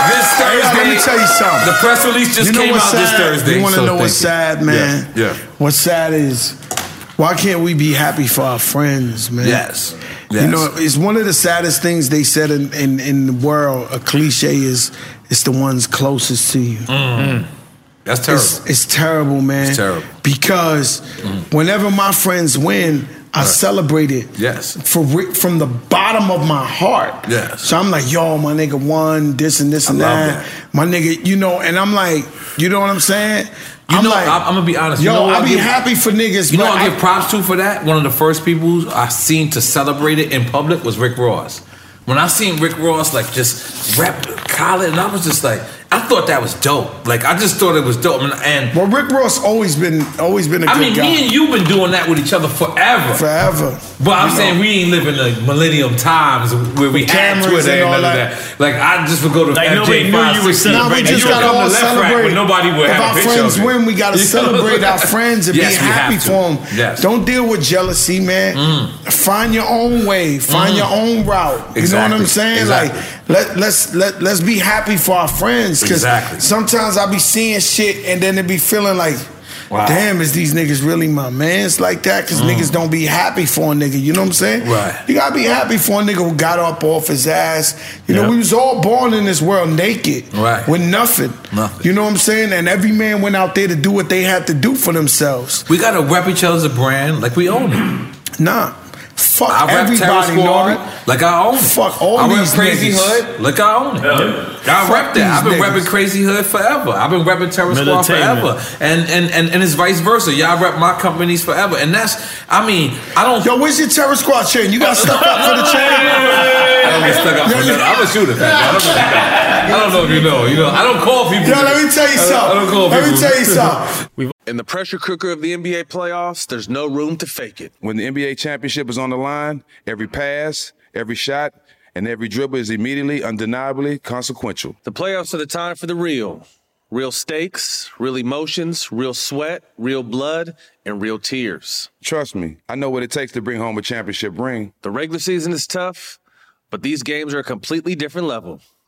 S4: This
S7: Hey,
S4: Thursday,
S7: let me tell you something.
S4: The press release just
S7: You know
S4: came
S7: what's
S4: out this
S7: sad?
S4: Thursday.
S7: You want to
S4: so
S7: know what's
S4: thank
S7: sad,
S4: you.
S7: man?
S4: Yeah.
S7: What's sad is why can't we be happy for our friends, man?
S4: Yes.
S7: You
S4: Yes.
S7: know, it's one of the saddest things they said in, in, in the world. A cliche is it's the ones closest to you.
S4: Mm. That's terrible.
S7: It's, it's terrible, man.
S4: It's terrible.
S7: Because
S4: Mm.
S7: whenever my friends win, I celebrate it
S4: Yes.
S7: for re- from the bottom of my heart.
S4: Yes.
S7: So I'm like, yo, my nigga won this and this
S4: I
S7: and
S4: love
S7: that. My nigga, you know, and I'm like, you know what I'm saying?
S4: You
S7: I'm
S4: know,
S7: like,
S4: I'm, I'm gonna be honest.
S7: Yo,
S4: you know who
S7: I
S4: I
S7: be
S4: give-
S7: happy for niggas.
S4: You know,
S7: but
S4: I give props to for that. One of the first people I seen to celebrate it in public was Rick Ross. When I seen Rick Ross like just rep Khaled, and I was just like, I thought that was dope. Like I just thought it was dope. And, and
S7: well, Rick Ross always been always been a
S4: I
S7: good
S4: mean,
S7: guy.
S4: me and you've been doing that with each other forever.
S7: Forever.
S4: But I'm
S7: You
S4: saying
S7: know.
S4: we ain't living like millennium times where we had
S7: cameras
S4: Twitter
S7: and
S4: and,
S7: all
S4: none of
S7: that.
S4: that. Like I just would go to
S14: Like,
S4: FJ
S14: nobody knew you were
S4: 560,
S7: Now we
S4: and
S7: just
S4: you would
S7: gotta
S4: come
S7: all
S4: to left rack,
S7: celebrate.
S4: but nobody would
S7: if
S4: have
S7: our
S4: a picture
S7: friends
S4: of you.
S7: win, we gotta
S4: You know?
S7: celebrate our friends and
S4: Yes,
S7: be
S4: we have
S7: happy
S4: to.
S7: for them.
S4: Yes.
S7: Don't deal with jealousy, man. Find your own way. Find
S4: Mm.
S7: your own route. You know
S4: Exactly.
S7: what I'm saying?
S4: Exactly.
S7: Like let let's let let's be happy for our friends. Cause
S4: Exactly.
S7: sometimes I'll be seeing shit and then it be feeling like
S4: Wow. Mm.
S7: Damn, is these niggas really my mans like that? Cause niggas don't be happy for a nigga. You know what I'm saying?
S4: Right.
S7: You gotta be happy for a nigga who got up off his ass. You
S4: Yeah.
S7: know, we was all born in this world naked
S4: Right.
S7: with nothing.
S4: Nothing.
S7: You know what I'm saying? And every man went out there to do what they had to do for themselves.
S4: We gotta rep each other's brand like we own it.
S7: Nah. Fuck
S4: I rep Terror
S7: everybody,
S4: Squad
S7: Nori.
S4: like I own it.
S7: Fuck all
S4: I
S7: these
S4: rep Crazy
S7: niggas.
S4: Hood like I own it. I
S7: Fuck
S4: rep that. I've
S7: these
S4: been
S7: niggas.
S4: repping Crazy Hood forever. I've been repping Terror Squad
S14: Militainment.
S4: forever, and and and and it's vice versa. Y'all rep my companies forever, and that's. I mean, I don't.
S7: Yo, where's your Terror Squad chain? You got stuck up for the
S4: I don't get
S7: chain?
S4: stuck up for nothing. I'm a shooter. fam. I don't get stuck up. I don't know if you know. You know, I don't call people.
S7: Yo, let me tell you
S4: I don't- I don't
S7: something.
S4: call
S7: Let me
S4: people.
S7: tell you something.
S8: In the pressure cooker of the NBA playoffs, there's no room to fake it.
S9: When the NBA championship is on the line, every pass, every shot, and every dribble is immediately, undeniably consequential.
S8: The playoffs are the time for the real. Real stakes, real emotions, real sweat, real blood, and real tears.
S9: Trust me, I know what it takes to bring home a championship ring.
S8: The regular season is tough, but these games are a completely different level.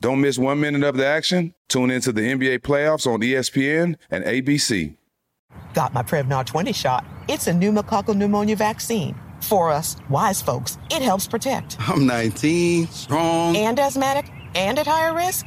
S9: Don't miss one minute of the action. Tune into the NBA playoffs on E ESPN and ABC.
S17: Got my Prevnar 20 shot. It's a pneumococcal pneumonia vaccine. For us, wise folks, it helps protect.
S18: I'm 19, strong,
S17: and asthmatic, and at higher risk.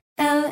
S16: L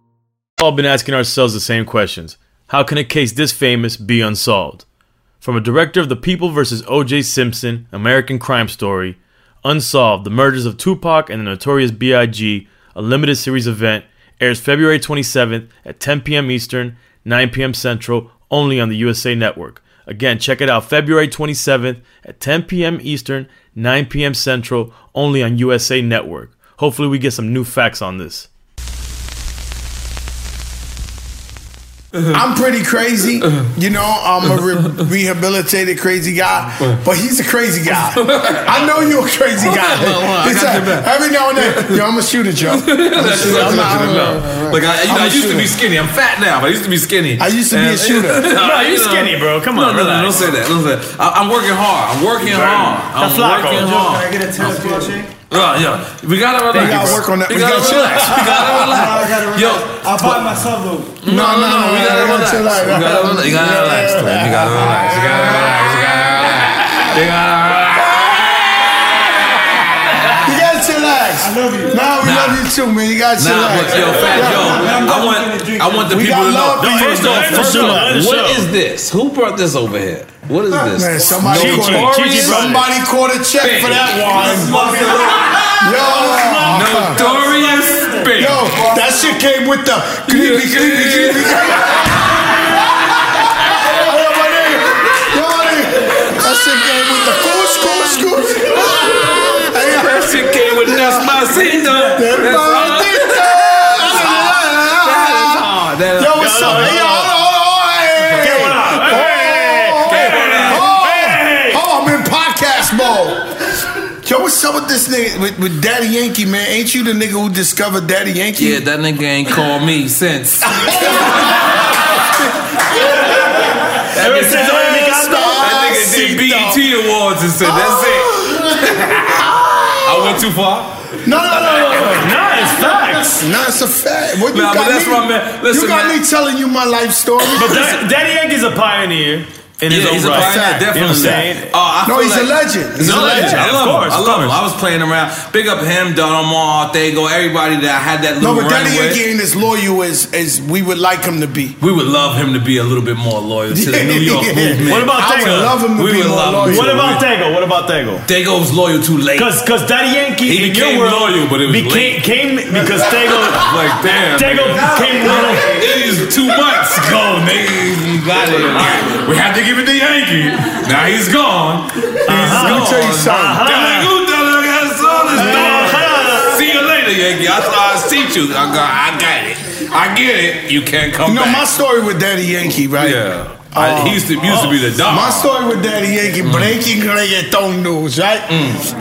S14: all been asking ourselves the same questions. How can a case this famous be unsolved? From a director of The People vs. O.J. Simpson, American Crime Story, Unsolved, The Murders of Tupac and the Notorious B.I.G., a limited series event, airs February 27th at 10 p.m. Eastern, 9 p.m. Central, only on the USA Network. Again, check it out February 27th at 10 p.m. Eastern, 9 p.m. Central, only on USA Network. Hopefully, we get some new facts on this.
S4: Uh-huh.
S7: I'm pretty crazy. You know, I'm a re- rehabilitated crazy guy,
S4: Uh-huh.
S7: but he's a crazy guy. I know you're a crazy guy. It's
S4: got
S7: a- every now and then, yo, I'm a shooter, Joe. I'm a
S4: That's
S7: shooter.
S4: what I'm looking
S7: I'm not-
S4: to know. Like I, you know, I
S7: I'm a
S4: used to
S7: shooter.
S4: be skinny. I'm fat now, but I used to be skinny. I
S7: used to be a shooter. No, you skinny, bro. Come on,
S4: no, no, don't
S7: relax.
S4: say that. Don't say that. I, I'm working hard. I'm working hard. I'm working hard.
S13: I get a tennis ball shake?
S4: Uh, yeah, we gotta relax.
S7: We gotta work on that.
S4: We
S7: We
S4: gotta
S7: gotta
S4: relax.
S7: chill.
S4: We gotta
S13: I gotta relax.
S4: relax. Yo,
S13: I'll buy myself a.
S4: no, no, no, we gotta relax.
S7: chill out.
S4: We gotta relax. You gotta relax, man. You gotta relax. You gotta relax. You gotta relax. You gotta relax.
S7: You gotta chillax. Ah. I love you. Nah, we love you too, man. You gotta
S4: Nah,
S7: chillax.
S4: but yo, fat,
S7: Yeah.
S4: yo, I want, I want the
S7: We
S4: people to
S7: got
S4: know.
S7: love for you,
S4: First off,
S7: man.
S4: first
S7: Show,
S4: off, what
S7: show.
S4: is this? Who brought this over here? What is this?
S7: Man, somebody, caught,
S4: Notorious?
S7: somebody caught a check for that wine. Yo,
S4: Notorious Big.
S7: Yo, that shit came with the creepy, creepy, creepy. Yo, my nigga, yo, my nigga, that shit came with the coos, coos, coos. Hey, yo.
S4: That shit came with Despacito.
S7: Despacito. Yo, what's up? Hey, yo, hold on, hold on, hey. Oh, oh, I'm in podcast mode. Yo, what's up with this nigga with, with Daddy Yankee, man? Ain't you the nigga who discovered Daddy Yankee?
S4: Yeah, that nigga ain't called me since.
S7: Ever since I got
S4: That nigga did BET E awards
S7: Oh!
S4: and said, that's it. I went too far.
S7: No, no, no, no, no. it's facts. Nah, it's a fact. What you
S14: Nah,
S7: got
S14: but that's
S7: me,
S14: what I meant. Listen,
S7: you got
S14: man.
S7: me telling you my life story.
S14: But that, Daddy Yankee's a pioneer in his
S4: yeah,
S14: own
S4: he's a
S14: right.
S4: pioneer,
S14: You
S4: definitely.
S14: know what I'm saying?
S4: Oh, I
S7: No,
S4: feel
S7: he's a legend.
S4: He's
S7: He's
S4: a
S7: a
S4: legend.
S7: legend.
S4: I
S7: Of
S4: love him.
S7: course,
S4: I
S7: of
S4: love him. I was playing around. Big up him, Don Omar, Thago, everybody that I had that
S7: No,
S4: little
S7: but
S4: run
S7: Daddy
S4: with.
S7: Yankee ain't as loyal as, as we would like him to be.
S4: We would love him to be a little bit more loyal to the
S7: Yeah,
S4: New York
S7: yeah.
S4: movement.
S7: What about I would Tego? love him to
S4: we
S7: be
S4: would
S7: more
S4: love him
S7: loyal.
S4: to
S7: What
S4: the
S7: about
S4: movement.
S14: Tego, what about Tego?
S4: Tego was loyal too late.
S14: Because because Daddy Yankee
S4: He
S14: in your
S4: became
S14: world
S4: loyal, but it was
S14: became,
S4: late.
S14: came because Tego
S4: like damn.
S14: Tego
S4: nigga.
S14: became loyal.
S4: It is two months ago, nigga. You got it. All right, we have to give it to Yankee. Now he's gone. He's
S15: Let me
S4: gone.
S15: tell you something.
S4: Uh-huh. See you later, Yankee. I thought I'd see you. I got, I got it. I get it. You can't come
S7: You know,
S4: back.
S7: my story with Daddy Yankee, right? Oh.
S4: Yeah. I- he used to- used to be the dog.
S7: My story with Daddy Yankee,
S4: Mm.
S7: breaking reggaeton news, right?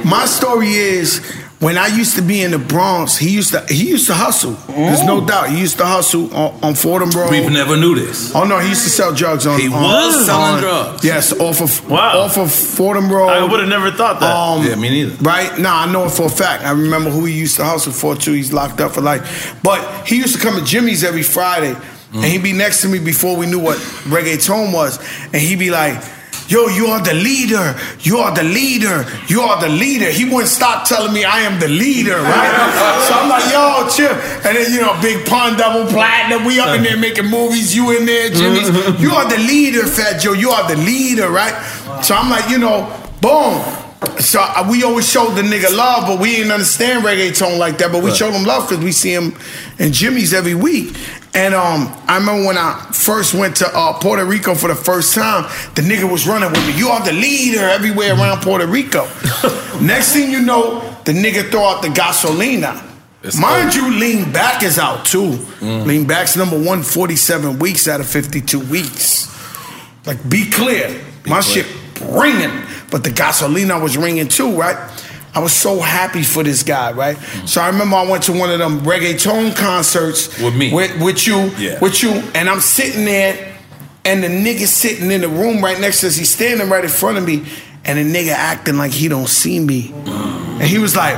S7: My story is when I used to be in the Bronx, he used to he used to hustle. There's no doubt. He used to hustle on, on Fordham Road.
S4: We've never knew this.
S7: Oh no, he used to Um, sell drugs on.
S4: He
S7: on-
S4: was selling
S7: on-
S4: drugs.
S7: Yes, off of off of Fordham Road. I would
S14: have never thought
S7: that. Um,
S4: yeah, me neither.
S7: Right? Nah, I know it for a fact. I remember who he used to hustle for too. He's locked up for life. But he used to come to Jimmy's every Friday, and he'd be next to me before we knew what reggaeton was, and he'd be like. Yo, you are the leader. You are the leader. You are the leader. He wouldn't stop telling me I am the leader, right? so I'm like, yo, chill. And then, you know, big pun, double platinum. We up in there making movies. You in there, Jimmy's. You are the leader, Fat Joe. You are the leader, right? So I'm like, you know, boom. So uh, we always showed the nigga love, but we didn't understand reggaeton like that. But we
S4: Right.
S7: showed him love because we see him in Jimmy's every week. And um, I remember when I first went to uh, Puerto Rico for the first time, the nigga was running with me. You are the leader everywhere around Puerto Rico. Next thing you know, the nigga throw out the gasolina. Mind you, lean back is out too. Lean back's number one, 47 weeks out of 52 weeks. Like, be clear. My
S4: clear.
S7: shit ringing. But the gasolina was ringing too, right? I was so happy for this guy, right?
S4: Mm.
S7: So I remember I went to one of them reggaeton concerts
S4: With me.
S7: with, with you,
S4: Yeah.
S7: with you, and I'm sitting there, and the nigga sitting in the room right next to us, he's standing right in front of me, and the nigga acting like he don't see me,
S4: Mm.
S7: and he was like,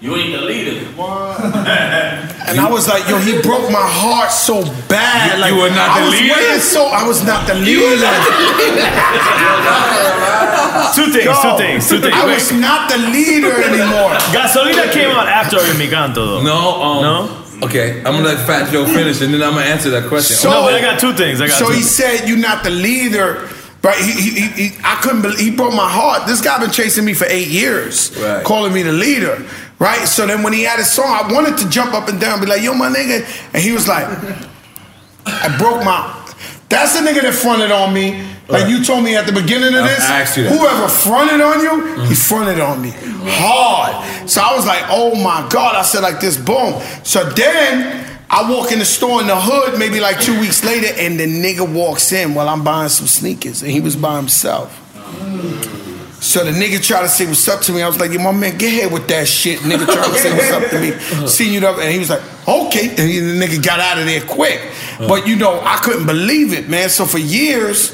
S14: You ain't the leader.
S7: and I was like, yo, he broke my heart so bad.
S4: You-
S7: like,
S4: you were not
S7: I
S4: the
S7: was
S4: leader?
S7: waiting so I was not the leader.
S4: You were not the leader.
S14: Two things,
S7: Yo,
S14: two things, two things.
S7: I
S14: Wait.
S7: was not the leator anymore.
S14: Gasolina came out after Mi Canto, though.
S4: No, um, no. Okay, I'm gonna let Fat Joe finish, and then I'm gonna answer that question.
S7: So-
S14: no, but I got two things. I got
S7: so
S14: two
S7: he
S14: things.
S7: said, "You're not the leader." Right, he, he, he, he- I couldn't believe, he broke my heart. This guy been chasing me for eight years,
S4: Right.
S7: calling me the leader, right? So then when he had his song, I wanted to jump up and down, be like, yo, my nigga. And he was like, I broke my, that's the nigga that fronted on me. Like you told me at the beginning of
S4: I
S7: this,
S4: asked you that. Mm-hmm.
S7: whoever fronted on you, he fronted on me hard. So I was like, oh my God. I said like this, boom. So then I walk in the store in the hood, maybe like two weeks later, and the nigga walks in while I'm buying some sneakers, and he was by himself. So the nigga tried to say what's up to me. I was like, yo, my man, get here with that shit. Nigga tried to say what's up to
S4: Uh-huh.
S7: me. Seen you up, and he was like, okay. And he- the nigga got out of there quick.
S4: Uh-huh.
S7: But you know, I couldn't believe it, man. So for years,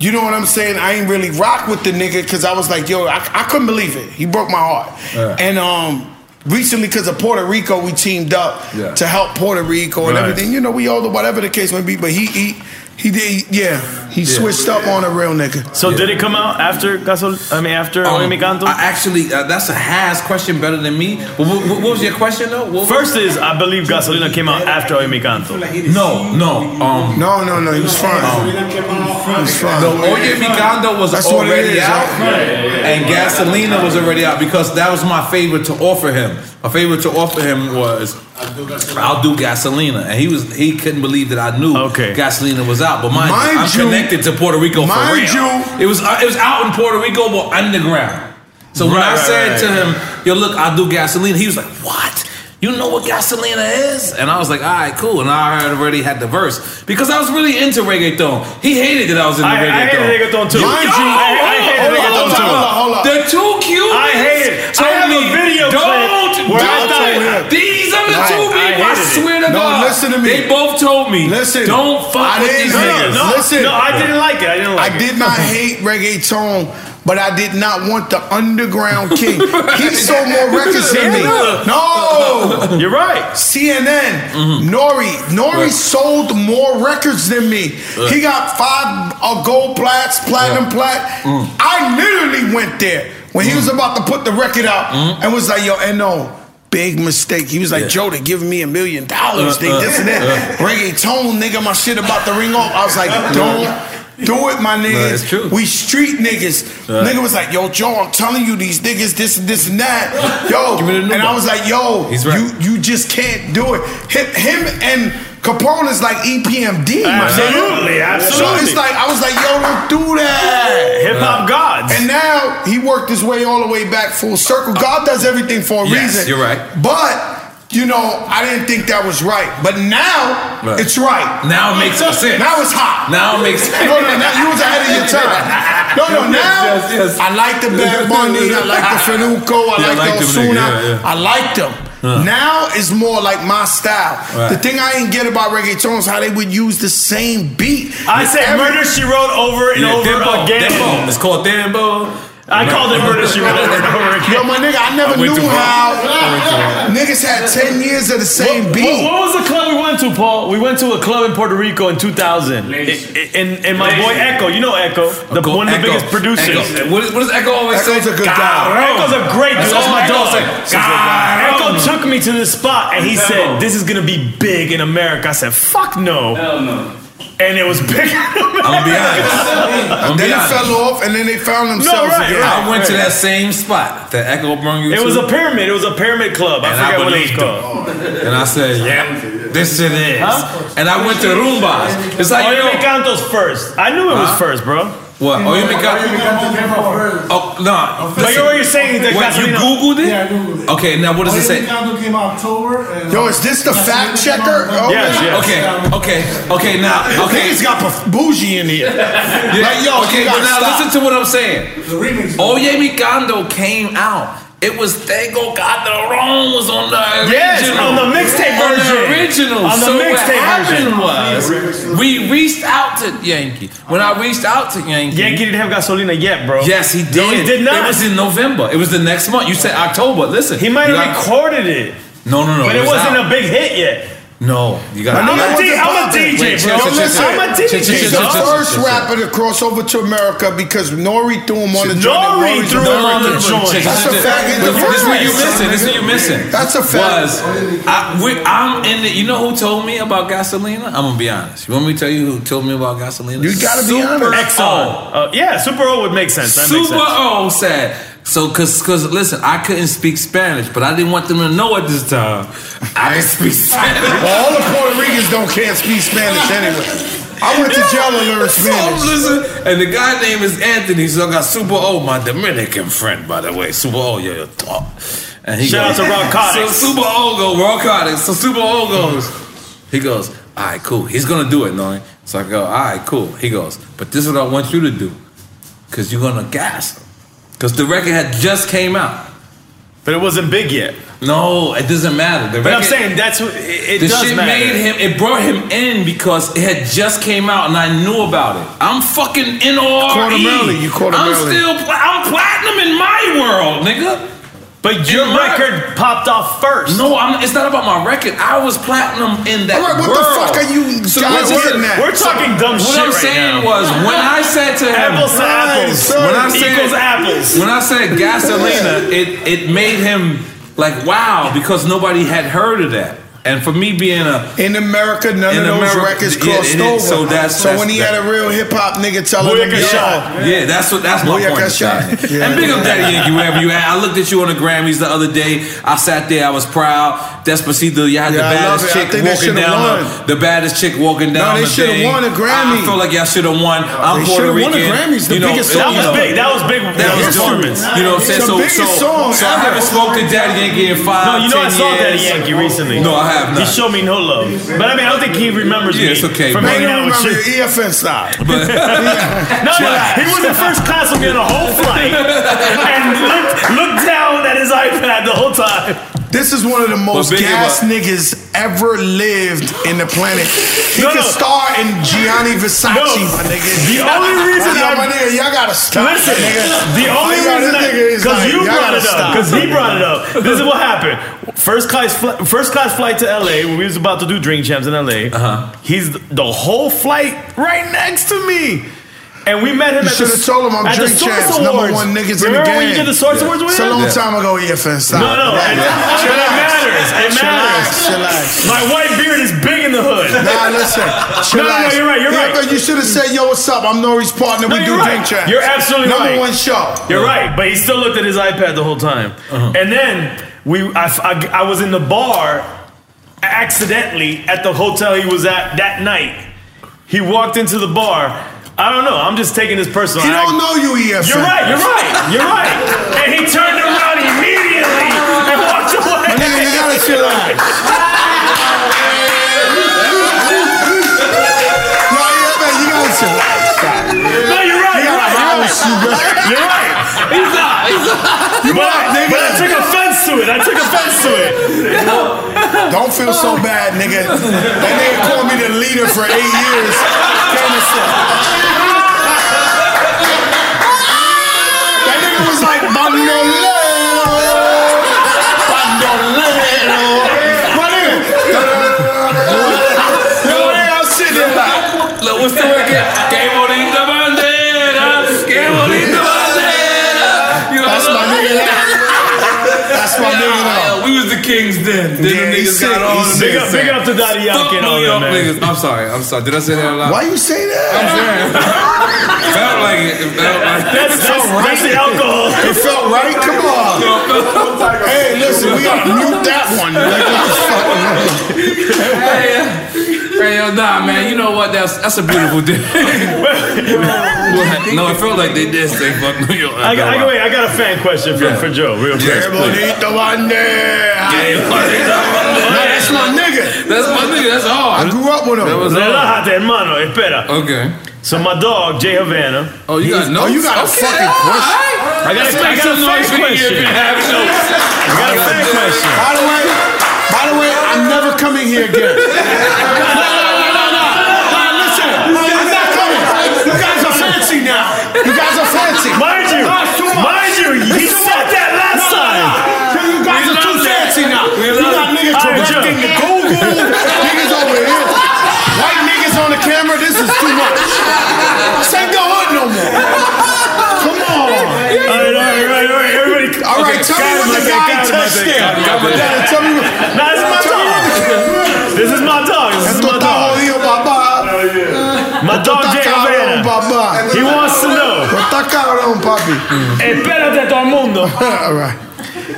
S7: you know what I'm saying? I ain't really rock with the nigga because I was like, yo, I, I couldn't believe it. He broke my heart.
S4: Yeah.
S7: And um, recently, because of Puerto Rico, we teamed up
S4: Yeah.
S7: to help Puerto Rico and
S4: Right.
S7: everything. You know, we all the whatever the case may be. But he he he did yeah. He
S14: Yeah.
S7: switched up on a real nigga.
S14: So did it come out after Gasol? I mean, after
S4: Um,
S14: Mi Canto?
S4: I actually, uh, that's a has question better than me. But what, what was your question though? What,
S14: First is, I believe Gasolina came out after Hoy Mi Canto.
S4: No, no. Um,
S7: no, no, no. He was fine. He was fine.
S4: The Oye Migando was
S7: Oh, That's what it
S4: already
S7: is,
S4: out,
S7: right?
S4: and Gasolina was already out because that was my favorite to offer him. My favorite to offer him was I'll do Gasolina, and he was he couldn't believe that I knew Gasolina was out. But mind,
S7: Mind
S4: you, I'm
S7: you-
S4: connected to Puerto Rico for
S7: mind
S4: real.
S7: you-
S4: it was uh, it was out in Puerto Rico, but underground. So when
S14: Right,
S4: I
S14: right,
S4: said
S14: right,
S4: to
S14: right.
S4: him, "Yo, look, I'll do Gasolina," he was like, "What?" You know what Gasolina is? And I was like, all right, cool. And I had already had the verse because I was really into reggaeton. He hated that I was into
S14: I- I
S4: reggaeton.
S14: hated reggaeton too. Mind you, I- I hated
S4: hold on,
S14: reggaeton
S4: hold on,
S14: too.
S4: hold on, hold on. They're too cute.
S14: I hate it. I
S4: Told
S14: have a
S4: me,
S14: video clip
S4: don't
S14: where I
S4: do that.
S14: told him.
S4: These are the
S14: No,
S4: two
S14: I
S4: people. I,
S14: hated it.
S4: swear to
S14: No,
S4: God.
S14: listen to me.
S4: They both told me.
S7: Listen,
S4: Don't fuck
S7: I
S4: with
S7: didn't-
S4: these
S7: no,
S4: niggas.
S7: No, listen.
S14: no, I didn't like it. I didn't like
S7: I
S14: it.
S7: did not hate reggaeton, but I did not want the underground king. he sold more records than me.
S15: Yeah.
S7: No,
S14: you're right.
S7: CNN,
S4: Mm-hmm.
S15: Mm.
S7: Nori, Nori sold more records than me.
S15: Right.
S7: He got five uh, gold plats, platinum plat.
S15: Mm.
S7: I literally went there when he was about to put the record out and was like, "Yo, no." Big mistake. He was like,
S15: Mm. Yeah.
S7: Joe, they giving me a million dollars.
S15: Uh,
S7: they
S15: uh,
S7: this and that.
S15: uh.
S7: Reggaeton, nigga, my shit about to ring off. I was like, don't do it, my niggas.
S15: it's true.
S7: We street niggas.
S15: Right.
S7: Nigga was like, yo, Joe, I'm telling you, these niggas, this and this and that. Yo, and I was like, yo,
S4: He's right.
S7: you you just can't do it. Him, him and Capone is like E EPMD. my nigga.
S15: Absolutely,
S7: So
S15: absolutely.
S7: it's like I was like, yo, don't do that.
S15: Hip hop Right. gods.
S7: And now he worked his way all the way back full circle. God does everything for a
S4: Yes,
S7: reason.
S4: you're right.
S7: But you know, I didn't think that was right. But now
S4: Right.
S7: it's right.
S4: Now it makes sense.
S7: Now it's hot.
S4: Now it makes sense.
S7: No, no, now you was ahead of your time. No, no,
S4: Yes,
S7: now
S4: yes, yes.
S7: I like the Bad Bunny, I like the Fenuco, I
S4: Yeah, I
S7: like
S4: like
S7: the
S4: them
S7: Osuna,
S4: niggas, yeah, yeah.
S7: I like them.
S4: Huh.
S7: Now it's more like my style.
S4: Right.
S7: The thing I didn't get about reggaeton is how they would use the same beat.
S13: I said Murder, She Wrote over and over
S4: Dembo,
S13: again.
S4: Dembo. It's called Dembo.
S13: I called it Murder, She Wrote over and over again.
S7: Yo, my nigga, I
S4: I
S7: never
S4: went
S7: knew
S4: too far.
S7: how
S4: I went too far.
S7: niggas had 10 years of the same
S14: What-
S7: beat.
S14: What, what was the club we went to, Paul? We went to a club in Puerto Rico in 2000. I- I- and, and my boy Echo, you know Echo, the,
S4: Echo,
S14: one of the
S4: Echo,
S14: biggest producers.
S4: Echo. What is- what does Echo always say?
S14: Echo's a good
S4: Caro.
S14: guy. Echo's a great dude.
S4: That's
S14: That's
S4: all
S14: my
S4: Echo
S14: dog.
S4: say. Caro.
S14: Echo took me to this spot and he
S4: Echo.
S14: said, This is gonna be big in America. I said, Fuck no. Hell no. And it was big. I'm
S4: gonna be honest. I'm
S7: then
S4: be
S7: it
S4: honest.
S7: fell off and then they found themselves again.
S4: I went to that same spot that Echo brought you
S14: It
S4: to.
S14: was a pyramid. It was a pyramid club. I
S4: And I
S14: forget what it was
S4: believed
S14: called.
S4: And I said, yeah, this it is. And I went to Roombas. It's like,
S14: Oye
S4: you know,
S14: Me Canto's first. I knew it was
S4: Huh?
S14: first, bro. Mm-hmm.
S4: What? Oye Me Canto- Oye Me oh, no.
S14: But you were saying that
S4: Wait, you
S14: Gasolina-
S4: Googled it?
S14: Yeah,
S4: I Googled it. Okay, now what does it
S5: Oh,
S4: say?
S13: came out October. And,
S7: Yo, is this the fact checker? Oh, yeah.
S4: Okay, okay, okay, now, okay.
S7: Niggas got prof- bougie in here.
S4: Yeah.
S7: Like, yo,
S4: okay,
S7: you
S4: but
S7: gotta
S4: now
S7: stop.
S4: listen to what I'm saying. Oye Migando came out. It was Tego Calderon was on the original.
S15: Yes, on the mixtape
S4: On the
S15: version.
S4: original.
S15: On the
S4: so what
S15: mixtape
S4: happened
S15: version.
S4: was we reached out to Yankee. When I reached out to Yankee,
S14: Yankee didn't have Gasolina yet, bro.
S4: Yes, he did.
S14: No, he did not.
S4: It was in November. It was the next month. You said October. Listen, he might
S14: have recorded it.
S4: No, no, no.
S14: But it wasn't
S4: out.
S14: a big hit yet.
S4: No, you got.
S14: I'm a
S4: That
S14: D- I'm
S4: wasn't
S14: a
S4: popping.
S14: DJ, bro.
S4: Wait, chill,
S14: Yo,
S4: chill,
S14: listen,
S4: chill,
S14: I'm a
S4: chill,
S14: DJ.
S4: chill,
S7: He's
S4: chill,
S7: the
S4: chill, chill,
S7: first
S4: chill, chill.
S7: rapper to cross over to America because Nori threw him on the joint. and
S4: Nori threw him on the joint.
S7: That's a fact. He's
S4: But This is
S7: the first.
S4: what you missing. This is what you missing.
S7: That's a fact.
S4: Was I, we, I'm in the. You know who told me about Gasolina? I'm gonna be honest. You want me to tell you who told me about Gasolina?
S14: You gotta be honest. Exxon. Uh, yeah, Super O would make sense. That makes
S4: Super
S14: sense.
S4: O said. So, cause, cause, listen, I couldn't speak Spanish, but I didn't want them to know at this time. I can speak Spanish.
S7: Well, all the Puerto Ricans don't can't speak Spanish anyway. I went to jail and learned
S4: So I'm
S7: Spanish.
S4: listening, and the guy name is Anthony. So I got Super O, my Dominican friend, by the way. Super O, yeah, yeah. talk. And
S15: Shout out to Raw Cotics.
S4: So Super O goes, Raw Cotics. So Super O goes, he goes, all right, cool. He's gonna do it, no? So I go, all right, cool. He goes, but this is what I want you to do, cause you're gonna gas him, cause the record had just came out.
S14: But it wasn't big yet.
S4: No, it doesn't matter. The
S14: But I'm
S4: record-
S14: saying that's what it, it
S4: the
S14: does
S4: shit
S14: matter.
S4: made him. It brought him in because it had just came out, and I knew about it. I'm fucking in all.
S15: caught him early.
S6: E.
S15: You caught him
S4: E. I'm
S15: early.
S4: still. Pla- I'm platinum in my world, nigga.
S14: But your record popped off first.
S4: No, I'm, it's not about my record. I was platinum in that.
S7: All right, what the
S4: world.
S7: fuck are you guys
S4: listen,
S7: getting at?
S14: We're talking dumb
S4: what
S14: shit
S4: I'm
S14: right
S4: saying
S14: now.
S4: was when I said to him,
S14: Apples to
S4: Right,
S14: apples.
S4: sir. when I said,
S14: Equals apples.
S4: When I said gasolina, it it made him like wow because nobody had heard of that. And for me being a
S7: In America, none
S4: In
S7: of those
S4: America,
S7: records
S4: yeah,
S7: crossed
S4: it
S7: over.
S4: is. So that's-
S7: So
S4: that's-
S7: when he
S4: that-
S7: had a real hip hop nigga telling him,
S4: Booyaka
S7: yo,
S4: shot. Yeah, that's what that's my
S7: Booyaka
S4: point.
S7: shot.
S4: Shot.
S7: Yeah.
S4: And big up Daddy Yankee wherever you at. I looked at you on the Grammys the other day. I sat there. I was proud. Despacito, you had the
S7: Yeah, I
S4: baddest
S7: love it. I
S4: chick
S7: think they
S4: walking
S7: should've
S4: down.
S7: won.
S4: The, the baddest chick walking down.
S7: they
S4: the
S7: should've
S4: thing.
S7: won a
S4: I
S7: Grammy.
S4: feel like y'all should have won. I'm
S7: They
S4: Puerto
S7: should've won a
S4: Rican.
S7: Grammys. The
S4: you know,
S7: biggest
S4: so-
S7: song
S4: you know,
S7: ever. That was big.
S4: That was
S7: History.
S4: performance. You know what I'm saying?
S7: The
S4: so,
S7: biggest
S4: so,
S7: song
S4: so I
S7: ever.
S4: haven't spoke to Daddy Yankee in five.
S14: No, you know I
S4: 10
S14: saw Daddy
S4: years.
S14: Yankee recently.
S4: No, I have
S14: He
S4: not.
S14: showed me no love. But I mean, I don't think he remembers me
S4: Yeah, it's okay,
S14: from
S4: but-
S14: hanging
S4: He don't
S14: out with
S7: remember
S14: you.
S7: your EFN style.
S4: But-
S14: no, no, he was in first class with me on the whole flight and looked, looked down at his iPad the whole time.
S7: This is one of the most
S5: Biggie,
S7: gas
S5: but-
S7: niggas ever lived in the planet. He
S5: No,
S7: could
S5: no.
S7: star in Gianni Versace, my nigga.
S5: The only reason
S7: Yo,
S5: I-
S7: my nigga, y'all gotta stop.
S6: Listen,
S7: that nigga.
S6: the only
S7: Yo, this
S6: reason that
S7: nigga is
S6: because
S7: like,
S6: you
S7: y'all
S6: brought
S7: gotta
S6: it up,
S7: stop.
S6: because he brought it up. This is what happened. First class, fl- first class flight to LA. When we was about to do Dream Champs in LA, uh-huh. he's th- the whole flight right next to me. And we met him at the,
S7: You should have told him I'm
S6: at the
S7: Drink
S6: Source
S7: Champs,
S6: Awards.
S7: number one niggas in the
S6: Remember
S7: game.
S6: when you did the Source Awards with
S7: It's a
S6: him?
S7: long time ago, EFN. Stop.
S6: No, no,
S7: Yeah,
S6: it-
S7: yeah.
S6: but it
S7: Chillax.
S6: matters. It
S7: Chillax,
S6: matters.
S7: chillax.
S6: My white beard is big in the hood.
S7: Nah, listen.
S6: No, no, no, you're right. You're right.
S7: You should have said, yo, what's up? I'm Nori's partner.
S6: No,
S7: we
S6: you're
S7: do
S6: right.
S7: drink tracks.
S6: You're absolutely
S7: Number
S6: right.
S7: one show.
S6: You're right, but he still looked at his iPad the whole time. And then we, I, I, I was in the bar accidentally at the hotel he was at that night. He walked into the bar. I don't know. I'm just taking this personal.
S7: He
S6: I-
S7: don't know you, E EFN.
S6: You're right. You're right. You're right. And he turned around immediately and walked away.
S7: My nigga, you gotta chillax. No, EFN, E you gotta chillax. Stop.
S6: No, you're right.
S7: You
S6: You're right. You're
S7: gotta house, you
S6: right.
S7: bro.
S6: You're right. He's not. He's not.
S7: You
S6: but,
S7: right, nigga.
S6: but I took offense to it. I took offense to it.
S7: Don't feel so bad, nigga. That nigga called me the leader for eight years. Damn it, son. That nigga was like, Bandolero, Bandolero. My nigga. Yo, nigga, I'm sitting there like,
S5: Look, what's the word? Que bonita bandera, que bonita bandera. You know,
S7: That's my nigga
S5: nigga.
S7: That's my nigga now.
S5: We was the kings then. Then
S7: Yeah,
S5: the
S7: he
S5: niggas
S7: sick,
S5: got all
S7: he
S5: the
S7: sick.
S5: niggas.
S7: Big
S6: up to Daddy Yankee
S5: Fuck
S6: and all
S5: New
S6: them, man.
S5: York niggas. I'm sorry. I'm sorry. Did I say that out loud?
S7: Why you say that?
S5: Felt like it. It felt like it.
S6: That's, that's, that's the alcohol.
S7: It felt right? Come on. Hey, listen, we gotta mute that one. Like, what the fuck?
S5: Hey, uh, hey, yo, nah, man. You know what? That's that's a beautiful day. no, it felt like they did say fuck New York.
S6: I, got- I, got- wait, I got a fan question for, for Joe. Real quick.
S5: Yes, please.
S7: Bonito bandera. No, that's my nigga.
S5: That's my nigga. That's all.
S7: I grew up with him.
S5: That was all.
S6: Relájate, hermano. Espera.
S5: Okay.
S6: So my dog, Jay Havana.
S5: Oh, you got
S7: Oh,
S5: notes?
S7: you got a
S5: Okay,
S7: fucking
S5: all
S7: question.
S5: right.
S6: I got a, I
S5: Let's make
S6: got
S5: some
S6: a fan
S5: noise for
S6: question.
S5: EFN having notes.
S6: I got a fan question.
S7: By the way, by the way, I'm never coming here again. No, no, no, no, no. No, listen, I'm not coming. You guys are fancy now. You guys are fancy.
S6: Mind you,
S7: That's too much.
S6: mind you, he
S7: It's too
S6: said
S7: much.
S6: that last
S7: No, no,
S6: time.
S7: no. You guys
S6: We
S7: are too
S6: love that.
S7: fancy now.
S6: We
S7: You
S6: love
S7: got
S6: it.
S7: niggas
S6: All right,
S7: correcting
S6: Joe.
S7: the Google. Niggas over here. White niggas on the camera, this is too much. This ain't the hood no more. Come on.
S6: All right, all right, all right, all right, everybody.
S7: All right, tell me what the guy touched there. Tell me what.
S6: No, this is my
S7: Tell me what
S6: dog.
S7: the-
S6: This is my dog. This is
S7: Esto
S6: my
S7: está
S6: dog.
S7: jodido, papá.
S6: My
S7: Esto
S6: dog
S7: está
S6: Jay
S7: cabrón,
S6: Havana.
S7: papá.
S6: He wants to know. Mm.
S7: Esto está cabrón, papi.
S6: Espérate, todo el mundo.
S7: All right.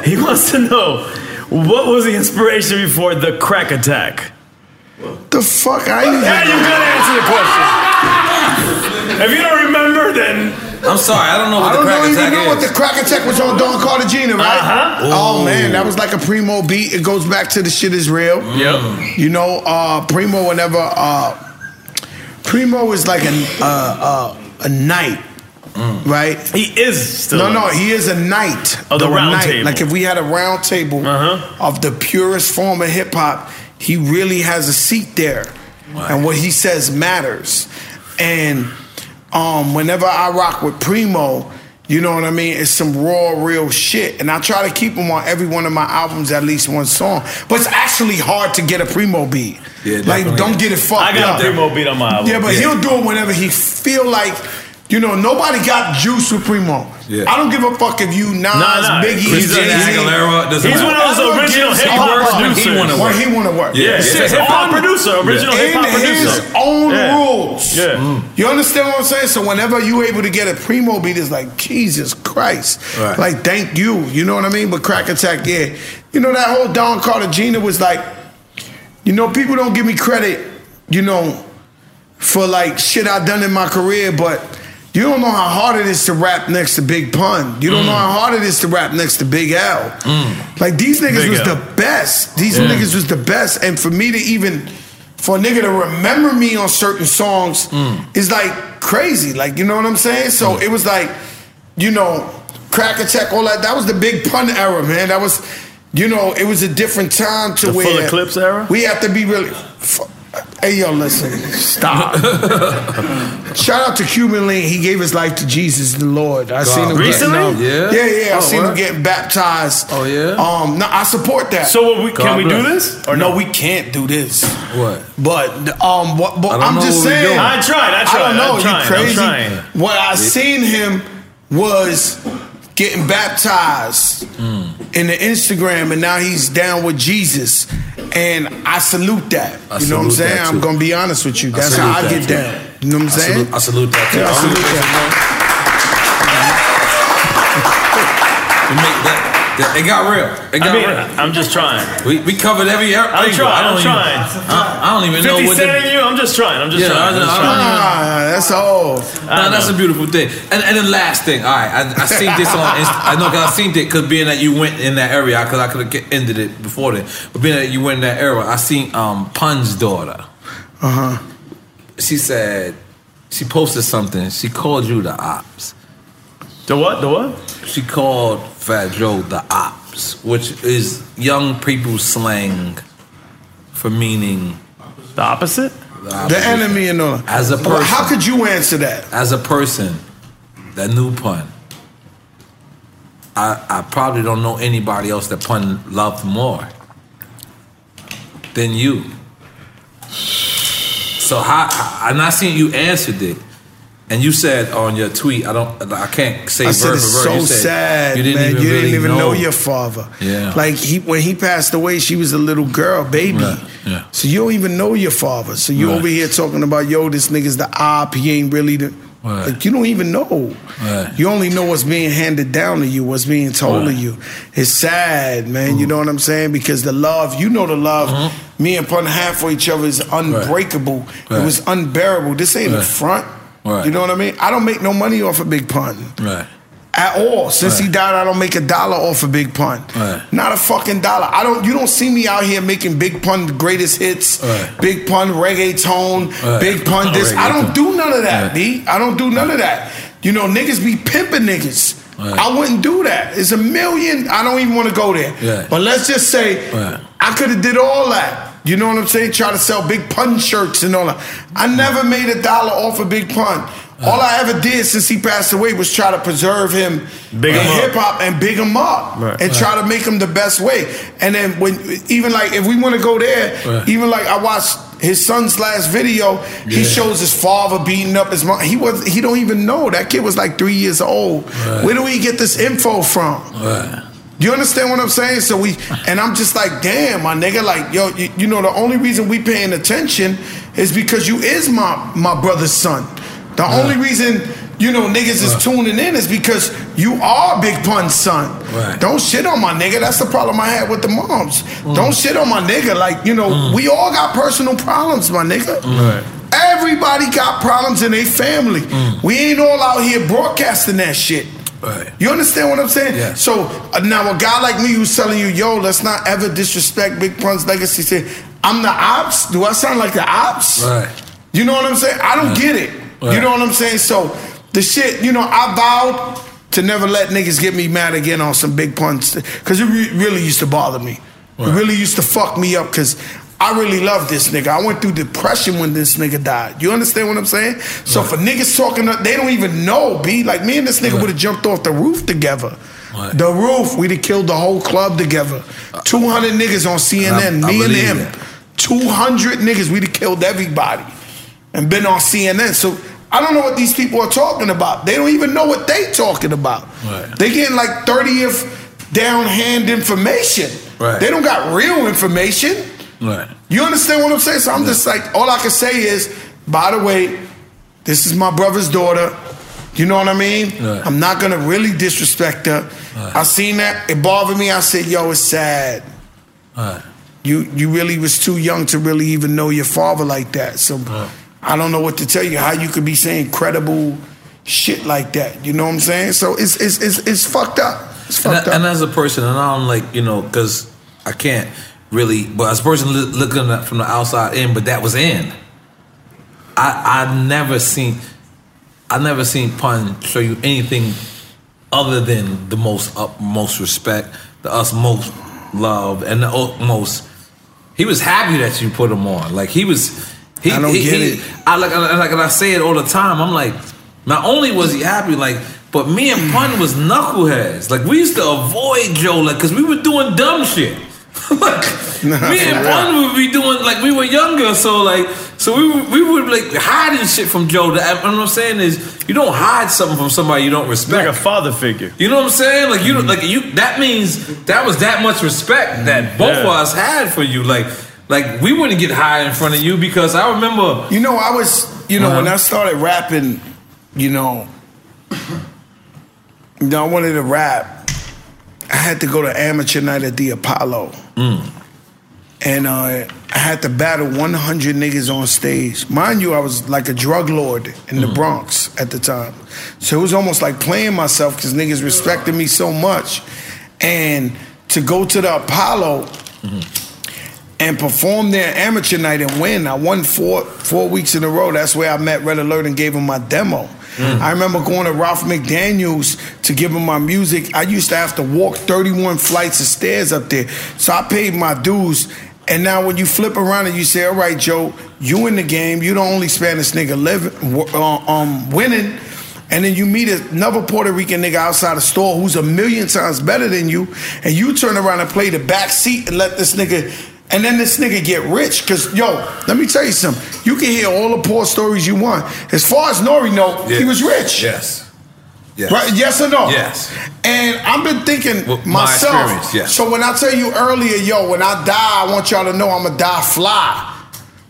S6: He wants to know what was the inspiration before the crack attack.
S7: The fuck? I ain't
S6: Yeah, you gotta answer the question. if you don't remember, then
S5: I'm sorry. I don't know
S7: I
S5: what the
S7: don't
S5: crack
S7: know even
S5: attack
S7: know what the
S5: is.
S7: crack attack was on Don Cartagena, right?
S6: Uh-huh.
S7: Oh man, that was like a primo beat. It goes back to the shit is real.
S5: Mm.
S6: Yep.
S7: You know, uh, Primo whenever uh, Primo is like an, uh, uh, a knight,
S5: Mm.
S7: right?
S6: he is still.
S7: no, no, he is a knight.
S6: Of the
S7: Though a
S6: round
S7: knight.
S6: table.
S7: Like if we had a round table
S6: Uh-huh.
S7: of the purest form of hip hop, he really has a seat there, and what he says matters. And um, whenever I rock with Primo, you know what I mean? It's some raw, real shit. And I try to keep him on every one of my albums, at least one song. But it's actually hard to get a Primo beat.
S5: Yeah,
S7: like
S5: definitely.
S7: don't get it fucked
S6: I got
S7: up.
S6: a primo beat on my album.
S7: Yeah, but he'll do it whenever he feel like. You know, nobody got juice with Primo.
S5: Yeah.
S7: I don't give a fuck if you Nas,
S6: nah.
S7: Biggie,
S5: Christina
S7: Jay-Z.
S5: Aguilera doesn't
S6: He's one
S5: matter.
S6: of those original hip
S7: He
S6: hop
S7: works when
S6: producers.
S7: he wanna work. When he wanna work.
S5: Yeah,
S6: Yeah,
S5: it's
S6: yeah,
S5: a
S6: hip hop
S5: hip-hop-
S6: producer, original hip
S7: in
S6: hop producer.
S7: his own
S6: Yeah.
S7: rules.
S6: Yeah.
S5: Mm.
S7: You understand what I'm saying? So whenever you able to get a primo beat, it's like Jesus Christ.
S5: Right.
S7: Like thank you. You know what I mean? But Crack Attack, yeah. You know that whole Don Cartagena was like, you know, people don't give me credit. You know, for like shit I done in my career, but. You don't know how hard it is to rap next to Big Pun. You don't know how hard it is to rap next to Big L. Like these niggas
S6: Big
S7: was
S6: L.
S7: the best. These
S5: Yeah.
S7: niggas was the best. And for me to even, for a nigga to remember me on certain songs
S13: Mm.
S7: is like crazy. Like, you know what I'm saying? So it was like, you know, Crack Attack, all that. That was the big pun era, man. That was, You know, it was a different time to
S13: The
S7: where
S13: full eclipse era?
S7: We have to be really. fu- Hey yo, listen, stop. Shout out to Cuban Link. He gave his life to Jesus the Lord. I
S13: God.
S7: seen him
S13: Recently?
S7: Getting, um,
S13: Yeah?
S7: yeah, yeah. I
S13: Oh,
S7: seen him
S13: word.
S7: getting baptized. Oh yeah. Um, no, I support that.
S13: So what we- can God we do bless. this?
S7: Or no? we can't do this.
S4: What?
S7: But um, what,
S13: I
S7: but
S13: don't
S7: I'm
S13: know
S7: just
S13: what we
S7: saying.
S13: doing. I tried, I
S7: I
S13: tried,
S7: don't know.
S13: I'm trying, I'm
S7: you
S13: trying.
S7: crazy? What I seen him was getting baptized in the Instagram, and now he's down with Jesus. And I salute that.
S4: I
S7: you know what I'm
S4: salute
S7: saying?
S4: that,
S7: I'm
S4: too.
S7: gonna be honest with you.
S4: I
S7: That's
S4: salute
S7: how I
S4: that,
S7: get
S4: too.
S7: down. You know what I'm
S4: I
S7: saying?
S4: salute- I salute that, too.
S7: Yeah, I
S4: I
S7: salute
S4: salute
S7: that.
S4: It, make- that- that- it got real. It got
S13: I mean,
S4: real.
S13: I'm just trying.
S4: We, we covered every era.
S13: I'm trying,
S4: I
S13: I'm
S4: don't even,
S13: trying.
S4: I, I don't even know
S13: 50
S4: what
S13: Cent and you? I'm just trying. I'm just
S4: Yeah,
S13: trying.
S4: I-
S13: I'm just
S4: I-
S13: trying.
S7: Nah, that's all.
S4: Nah, that's a beautiful thing. And, and the last thing, all right, I, I seen this on. Insta- I know 'cause I seen it because being that you went in that area, because I could have ended it before then. But being that you went in that era, I seen um, Pun's daughter.
S7: Uh huh.
S4: She said she posted something. She called you the ops.
S13: The what? The what?
S4: She called Fat Joe the ops, which is young people slang for meaning
S13: the opposite.
S7: The enemy and all.
S4: As a
S7: Well,
S4: person,
S7: How could you answer that?
S4: as a person, that new pun. I, I probably don't know anybody else that pun loved more than you. So how I not seen you answered it, and you said on your tweet, I don't, I can't say
S7: I
S4: verb
S7: said
S4: for
S7: it's
S4: verb.
S7: so
S4: you said,
S7: sad, man. you
S4: really
S7: didn't even know. your father.
S4: Yeah.
S7: Like he when he passed away, she was a little girl, baby.
S4: Right, yeah.
S7: So you don't even know your father. So you
S4: Right.
S7: over here talking about yo, this nigga's the op. He ain't really the.
S4: Right.
S7: Like you don't even know.
S4: Right.
S7: You only know what's being handed down to you, what's being told to you. It's sad, man.
S4: Mm.
S7: You know what I'm saying? Because the love, you know the love. Me and Pun had for each other is unbreakable. It
S4: Mm-hmm. Right.
S7: was unbearable. This ain't a
S4: Right.
S7: front.
S4: Right.
S7: You know what I mean? I don't make no money off a big pun
S4: Right.
S7: at all. Since he
S4: Right.
S7: died, I don't make a dollar off a big pun.
S4: Right.
S7: Not a fucking dollar. I don't. You don't see me out here making big pun greatest hits,
S4: Right.
S7: big pun reggaeton,
S4: Right.
S7: big pun this. I don't do none of that, B. I don't do none of that. You know, niggas be pimping niggas.
S4: Right.
S7: I wouldn't do that. It's a million. I don't even want to go there.
S4: Right.
S7: But let's just say
S4: Right.
S7: I could have did all that. You know what I'm saying? Try to sell big pun shirts and all that. I never made a dollar off a big pun. All I ever did since he passed away was try to preserve him
S13: Big
S7: in
S13: him up.
S7: hip hop and big him up
S13: Right.
S7: and try to make him the best way. And then when even like if we want to go there,
S4: Right.
S7: even like I watched his son's last video, he
S4: Yeah.
S7: shows his father beating up his mom. He was he don't even know that kid was like three years old.
S4: Right.
S7: Where do we get this info from?
S4: Right.
S7: You understand what I'm saying? So we, and I'm just like, damn, my nigga, like, yo, you, you know, the only reason we paying attention is because you is my my brother's son. The only reason you know niggas is tuning in is because you are Big Pun's son.
S4: Right.
S7: Don't shit on my nigga. That's the problem I had with the moms. Don't shit on my nigga. Like, you know, we all got personal problems, my nigga.
S13: Right.
S7: Everybody got problems in their family. We ain't all out here broadcasting that shit.
S4: Right.
S7: You understand what I'm saying?
S4: Yeah.
S7: So uh, now a guy like me who's telling you, yo, let's not ever disrespect Big Pun's legacy. Say, I'm the ops. Do I sound like the ops?
S4: Right.
S7: You know what I'm saying? I don't get it. You
S4: Right.
S7: know what I'm saying? So the shit, you know, I vowed to never let niggas get me mad again on some big puns because it re- really used to bother me. It
S4: Right.
S7: really used to fuck me up because I really love this nigga. I went through depression when this nigga died. You understand what I'm saying? So for niggas talking, up, they don't even know. B like me and this nigga would have jumped off the roof together.
S4: Right. Uh,
S7: The roof, we'd have killed the whole club together. Two hundred niggas on CNN,
S4: I- I
S7: me and
S4: believe
S7: him.
S4: that.
S7: 200 niggas. We'd have killed everybody and been on CNN. So I don't know what these people are talking about. They don't even know what they talking about.
S4: Right.
S7: They getting like 30th downhand information.
S4: Right.
S7: They don't got real information.
S4: Right.
S7: You understand what I'm saying? So I'm just like, all I can say is, by the way, this is my brother's daughter. You know what I mean?
S4: Right.
S7: I'm not gonna really disrespect her. I seen that, it bothered me. I said, yo, it's sad
S4: Right.
S7: you you really was too young to really even know your father like that. So I don't know what to tell you. How you could be saying credible shit like that? You know what I'm saying? So it's it's it's, it's fucked up. It's
S4: and,
S7: fucked
S4: I- and
S7: up.
S4: as a person, and I'm like, you know, because I can't really, but as a person li- looking at from the outside in, but that was in. I I never seen, I never seen pun show you anything other than the most utmost respect, the us most love and the utmost. He was happy that you put him on. Like he was. He,
S9: I don't
S4: he-
S9: get
S4: he-
S9: it.
S4: I like, I like, and I say it all the time. I'm like, not only was he happy, like, but me and Pun was knuckleheads. Like we used to avoid Joe, like, cause we were doing dumb shit. Me and Bun would be doing like we were younger, so like so we would- we would like hiding shit from Joe. That, what I'm saying is you don't hide something from somebody you don't respect. Like a
S13: father figure.
S4: You know what I'm saying? Like you don't like you. That means that was that much respect that both of us had for you. Like like we wouldn't get high in front of you because I remember.
S7: You know, I was, you know, when
S4: Uh-huh.
S7: I started rapping, you know, you know, I wanted to rap. I had to go to amateur night at the Apollo. And uh, I had to battle 100 niggas on stage. Mind you, I was like a drug lord in the Bronx at the time. So it was almost like playing myself because niggas respected me so much. And to go to the Apollo and perform their amateur night and win. I won four four weeks in a row. That's where I met Red Alert and gave him my demo.
S15: Mm.
S7: I remember going to Ralph McDaniels to give him my music. I used to have to walk 31 flights of stairs up there. So I paid my dues. And now when you flip around and you say, all right, Joe, you in the game. You the only Spanish nigga living, w- uh, um, winning. And then you meet another Puerto Rican nigga outside a store who's a million times better than you, and you turn around and play the back seat and let this nigga, and then this nigga get rich. Cause yo, let me tell you something. You can hear all the poor stories you want. As far as Nori know, he was rich.
S4: Yes. Yes.
S7: Right? Yes or no?
S4: Yes.
S7: And I've been thinking
S4: my
S7: myself.
S4: experience, yes.
S7: So when I tell you earlier, yo, when I die, I want y'all to know I'ma die fly.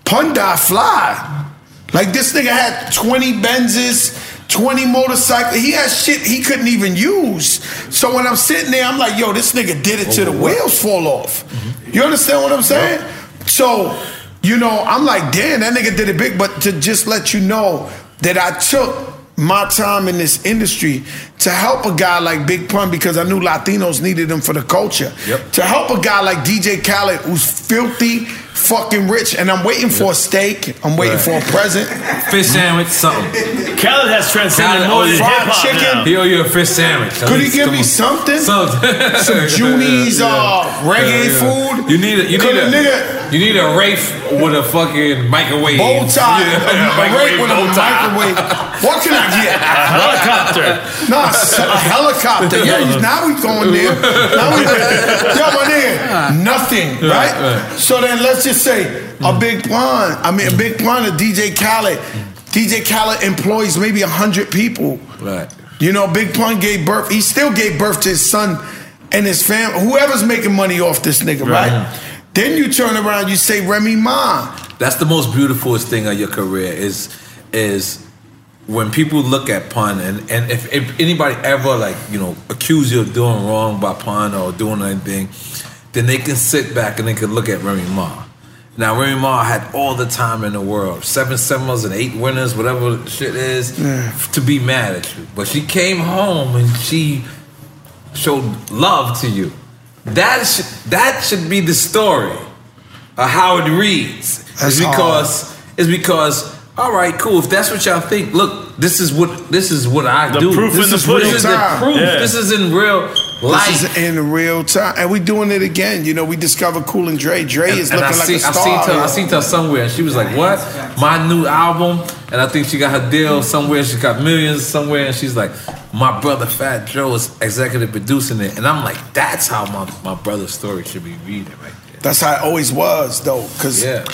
S7: Pun die fly. Like this nigga had 20 Benzes, 20 motorcycles. He had shit he couldn't even use. So when I'm sitting there, I'm like, yo, this nigga did it till the wheels fall off. You understand what I'm saying? So, you know, I'm like, damn, that nigga did it big. But to just let you know that I took my time in this industry to help a guy like Big Pun because I knew Latinos needed him for the culture. To help a guy like DJ Khaled who's filthy, fucking rich, and I'm waiting for a steak. I'm waiting for a present.
S4: Fish sandwich, something.
S13: Khaled has transcended
S4: oh,
S7: more than hip-hop now.
S4: He owe you a fish sandwich. At
S7: Could he
S4: least,
S7: give
S4: come
S7: me
S4: on.
S7: something?
S4: Something.
S7: Some Junies, uh, reggae food?
S4: You need a you
S7: Could
S4: need a,
S7: a nigga-
S4: you need a Rafe with a fucking microwave
S7: Bow tie. A- a Rafe with a
S4: bow tie.
S7: microwave. What can I get?
S4: A helicopter.
S7: No, a s- a helicopter. Yeah, you- now we going there. Now we Yo, my nigga, nothing,
S15: Right,
S7: right?
S15: right.
S7: So then let's just say a big pond. I mean, a big pond of DJ Khaled. DJ Khaled employs maybe 100 people.
S4: Right.
S7: You know, Big Pun gave birth. He still gave birth to his son and his family. Whoever's making money off this nigga, right?
S4: Right.
S7: Then you turn around, you say Remy Ma.
S4: That's the most beautifulest thing of your career is is when people look at pun and, and if, if anybody ever like you know accuse you of doing wrong by pun or doing anything, then they can sit back and they can look at Remy Ma. Now Remy Ma had all the time in the world, seven semis and eight winners, whatever shit is,
S15: Yeah.
S4: to be mad at you. But she came home and she showed love to you. That should, that should be the story of how it reads.
S7: That's
S4: It's because it's because all right, cool. If that's what y'all think, look, this is what this is what I
S7: The
S4: do.
S7: proof
S4: this
S7: in the
S4: is what-
S7: pudding.
S4: This is the
S7: Time.
S4: proof.
S7: Yeah.
S4: This is in real life.
S7: This is in real time, and we doing it again. You know, we discovered Cool and Dre. Dre is
S4: and
S7: looking
S4: I
S7: like
S4: see,
S7: a star.
S4: I seen her. I
S7: yo.
S4: seen her somewhere, and she was like, "What? My new album?" And I think she got her deal somewhere. She got millions somewhere, and she's like, "My brother Fat Joe is executive producing it," and I'm like, "That's how my, my brother's story should be reading." Right?
S7: That's how it always was, though, because
S4: Yeah.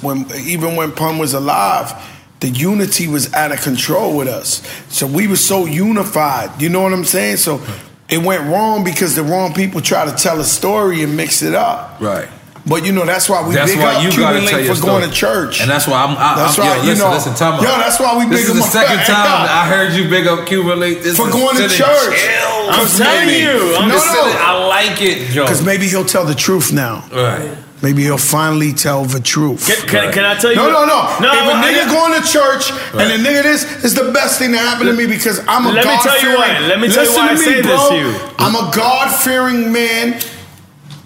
S7: when even when Pun was alive, the unity was out of control with us. So we were so unified. You know what I'm saying? So it went wrong because the wrong people try to tell a story and mix it up.
S4: Right.
S7: But you know that's why we
S4: that's
S7: big
S4: why
S7: up
S4: you
S7: Cuban
S4: gotta
S7: Link
S4: tell your
S7: for
S4: story.
S7: going to church.
S4: and that's why I'm. I,
S7: That's
S4: I'm,
S7: why,
S4: yo,
S7: you
S4: listen,
S7: know-
S4: listen, time out.
S7: Yo, that's why we
S4: This
S7: big
S4: is
S7: him
S4: the
S7: up.
S4: second
S7: Hey,
S4: time
S7: yo.
S4: I heard you big up Cuban Link This
S7: For
S4: is
S7: going to
S4: sending
S7: church.
S4: chills
S7: I'm
S4: to
S7: telling
S4: me.
S7: you.
S4: I'm
S7: No,
S4: just
S7: no.
S4: sending- I like it, Joe.
S7: Because maybe he'll tell the truth now.
S4: Right.
S7: Maybe he'll finally tell the truth.
S13: Can- can- can I tell you
S7: No,
S13: what-
S7: no, no.
S13: No,
S7: if a
S13: I-
S7: nigga
S13: I-
S7: going to church
S13: Right.
S7: and a nigga this is the best thing that happened to me because I'm a
S13: Let me
S7: God
S13: tell you
S7: fearing.
S13: why. Let me tell you
S7: Listen
S13: why
S7: to
S13: I
S7: me,
S13: say this
S7: bro.
S13: to you.
S7: I'm a God fearing man.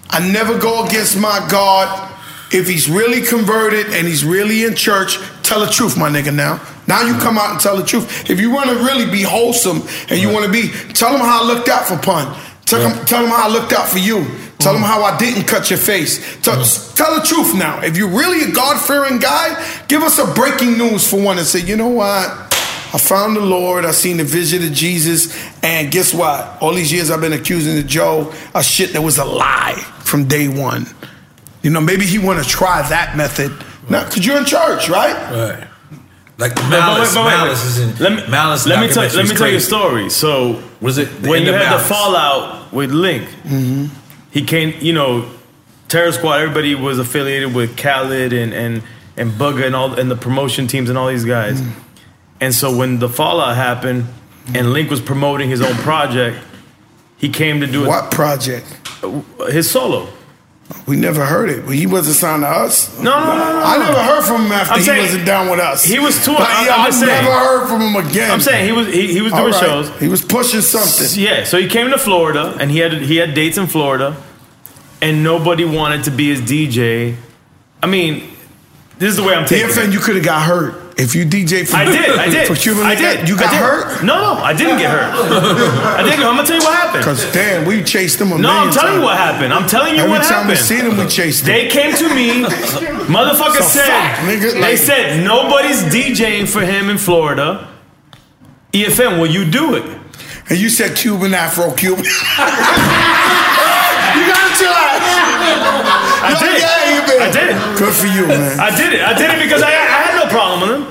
S7: I never go against my God. If he's really converted and he's really in church, tell the truth, my nigga. Now, now you come out and tell the truth. If you want to really be wholesome and you want to be, tell him how I looked out for pun. Tell, him, tell him how I looked out for you. Tell
S13: Mm.
S7: him how I didn't cut your face. Tell, tell the truth now. If you're really a God fearing guy, give us a breaking news for one and say, you know what? I found the Lord. I seen the vision of Jesus. And guess what? All these years I've been accusing the Joe of shit that was a lie from day one. You know, maybe he want to try that method. Now, because you're in church, right?
S8: Right. Like the malice,
S6: but wait, but wait, wait.
S8: malice is in
S6: Let me,
S8: malice.
S6: let me tell let me
S8: documentary's
S6: tell you a story.
S8: crazy.
S6: So
S8: was it the
S6: when
S8: end
S6: you
S8: of
S6: had the
S8: Malice?
S6: fallout with Link?
S7: Mm-hmm.
S6: He came, you know, Terror Squad. Everybody was affiliated with Khaled and and and Bugga and all and the promotion teams and all these guys.
S7: Mm.
S6: And so when the fallout happened, and Link was promoting his own project, he came to do
S7: What project?
S6: His solo.
S7: We never heard it. Well, he wasn't signed to us.
S6: No, no, no, no.
S7: I never heard from him after
S6: I'm
S7: he
S6: saying-
S7: wasn't down with us.
S6: He was touring.
S7: But,
S6: I'm-
S7: yeah,
S6: I'm
S7: I
S6: just saying.
S7: never heard from him again.
S6: I'm saying he was he, he was doing
S7: All right.
S6: shows.
S7: He was pushing something.
S6: Yeah, so he came to Florida and he had he had dates in Florida, and nobody wanted to be his DJ. I mean, this is the way I'm taking.
S7: DFN,
S6: it.
S7: you could have got hurt if you DJ for
S6: I did, I did,
S7: for Cuban.
S6: I
S7: like that.
S6: did.
S7: You
S6: I
S7: got
S6: did.
S7: hurt.
S6: No, no, I didn't get hurt. I didn't. I'm gonna tell you what happened.
S7: Cause damn, we chased them a
S6: No, I'm
S7: million
S6: telling you
S7: times.
S6: what happened. I'm telling you
S7: Every
S6: what
S7: time
S6: happened.
S7: we seen them, we chased them.
S6: They came to me. Motherfucker
S7: It's a
S6: said
S7: fact, nigga,
S6: they
S7: like-
S6: said nobody's DJing for him in Florida. E EFM, will you do it?
S7: And you said Cuban, Afro Cuban. you gotta chill out.
S6: I
S7: You're
S6: did.
S7: gay,
S6: I
S7: man.
S6: did.
S7: Good for you, man.
S6: I did it. I did it because I, I had no problem with him.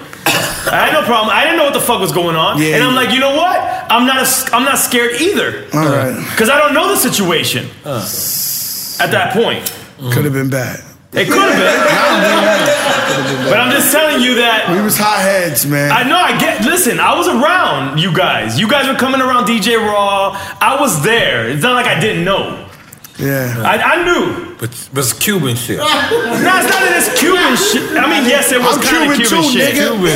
S6: I had no problem. I didn't know what the fuck was going on,
S7: Yeah,
S6: and I'm
S7: yeah.
S6: like, you know what? I'm not. A, I'm not scared either.
S7: All right.
S6: Because I don't know the situation at that point.
S7: Could have been bad.
S6: It could have been. but I'm just telling you that.
S7: We was hot heads, man.
S6: I know. I get. Listen, I was around you guys. You guys were coming around DJ Raw. I was there. It's not like I didn't know.
S7: Yeah.
S6: I, I knew.
S8: But but it's Cuban shit.
S6: No, it's not that it's Cuban shit. I mean, yes, it was
S7: I'm
S6: kind of
S7: Cuban
S6: Cuban,
S7: too,
S6: shit.
S7: nigga. Cuban.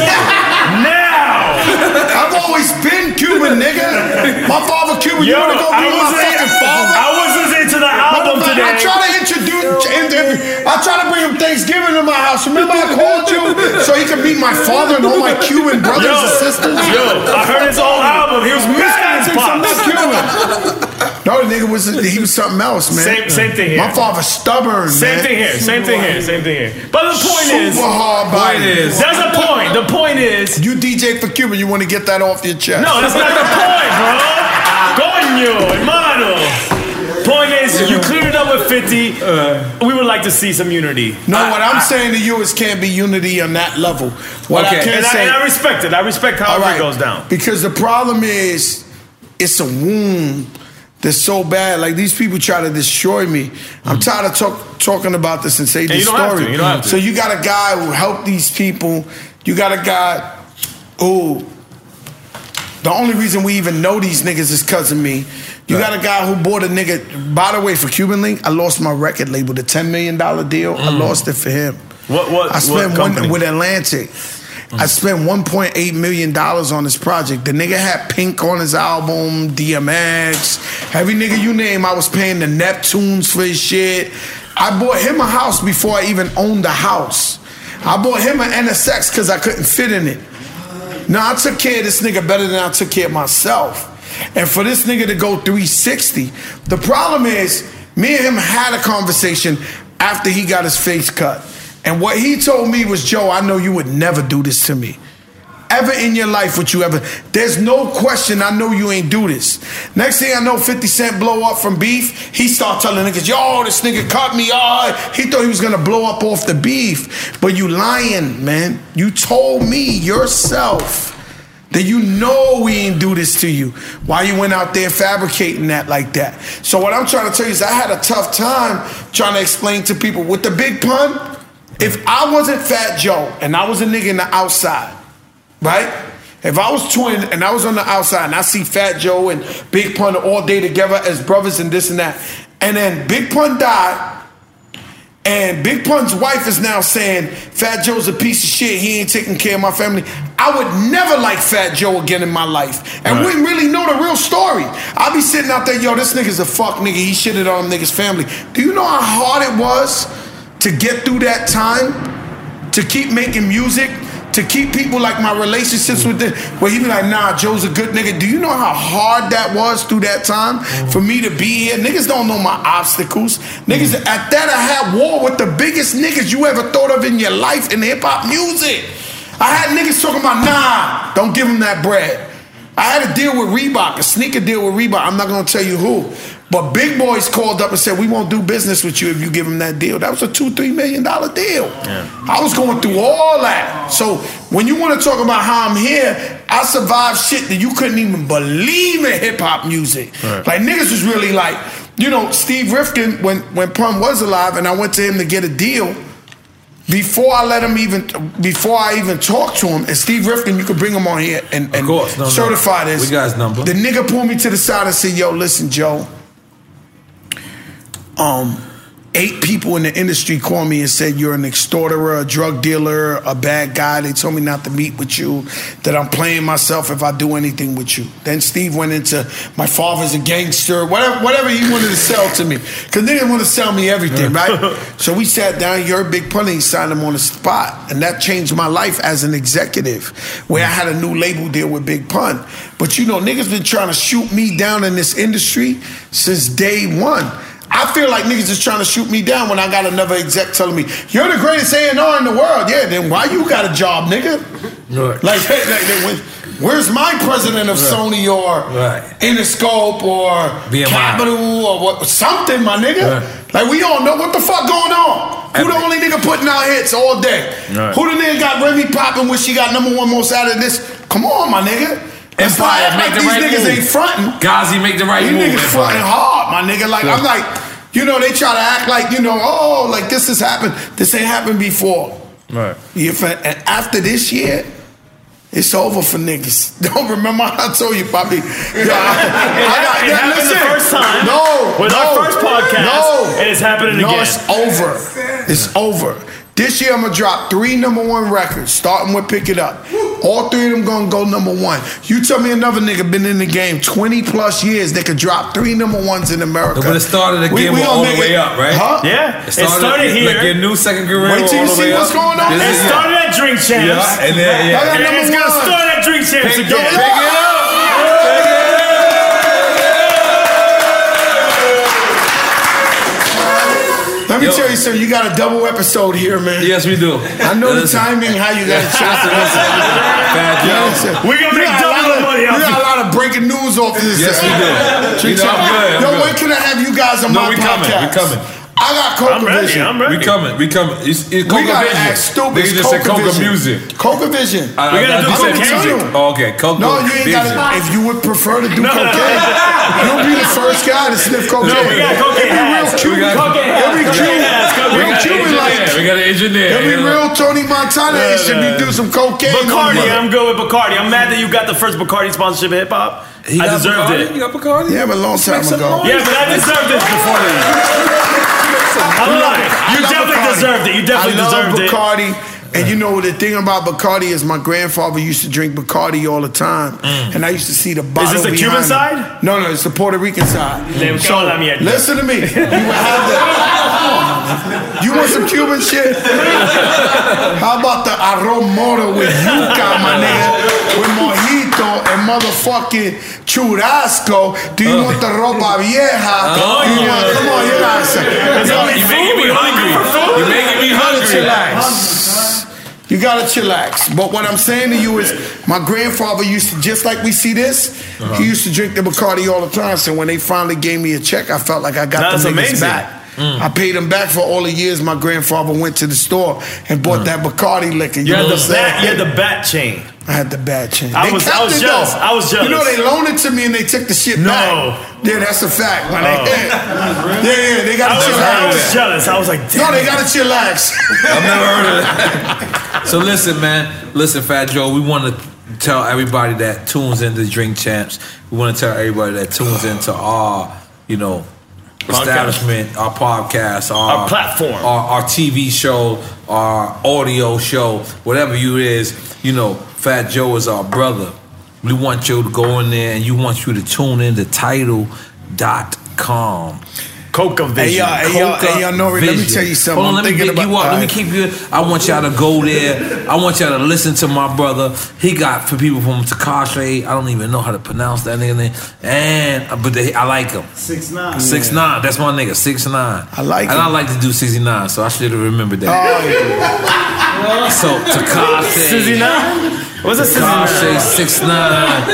S6: Now,
S7: I've always been Cuban, nigga. My father Cuban. you
S6: Yo,
S7: wanna go
S6: I
S7: be my
S6: was in-
S7: fucking father?
S6: I was listening to the album
S7: Matter of fact,
S6: today.
S7: I try to introduce. and- I try to bring him Thanksgiving to my house. Remember, I called you so he could meet my father and all my Cuban brothers
S6: yo,
S7: and sisters.
S6: yo, I heard his whole album. He was mad as pops.
S7: No, the nigga was he was something else, man.
S6: Same- same thing here.
S7: My father's stubborn.
S6: Same
S7: man.
S6: thing here. Same thing here. Same thing here. But the point
S7: Super
S6: is,
S7: hard body.
S6: there's a point. The point is,
S7: You DJ for Cuba. You want to get that off your chest?
S6: no, that's not the point, bro. Coño, hermano. Point is, you cleared it up with 50. we would like to see some unity.
S7: Uh. No, what I'm saying to you is can't be unity on that level. What I can
S6: and,
S7: say,
S6: I, and I respect it. I respect how
S7: All
S6: it
S7: right.
S6: goes down.
S7: Because the problem is, it's a wound that's so bad. Like these people try to destroy me. I'm tired of talk, talking about this and say
S6: Mm. And
S7: this
S6: you don't have to.
S7: story.
S6: You don't have to.
S7: So you got a guy who helped these people. You got a guy who. The only reason we even know these niggas is cause of me. You got a guy who bought a nigga. By the way, for Cuban Link, I lost my record label, the ten million dollar deal. I lost it for him.
S6: Mm. What? What?
S7: I spent
S6: what
S7: one
S6: company?
S7: with Atlantic. I spent 1.8 million dollars on this project. The nigga had Pink on his album, DMX, every nigga you name. I was paying the Neptunes for his shit. I bought him a house before I even owned a house. I bought him an NSX because I couldn't fit in it. No, I took care of this nigga better than I took care of myself. And for this nigga to go 360, the problem is, me and him had a conversation after he got his face cut. And what he told me was, Joe, I know you would never do this to me. Ever in your life would you ever? There's no question. I know you ain't do this. Next thing I know, 50 Cent blow up from beef. He start telling niggas, yo, this nigga cut me. Oh, he thought he was gonna blow up off the beef, but you lying, man. You told me yourself that you know we ain't do this to you. Why you went out there fabricating that like that? So what I'm trying to tell you is, I had a tough time trying to explain to people with the big pun. If I wasn't Fat Joe and I was a nigga in the outside right? If I was twin and I was on the outside and I see Fat Joe and Big Pun all day together as brothers and this and that, and then Big Pun died, and Big Pun's wife is now saying Fat Joe's a piece of shit. He ain't taking care of my family. I would never like Fat Joe again in my life, and
S5: Right.
S7: wouldn't really know the real story. I'd be sitting out there, yo, this nigga's a fuck nigga. He shitted on nigga's family. Do you know how hard it was to get through that time? to keep making music, to keep people like my relationships with them, where he be like, nah, Joe's a good nigga. Do you know how hard that was through that time for me to be here? Niggas don't know my obstacles. Niggas, at that I had war with the biggest niggas you ever thought of in your life in hip hop music. I had niggas talking about, nah, don't give him that bread. I had a deal with Reebok, a sneaker deal with Reebok. I'm not gonna tell you who. But big boys called up and said, We won't do business with you if you give him that deal. That was a two, three million dollar deal. I was going through all that. So when you want to talk about how I'm here, I survived shit that you couldn't even believe in hip hop music.
S15: Right.
S7: Like niggas was really like, you know, Steve Rifkin when when Pun was alive, and I went to him to get a deal. Before I let him even, before I even talk to him, and Steve Rifkin, you could bring him on here and, and
S4: no, no.
S7: certify this.
S4: We got his number.
S7: The nigga pulled me to the side and said, "Yo, listen, Joe." um, eight people in the industry called me and said you're an extorterer, a drug dealer, a bad guy. They told me not to meet with you, that I'm playing myself if I do anything with you. Then Steve went into my father's a gangster, whatever, whatever he wanted to sell to me, because they didn't want to sell me everything, right? so we sat down. You're a big punter. He signed him on the spot, and that changed my life as an executive, where I had a new label deal with Big Pun. But you know, niggas been trying to shoot me down in this industry since day one. I feel like niggas is trying to shoot me down when I got another exec telling me, you're the greatest A&R in the world. Yeah, then why you got a job, nigga? Like, hey, like, they went, where's my president of
S4: Right.
S7: Sony or
S4: Right.
S7: Interscope or
S4: BMI.
S7: Capital or what, something, my nigga? Like, we all know what the fuck going on. Who the only nigga putting out hits all day?
S15: Right.
S7: Who the nigga got Remy popping when she got number one most out of this? Come on, my nigga. That's why I act
S4: make
S7: like
S4: the
S7: these
S4: right
S7: niggas
S4: move.
S7: ain't fronting.
S4: Gazi, make the right
S7: These
S4: move,
S7: niggas
S4: that's
S7: fronting
S4: right.
S7: hard, my nigga. Like I'm
S4: Yeah.
S7: like, you know, they try to act like you know, oh, like this has happened. This ain't happened before.
S14: Right.
S7: You fin- and after this year, it's over for niggas. Don't remember how I told you, Bobby. Yeah, I,
S15: happened- it happened the first time
S7: No,
S15: with
S7: no,
S15: our first podcast,
S7: No,
S15: and it's happening
S7: no,
S15: again.
S7: It's over. It's over. This year I'm gonna drop three number one records, starting with Pick It Up. All three of them gonna go number one. You tell me another nigga been in the game 20 plus years that could drop three number ones in America.
S4: But it started again
S7: We- we
S4: all the
S7: gonna make
S4: way
S7: it-
S4: up, right?
S7: Huh?
S4: It started, Like your new second career.
S7: Wait till you see what's going on.
S4: This is-
S7: at Drink
S4: Yeah, and then, yeah.
S7: Y'all got
S4: And
S7: number
S4: it's
S7: one.
S4: gonna start
S15: at Drink
S4: Champs
S15: Pick it again. up. Pick it
S7: Let me tell you, sir, you got a double episode here, man. Yes, we do. I know the
S4: Listen.
S7: timing, how you got a chance to listen.
S4: Bad job. We gonna make double the money
S7: We
S4: off you.
S7: got a lot of breaking news off of this.
S4: Yes, we do.
S7: Drink
S4: You know, I'm
S7: Champs.
S4: good, I'm
S7: Yo,
S4: good.
S7: when can I have you guys on
S4: no,
S7: my
S4: we coming.
S7: podcast?
S4: We coming.
S7: I got Coca Vision.
S4: We coming. We coming. It's, it's
S7: We
S4: Coca
S7: gotta
S4: Vision.
S7: act stupid.
S4: Nigga
S7: It's
S4: just said
S7: Coca
S4: Coca
S7: Vision.
S4: Music.
S7: Coca Vision.
S4: I- I got you said music. Oh, okay, Coca
S7: No, you ain't
S4: Vision.
S7: got to. If you would prefer to do
S4: No, no, no.
S7: cocaine, you'll be the first guy to sniff cocaine.
S4: No, we got cocaine
S7: Every real
S4: ass.
S7: Cuban,
S4: We got-
S7: every
S4: cocaine
S7: Cuban,
S4: ass, cocaine
S7: real
S4: ass.
S7: Cuban like.
S4: We got an engineer.
S7: Every
S4: You know.
S7: real Tony Montana
S13: Yeah,
S7: should
S13: yeah.
S7: be do some cocaine. on
S13: Bacardi,
S7: him.
S13: I'm good with Bacardi. I'm mad that you got the first Bacardi sponsorship of hip hop.
S7: He
S13: I
S7: got
S13: deserved
S7: Bacardi?
S13: it.
S7: You got Bacardi? Yeah, but a long time ago.
S13: Yeah, but I deserved it before you. I'm
S7: I love
S13: lying.
S7: it. I
S13: You
S7: love
S13: definitely
S7: Bacardi.
S13: deserved it. You definitely
S7: I love
S13: deserved it.
S7: Bacardi. And you know the thing about Bacardi is my grandfather used to drink Bacardi all the time, and I used to see the bottle.
S13: Mm. this the
S7: behind
S13: Cuban
S7: him.
S13: side?
S7: No, no, it's the Puerto Rican side.
S13: They were calling on me at-
S7: listen to me. You would have the. You want some Cuban shit? How about the arroz moro with yuca, my nigga, with mojito and motherfucking churrasco? Do you
S13: Oh.
S7: want the ropa vieja?
S15: Oh,
S7: Do you
S15: yeah.
S7: want- Come on, you guys.
S15: You making me hungry. You making me
S7: You gotta
S15: hungry.
S7: Chillax. You gotta chillax. But what I'm saying to you is, my grandfather used to just like we see this. He used to drink the Bacardi all the time. So when they finally gave me a check, I felt like I got
S13: That's
S7: the niggas
S13: amazing.
S7: back. I paid him back for all the years my grandfather went to the store and bought that Bacardi liquor. You
S13: You
S7: know
S13: had
S7: what
S13: the
S7: I'm saying?
S13: bat. You had the bat chain.
S7: I had the bad chain.
S13: I
S7: They
S13: was- I
S7: kept
S13: was
S7: it,
S13: jealous.
S7: though.
S13: I was
S7: You know,
S13: jealous.
S7: they loaned it to me and they took the shit
S13: No.
S7: back. Yeah, that's a fact. man. They-
S13: Oh.
S7: yeah. yeah, yeah, they got
S13: I was-
S7: to chillax.
S13: I was jealous.
S7: Oh,
S13: I was like,
S7: no,
S13: damn
S7: they
S13: it.
S7: got to chillax.
S4: I've never heard of that. so listen, man. Listen, Fat Joe. We want to tell everybody that tunes into Drink Champs. We want to tell everybody that tunes into our, you know, establishment, our podcast, our,
S13: Our platform.
S4: our, our TV show, our audio show, whatever you is. You know, Fat Joe is our brother. We want you to go in there and you want you to tune in to title.com.
S13: Coca
S7: Hey
S13: Vision.
S7: y'all, hey y'all, hey y'all, Nori, let me
S4: Vision.
S7: tell you something.
S4: Hold on, let
S7: I'm
S4: me
S7: thinking
S4: pick
S7: about
S4: you up.
S7: all
S4: Let me
S7: right.
S4: keep you. I want y'all to go there. I want y'all to listen to my brother. He got for people from Takashi. I don't even know how to pronounce that nigga name. And uh, but they, I like him.
S7: Six nine.
S4: Six nine. That's my nigga. Six nine. I
S7: like
S4: And
S7: him.
S4: I
S7: Oh,
S4: like to do sixty nine. So I should have remembered that. So Takashi.
S15: Sixty nine?
S4: What's a Takashi six nine.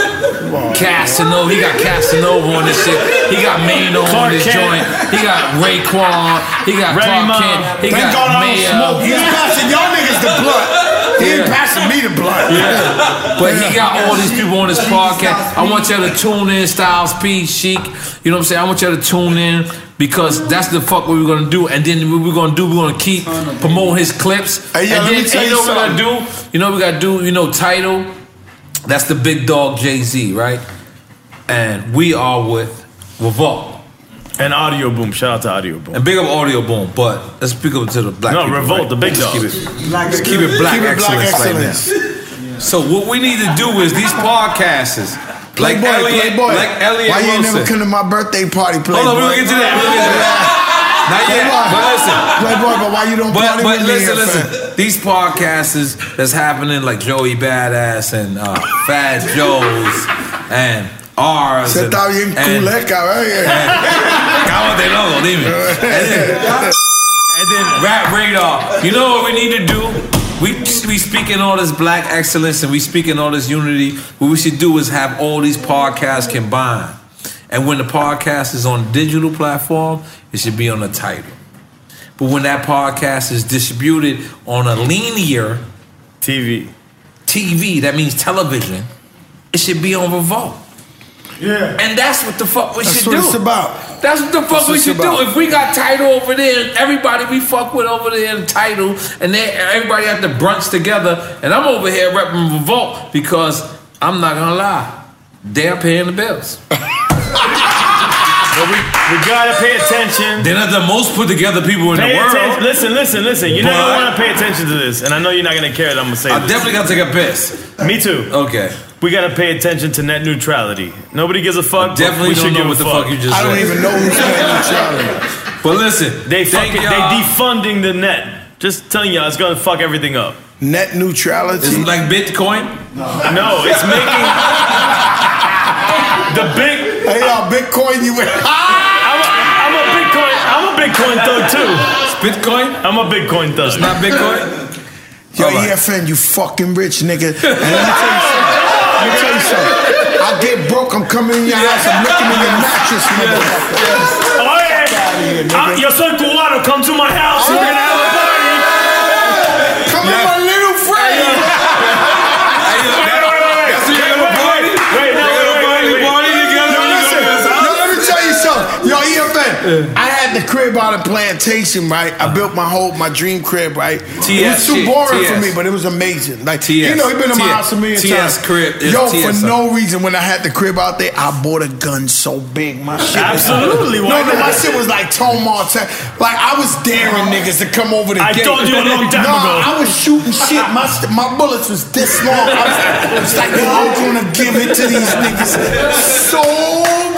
S4: Casanova. He got Casanova on this shit. He got Mano on
S15: Clark
S4: this
S15: Kent.
S4: joint. He got Raekwon. He got
S15: Remy
S4: Clark
S15: Ma.
S4: Kent. He
S15: Thank
S4: got
S15: God I don't
S4: Mayo.
S15: smoke. He's passing y'all niggas the blunt. He ain't passing me the blunt.
S4: Yeah. But he got all these people on this podcast. I want y'all to tune in, Styles P, Chic. You know what I'm saying? I want y'all to tune in because that's the fuck what we're gonna do. And then what we're gonna do, we're gonna keep promoting his clips.
S7: Hey, yo,
S4: and
S7: let
S4: then
S7: me tell
S4: and
S7: you
S4: know what we gotta do? You know what we gotta do? You know, title. That's the big dog Jay Z, right? And we are with Revolt.
S13: And Audio Boom. Shout out to Audio Boom.
S4: And big up Audio Boom, but let's speak up to the black
S13: No,
S4: people,
S13: Revolt,
S4: right?
S13: the big
S4: Let's
S13: dog.
S4: Keep it, let's keep it black
S13: Keep it black excellence.
S4: excellence, right now. So what we need to do is these podcasters, like
S7: Playboy,
S4: Elliot,
S7: Playboy.
S4: like Elliot
S7: Why you ain't
S4: Wilson.
S7: never come to my birthday party, Playboy?
S4: Hold on, we'll get to that. We'll get to that. Not yet,
S7: Playboy.
S4: but listen.
S7: Playboy, but why you don't
S4: But,
S7: party
S4: but
S7: with
S4: listen,
S7: me?
S4: listen. These podcasters that's happening, like Joey Badass and uh, Fat Joe's and ours.
S7: Se
S4: and-
S7: está bien
S4: and-
S7: culeca,
S4: Cabo de Eh. loco, dime. And then, and then Rap Radar. You know what we need to do? We, we speak in all this black excellence and we speak in all this unity. What we should do is have all these podcasts combined. And when the podcast is on digital platform, it should be on the title. But when that podcast is distributed on a linear TV, TV, that means television, it should be on Revolt.
S7: Yeah.
S4: And that's what the fuck we
S7: That's
S4: should
S7: what
S4: do.
S7: it's about.
S4: That's what the fuck
S7: That's what
S4: we
S7: it's
S4: should
S7: about.
S4: do. If we got title over there, everybody we fuck with over there in title, and then everybody at the brunch together, and I'm over here repping Revolt because I'm not gonna lie, they're paying the bills.
S13: we, we gotta pay attention.
S4: They're not the most put together people in
S13: Pay
S4: the world.
S13: atten- Listen, listen, listen. You're not
S4: But-
S13: gonna want to pay attention to this, and I know you're not gonna care that I'm gonna say
S4: I
S13: this.
S4: definitely gotta take a piss.
S13: Me too.
S4: Okay.
S13: We gotta pay attention to net neutrality. Nobody gives a fuck. but
S4: definitely
S13: we
S4: don't
S13: should
S4: know
S13: give a
S4: what the fuck you just I don't said. even know who's net neutrality. But listen,
S13: they
S4: thank
S13: fucking they
S4: y'all.
S13: defunding the net. Just telling y'all, it's gonna fuck everything up.
S7: Net neutrality.
S13: It's
S4: like Bitcoin.
S13: No, no it's making the big.
S7: Hey y'all, Bitcoin, you.
S13: I'm a, I'm a Bitcoin. I'm a Bitcoin thug too.
S4: Bitcoin.
S13: I'm a Bitcoin thug. It's
S4: not Bitcoin.
S7: Yo, EFN, you fucking rich nigga. And let me tell you something. Let me tell you something. I get broke, I'm coming in your house, I'm looking in your mattress, motherfucker.
S13: Oye, ah, yo soy cubano. Come to my house. We're gonna have a party.
S7: Come in my little friend.
S13: Wait, no, wait, wait, wait, wait.
S7: Yo, listen. Yo, let me tell you something. Yo, EFN, I had the crib out of plantation, right? I built my whole my dream crib, right? It was
S4: TS
S7: too
S4: shit,
S7: boring for
S4: TS.
S7: me, but it was amazing. Like
S4: TS,
S7: you know, he been in my
S4: TS,
S7: house a million
S4: TS
S7: times.
S4: crib is
S7: Yo,
S4: TS.
S7: for no reason, when I had the crib out there, I bought a gun so big, my shit. was-
S13: Absolutely,
S7: No,
S13: why
S7: no, my
S13: not?
S7: shit was like Tomar. Tech. Like I was daring niggas to come over to
S13: I
S7: get
S13: told
S7: it.
S13: you a long time
S7: Nah,
S13: ago.
S7: I was shooting shit. My st- my bullets was this long. I was, it's like yo, I'm gonna give it to these niggas so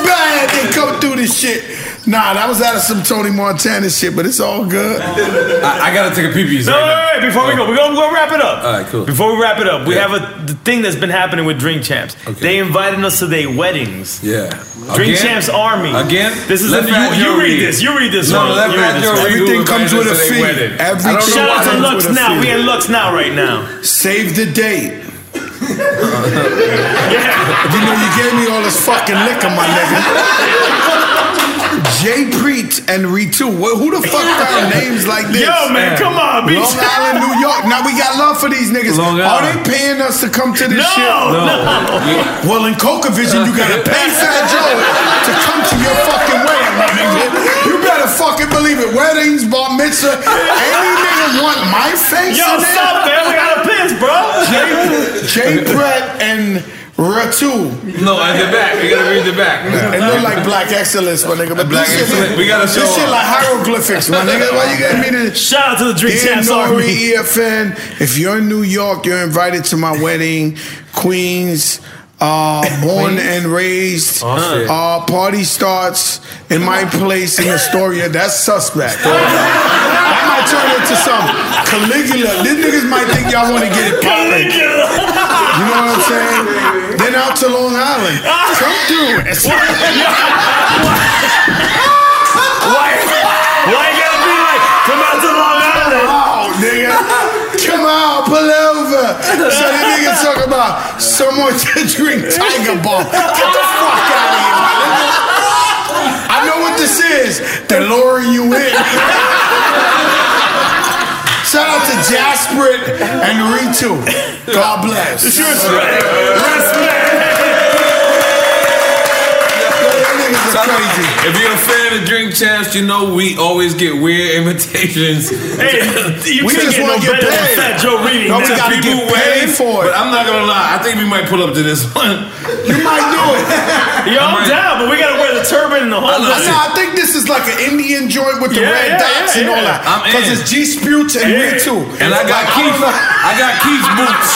S7: bad they come through this shit. Nah, that was out of some Tony Montana shit, but it's all good.
S4: I, I gotta take a pee pee.
S13: No, wait, wait, before we go, we're gonna, we're gonna wrap it up.
S4: All right, cool.
S13: Before we wrap it up, we have a the thing that's been happening with Drink Champs. They invited us to their weddings.
S4: Yeah.
S13: Drink
S4: Again?
S13: Champs Army.
S4: Again?
S13: This is
S4: Let
S13: a,
S4: Fat
S13: you,
S4: Joe
S13: you read
S4: read.
S13: this. You read this
S4: No,
S13: one.
S4: let
S13: You
S4: Fat
S13: read this
S4: Joe read
S13: one.
S4: who Everything comes with a invited us to their fee. wedding. Everything
S13: Shout out to
S4: comes
S13: Lux
S4: with a
S13: now.
S4: fee.
S13: We in Lux now right now.
S7: Save the date. You know, you gave me all this fucking liquor, my nigga. Jay Preet and Ritu. Wh- Who the fuck found names like this?
S13: Yo, man, come on, bitch.
S7: Long Island, New York. Now we got love for these niggas.
S4: Long Island.
S7: Are they paying us to come to this
S13: No,
S7: shit?
S13: no.
S4: No.
S7: Well, in Coca Vision, you gotta pay Fat Joe to come to your fucking wedding, my nigga. You better fucking believe it. Weddings, bar mitzvah. Any nigga want my face?
S13: Yo,
S7: in there?
S13: stop, man. We gotta piss, bro.
S7: Jay, Jay Pratt and Ratu.
S4: No, at the back. We gotta read the back.
S7: It look like black excellence, my nigga. But
S4: Black
S7: this
S4: excellence.
S7: Shit,
S4: We gotta show
S7: This shit
S4: up.
S7: like hieroglyphics, my nigga. Why you got me to
S13: Shout out to the Drink
S7: Dan
S13: Champs
S7: Nori,
S13: Army.
S7: EFN. If you're in New York, you're invited to my wedding, Queens. Uh, born and raised.
S5: Oh, shit.
S7: uh, party starts in my place in Astoria. That's suspect. that might turn into some Caligula. These niggas might think y'all want to get it poppin'. You know what I'm saying? Then out to Long Island. Come through. It's-
S5: Why? Why you gotta be like, come out to Long Island?
S7: Oh, nigga. Come on, pull over. So the nigga talk about someone to drink Tiger Bomb. Get the fuck out of here, my nigga. I know what this is. They're luring you in. Shout out to Jasper and Ritu. God bless. Respect.
S4: If you're a fan of Drink Champs, you know we always get weird invitations.
S5: Hey, you We can't just get wanna no get better than paid. Fat Joe Reading. No, we
S4: Just
S5: gotta
S4: people
S5: get paid
S4: wave,
S5: for it.
S4: But I'm not gonna lie, I think we might pull up to this one.
S7: You might do it.
S19: Yo, I'm down, but we gotta wear the turban and the whole.
S7: I, know, I think this is like an Indian joint with the
S19: Yeah,
S7: red
S19: yeah,
S7: dots
S19: yeah,
S7: and all
S19: yeah.
S7: that.
S4: I'm
S7: Because
S4: in.
S7: it's G Sputes and
S4: Yeah.
S7: Ritu.
S4: And I got
S7: Like,
S4: Keith.
S7: don't know.
S4: I got Keith boots.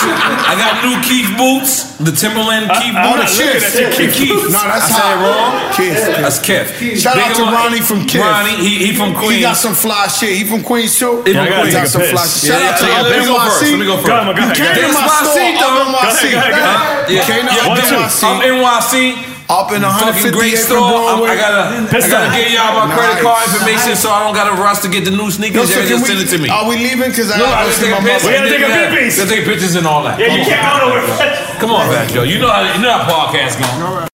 S4: I got new Keith boots. The Timberland
S7: I-
S4: Keith
S7: I'm
S4: boots.
S7: not looking Ah, at your Keith boots. No, that's
S4: I said
S7: hot.
S4: it wrong.
S7: Keith, Keith.
S4: That's Keith.
S7: Shout out
S4: Big
S7: to
S4: up-
S7: Ronnie from Kiff.
S4: Ronnie, he, he from Queens.
S7: He got some fly shit. He from Queens too.
S4: Yeah, I gotta
S7: He
S4: take
S7: got
S4: a
S7: some
S4: piss.
S7: fly
S4: Yeah,
S7: shit. Shout
S4: yeah,
S7: out to
S4: yeah, let me go
S7: NYC.
S4: first, let me go first. Go
S7: You
S4: ahead, go
S7: came
S4: ahead,
S7: to my
S4: go ahead.
S7: store up NYC.
S4: Go ahead, go ahead, go
S7: You
S4: ahead.
S7: came
S4: Yeah,
S7: up
S4: one, two.
S7: NYC.
S4: I'm NYC.
S7: Up in
S4: Fucking
S7: 158th
S4: great
S7: and
S4: store. I'm-
S7: Broadway.
S4: I gotta, I
S7: Pissed
S4: gotta
S7: off.
S4: get y'all my credit card
S7: Nice.
S4: information so I don't gotta rush to get the new
S7: Yo,
S4: sneakers.
S7: so
S4: Jerry,
S7: can
S4: just send
S7: we-
S4: it to me.
S7: Are we leaving? Because I
S4: No, I
S7: gotta
S4: was
S7: go see my
S4: taking
S7: mother.
S4: pictures. Gotta take pictures and all that.
S19: Yeah, you
S4: Come
S19: can't
S4: on.
S19: go nowhere.
S4: Come on, Fat Joe. You know how you know how podcasts going.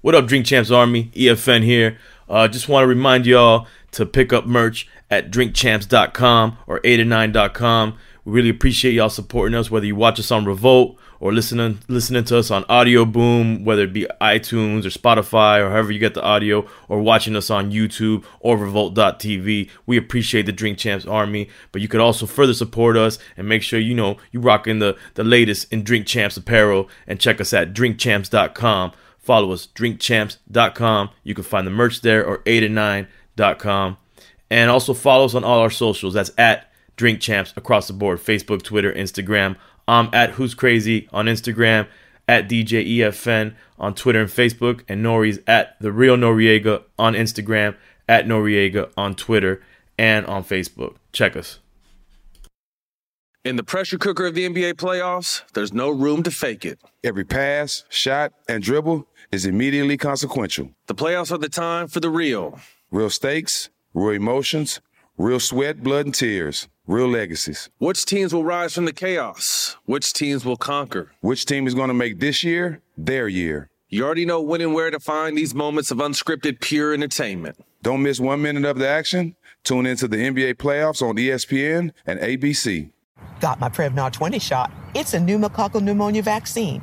S6: What up, Drink Champs Army? EFN here. Uh, just want to remind y'all to pick up merch at drinkchamps.com or 809.com. We really appreciate y'all supporting us, whether you watch us on Revolt or listening listening to us on Audio Boom, whether it be iTunes or Spotify or however you get the audio, or watching us on YouTube or Revolt.tv. We appreciate the Drink Champs Army, but you could also further support us and make sure you know you rocking the, the latest in Drink Champs apparel and check us at drinkchamps.com. Follow us, drinkchamps.com. You can find the merch there or 8and9.com. And also follow us on all our socials. That's at Drink Champs across the board Facebook, Twitter, Instagram. I'm at Who's Crazy on Instagram, at DJEFN on Twitter and Facebook, and Nori's at The Real Noriega on Instagram, at Noriega on Twitter and on Facebook. Check us.
S8: In the pressure cooker of the NBA playoffs, there's no room to fake it.
S9: Every pass, shot, and dribble is immediately consequential.
S8: The playoffs are the time for the real.
S9: Real stakes, real emotions, real sweat, blood, and tears, real legacies.
S8: Which teams will rise from the chaos? Which teams will conquer?
S9: Which team is going to make this year their year?
S8: You already know when and where to find these moments of unscripted, pure entertainment.
S9: Don't miss one minute of the action. Tune into the NBA playoffs on E ESPN and ABC.
S17: Got my Prevnar 20 shot. It's a pneumococcal pneumonia vaccine.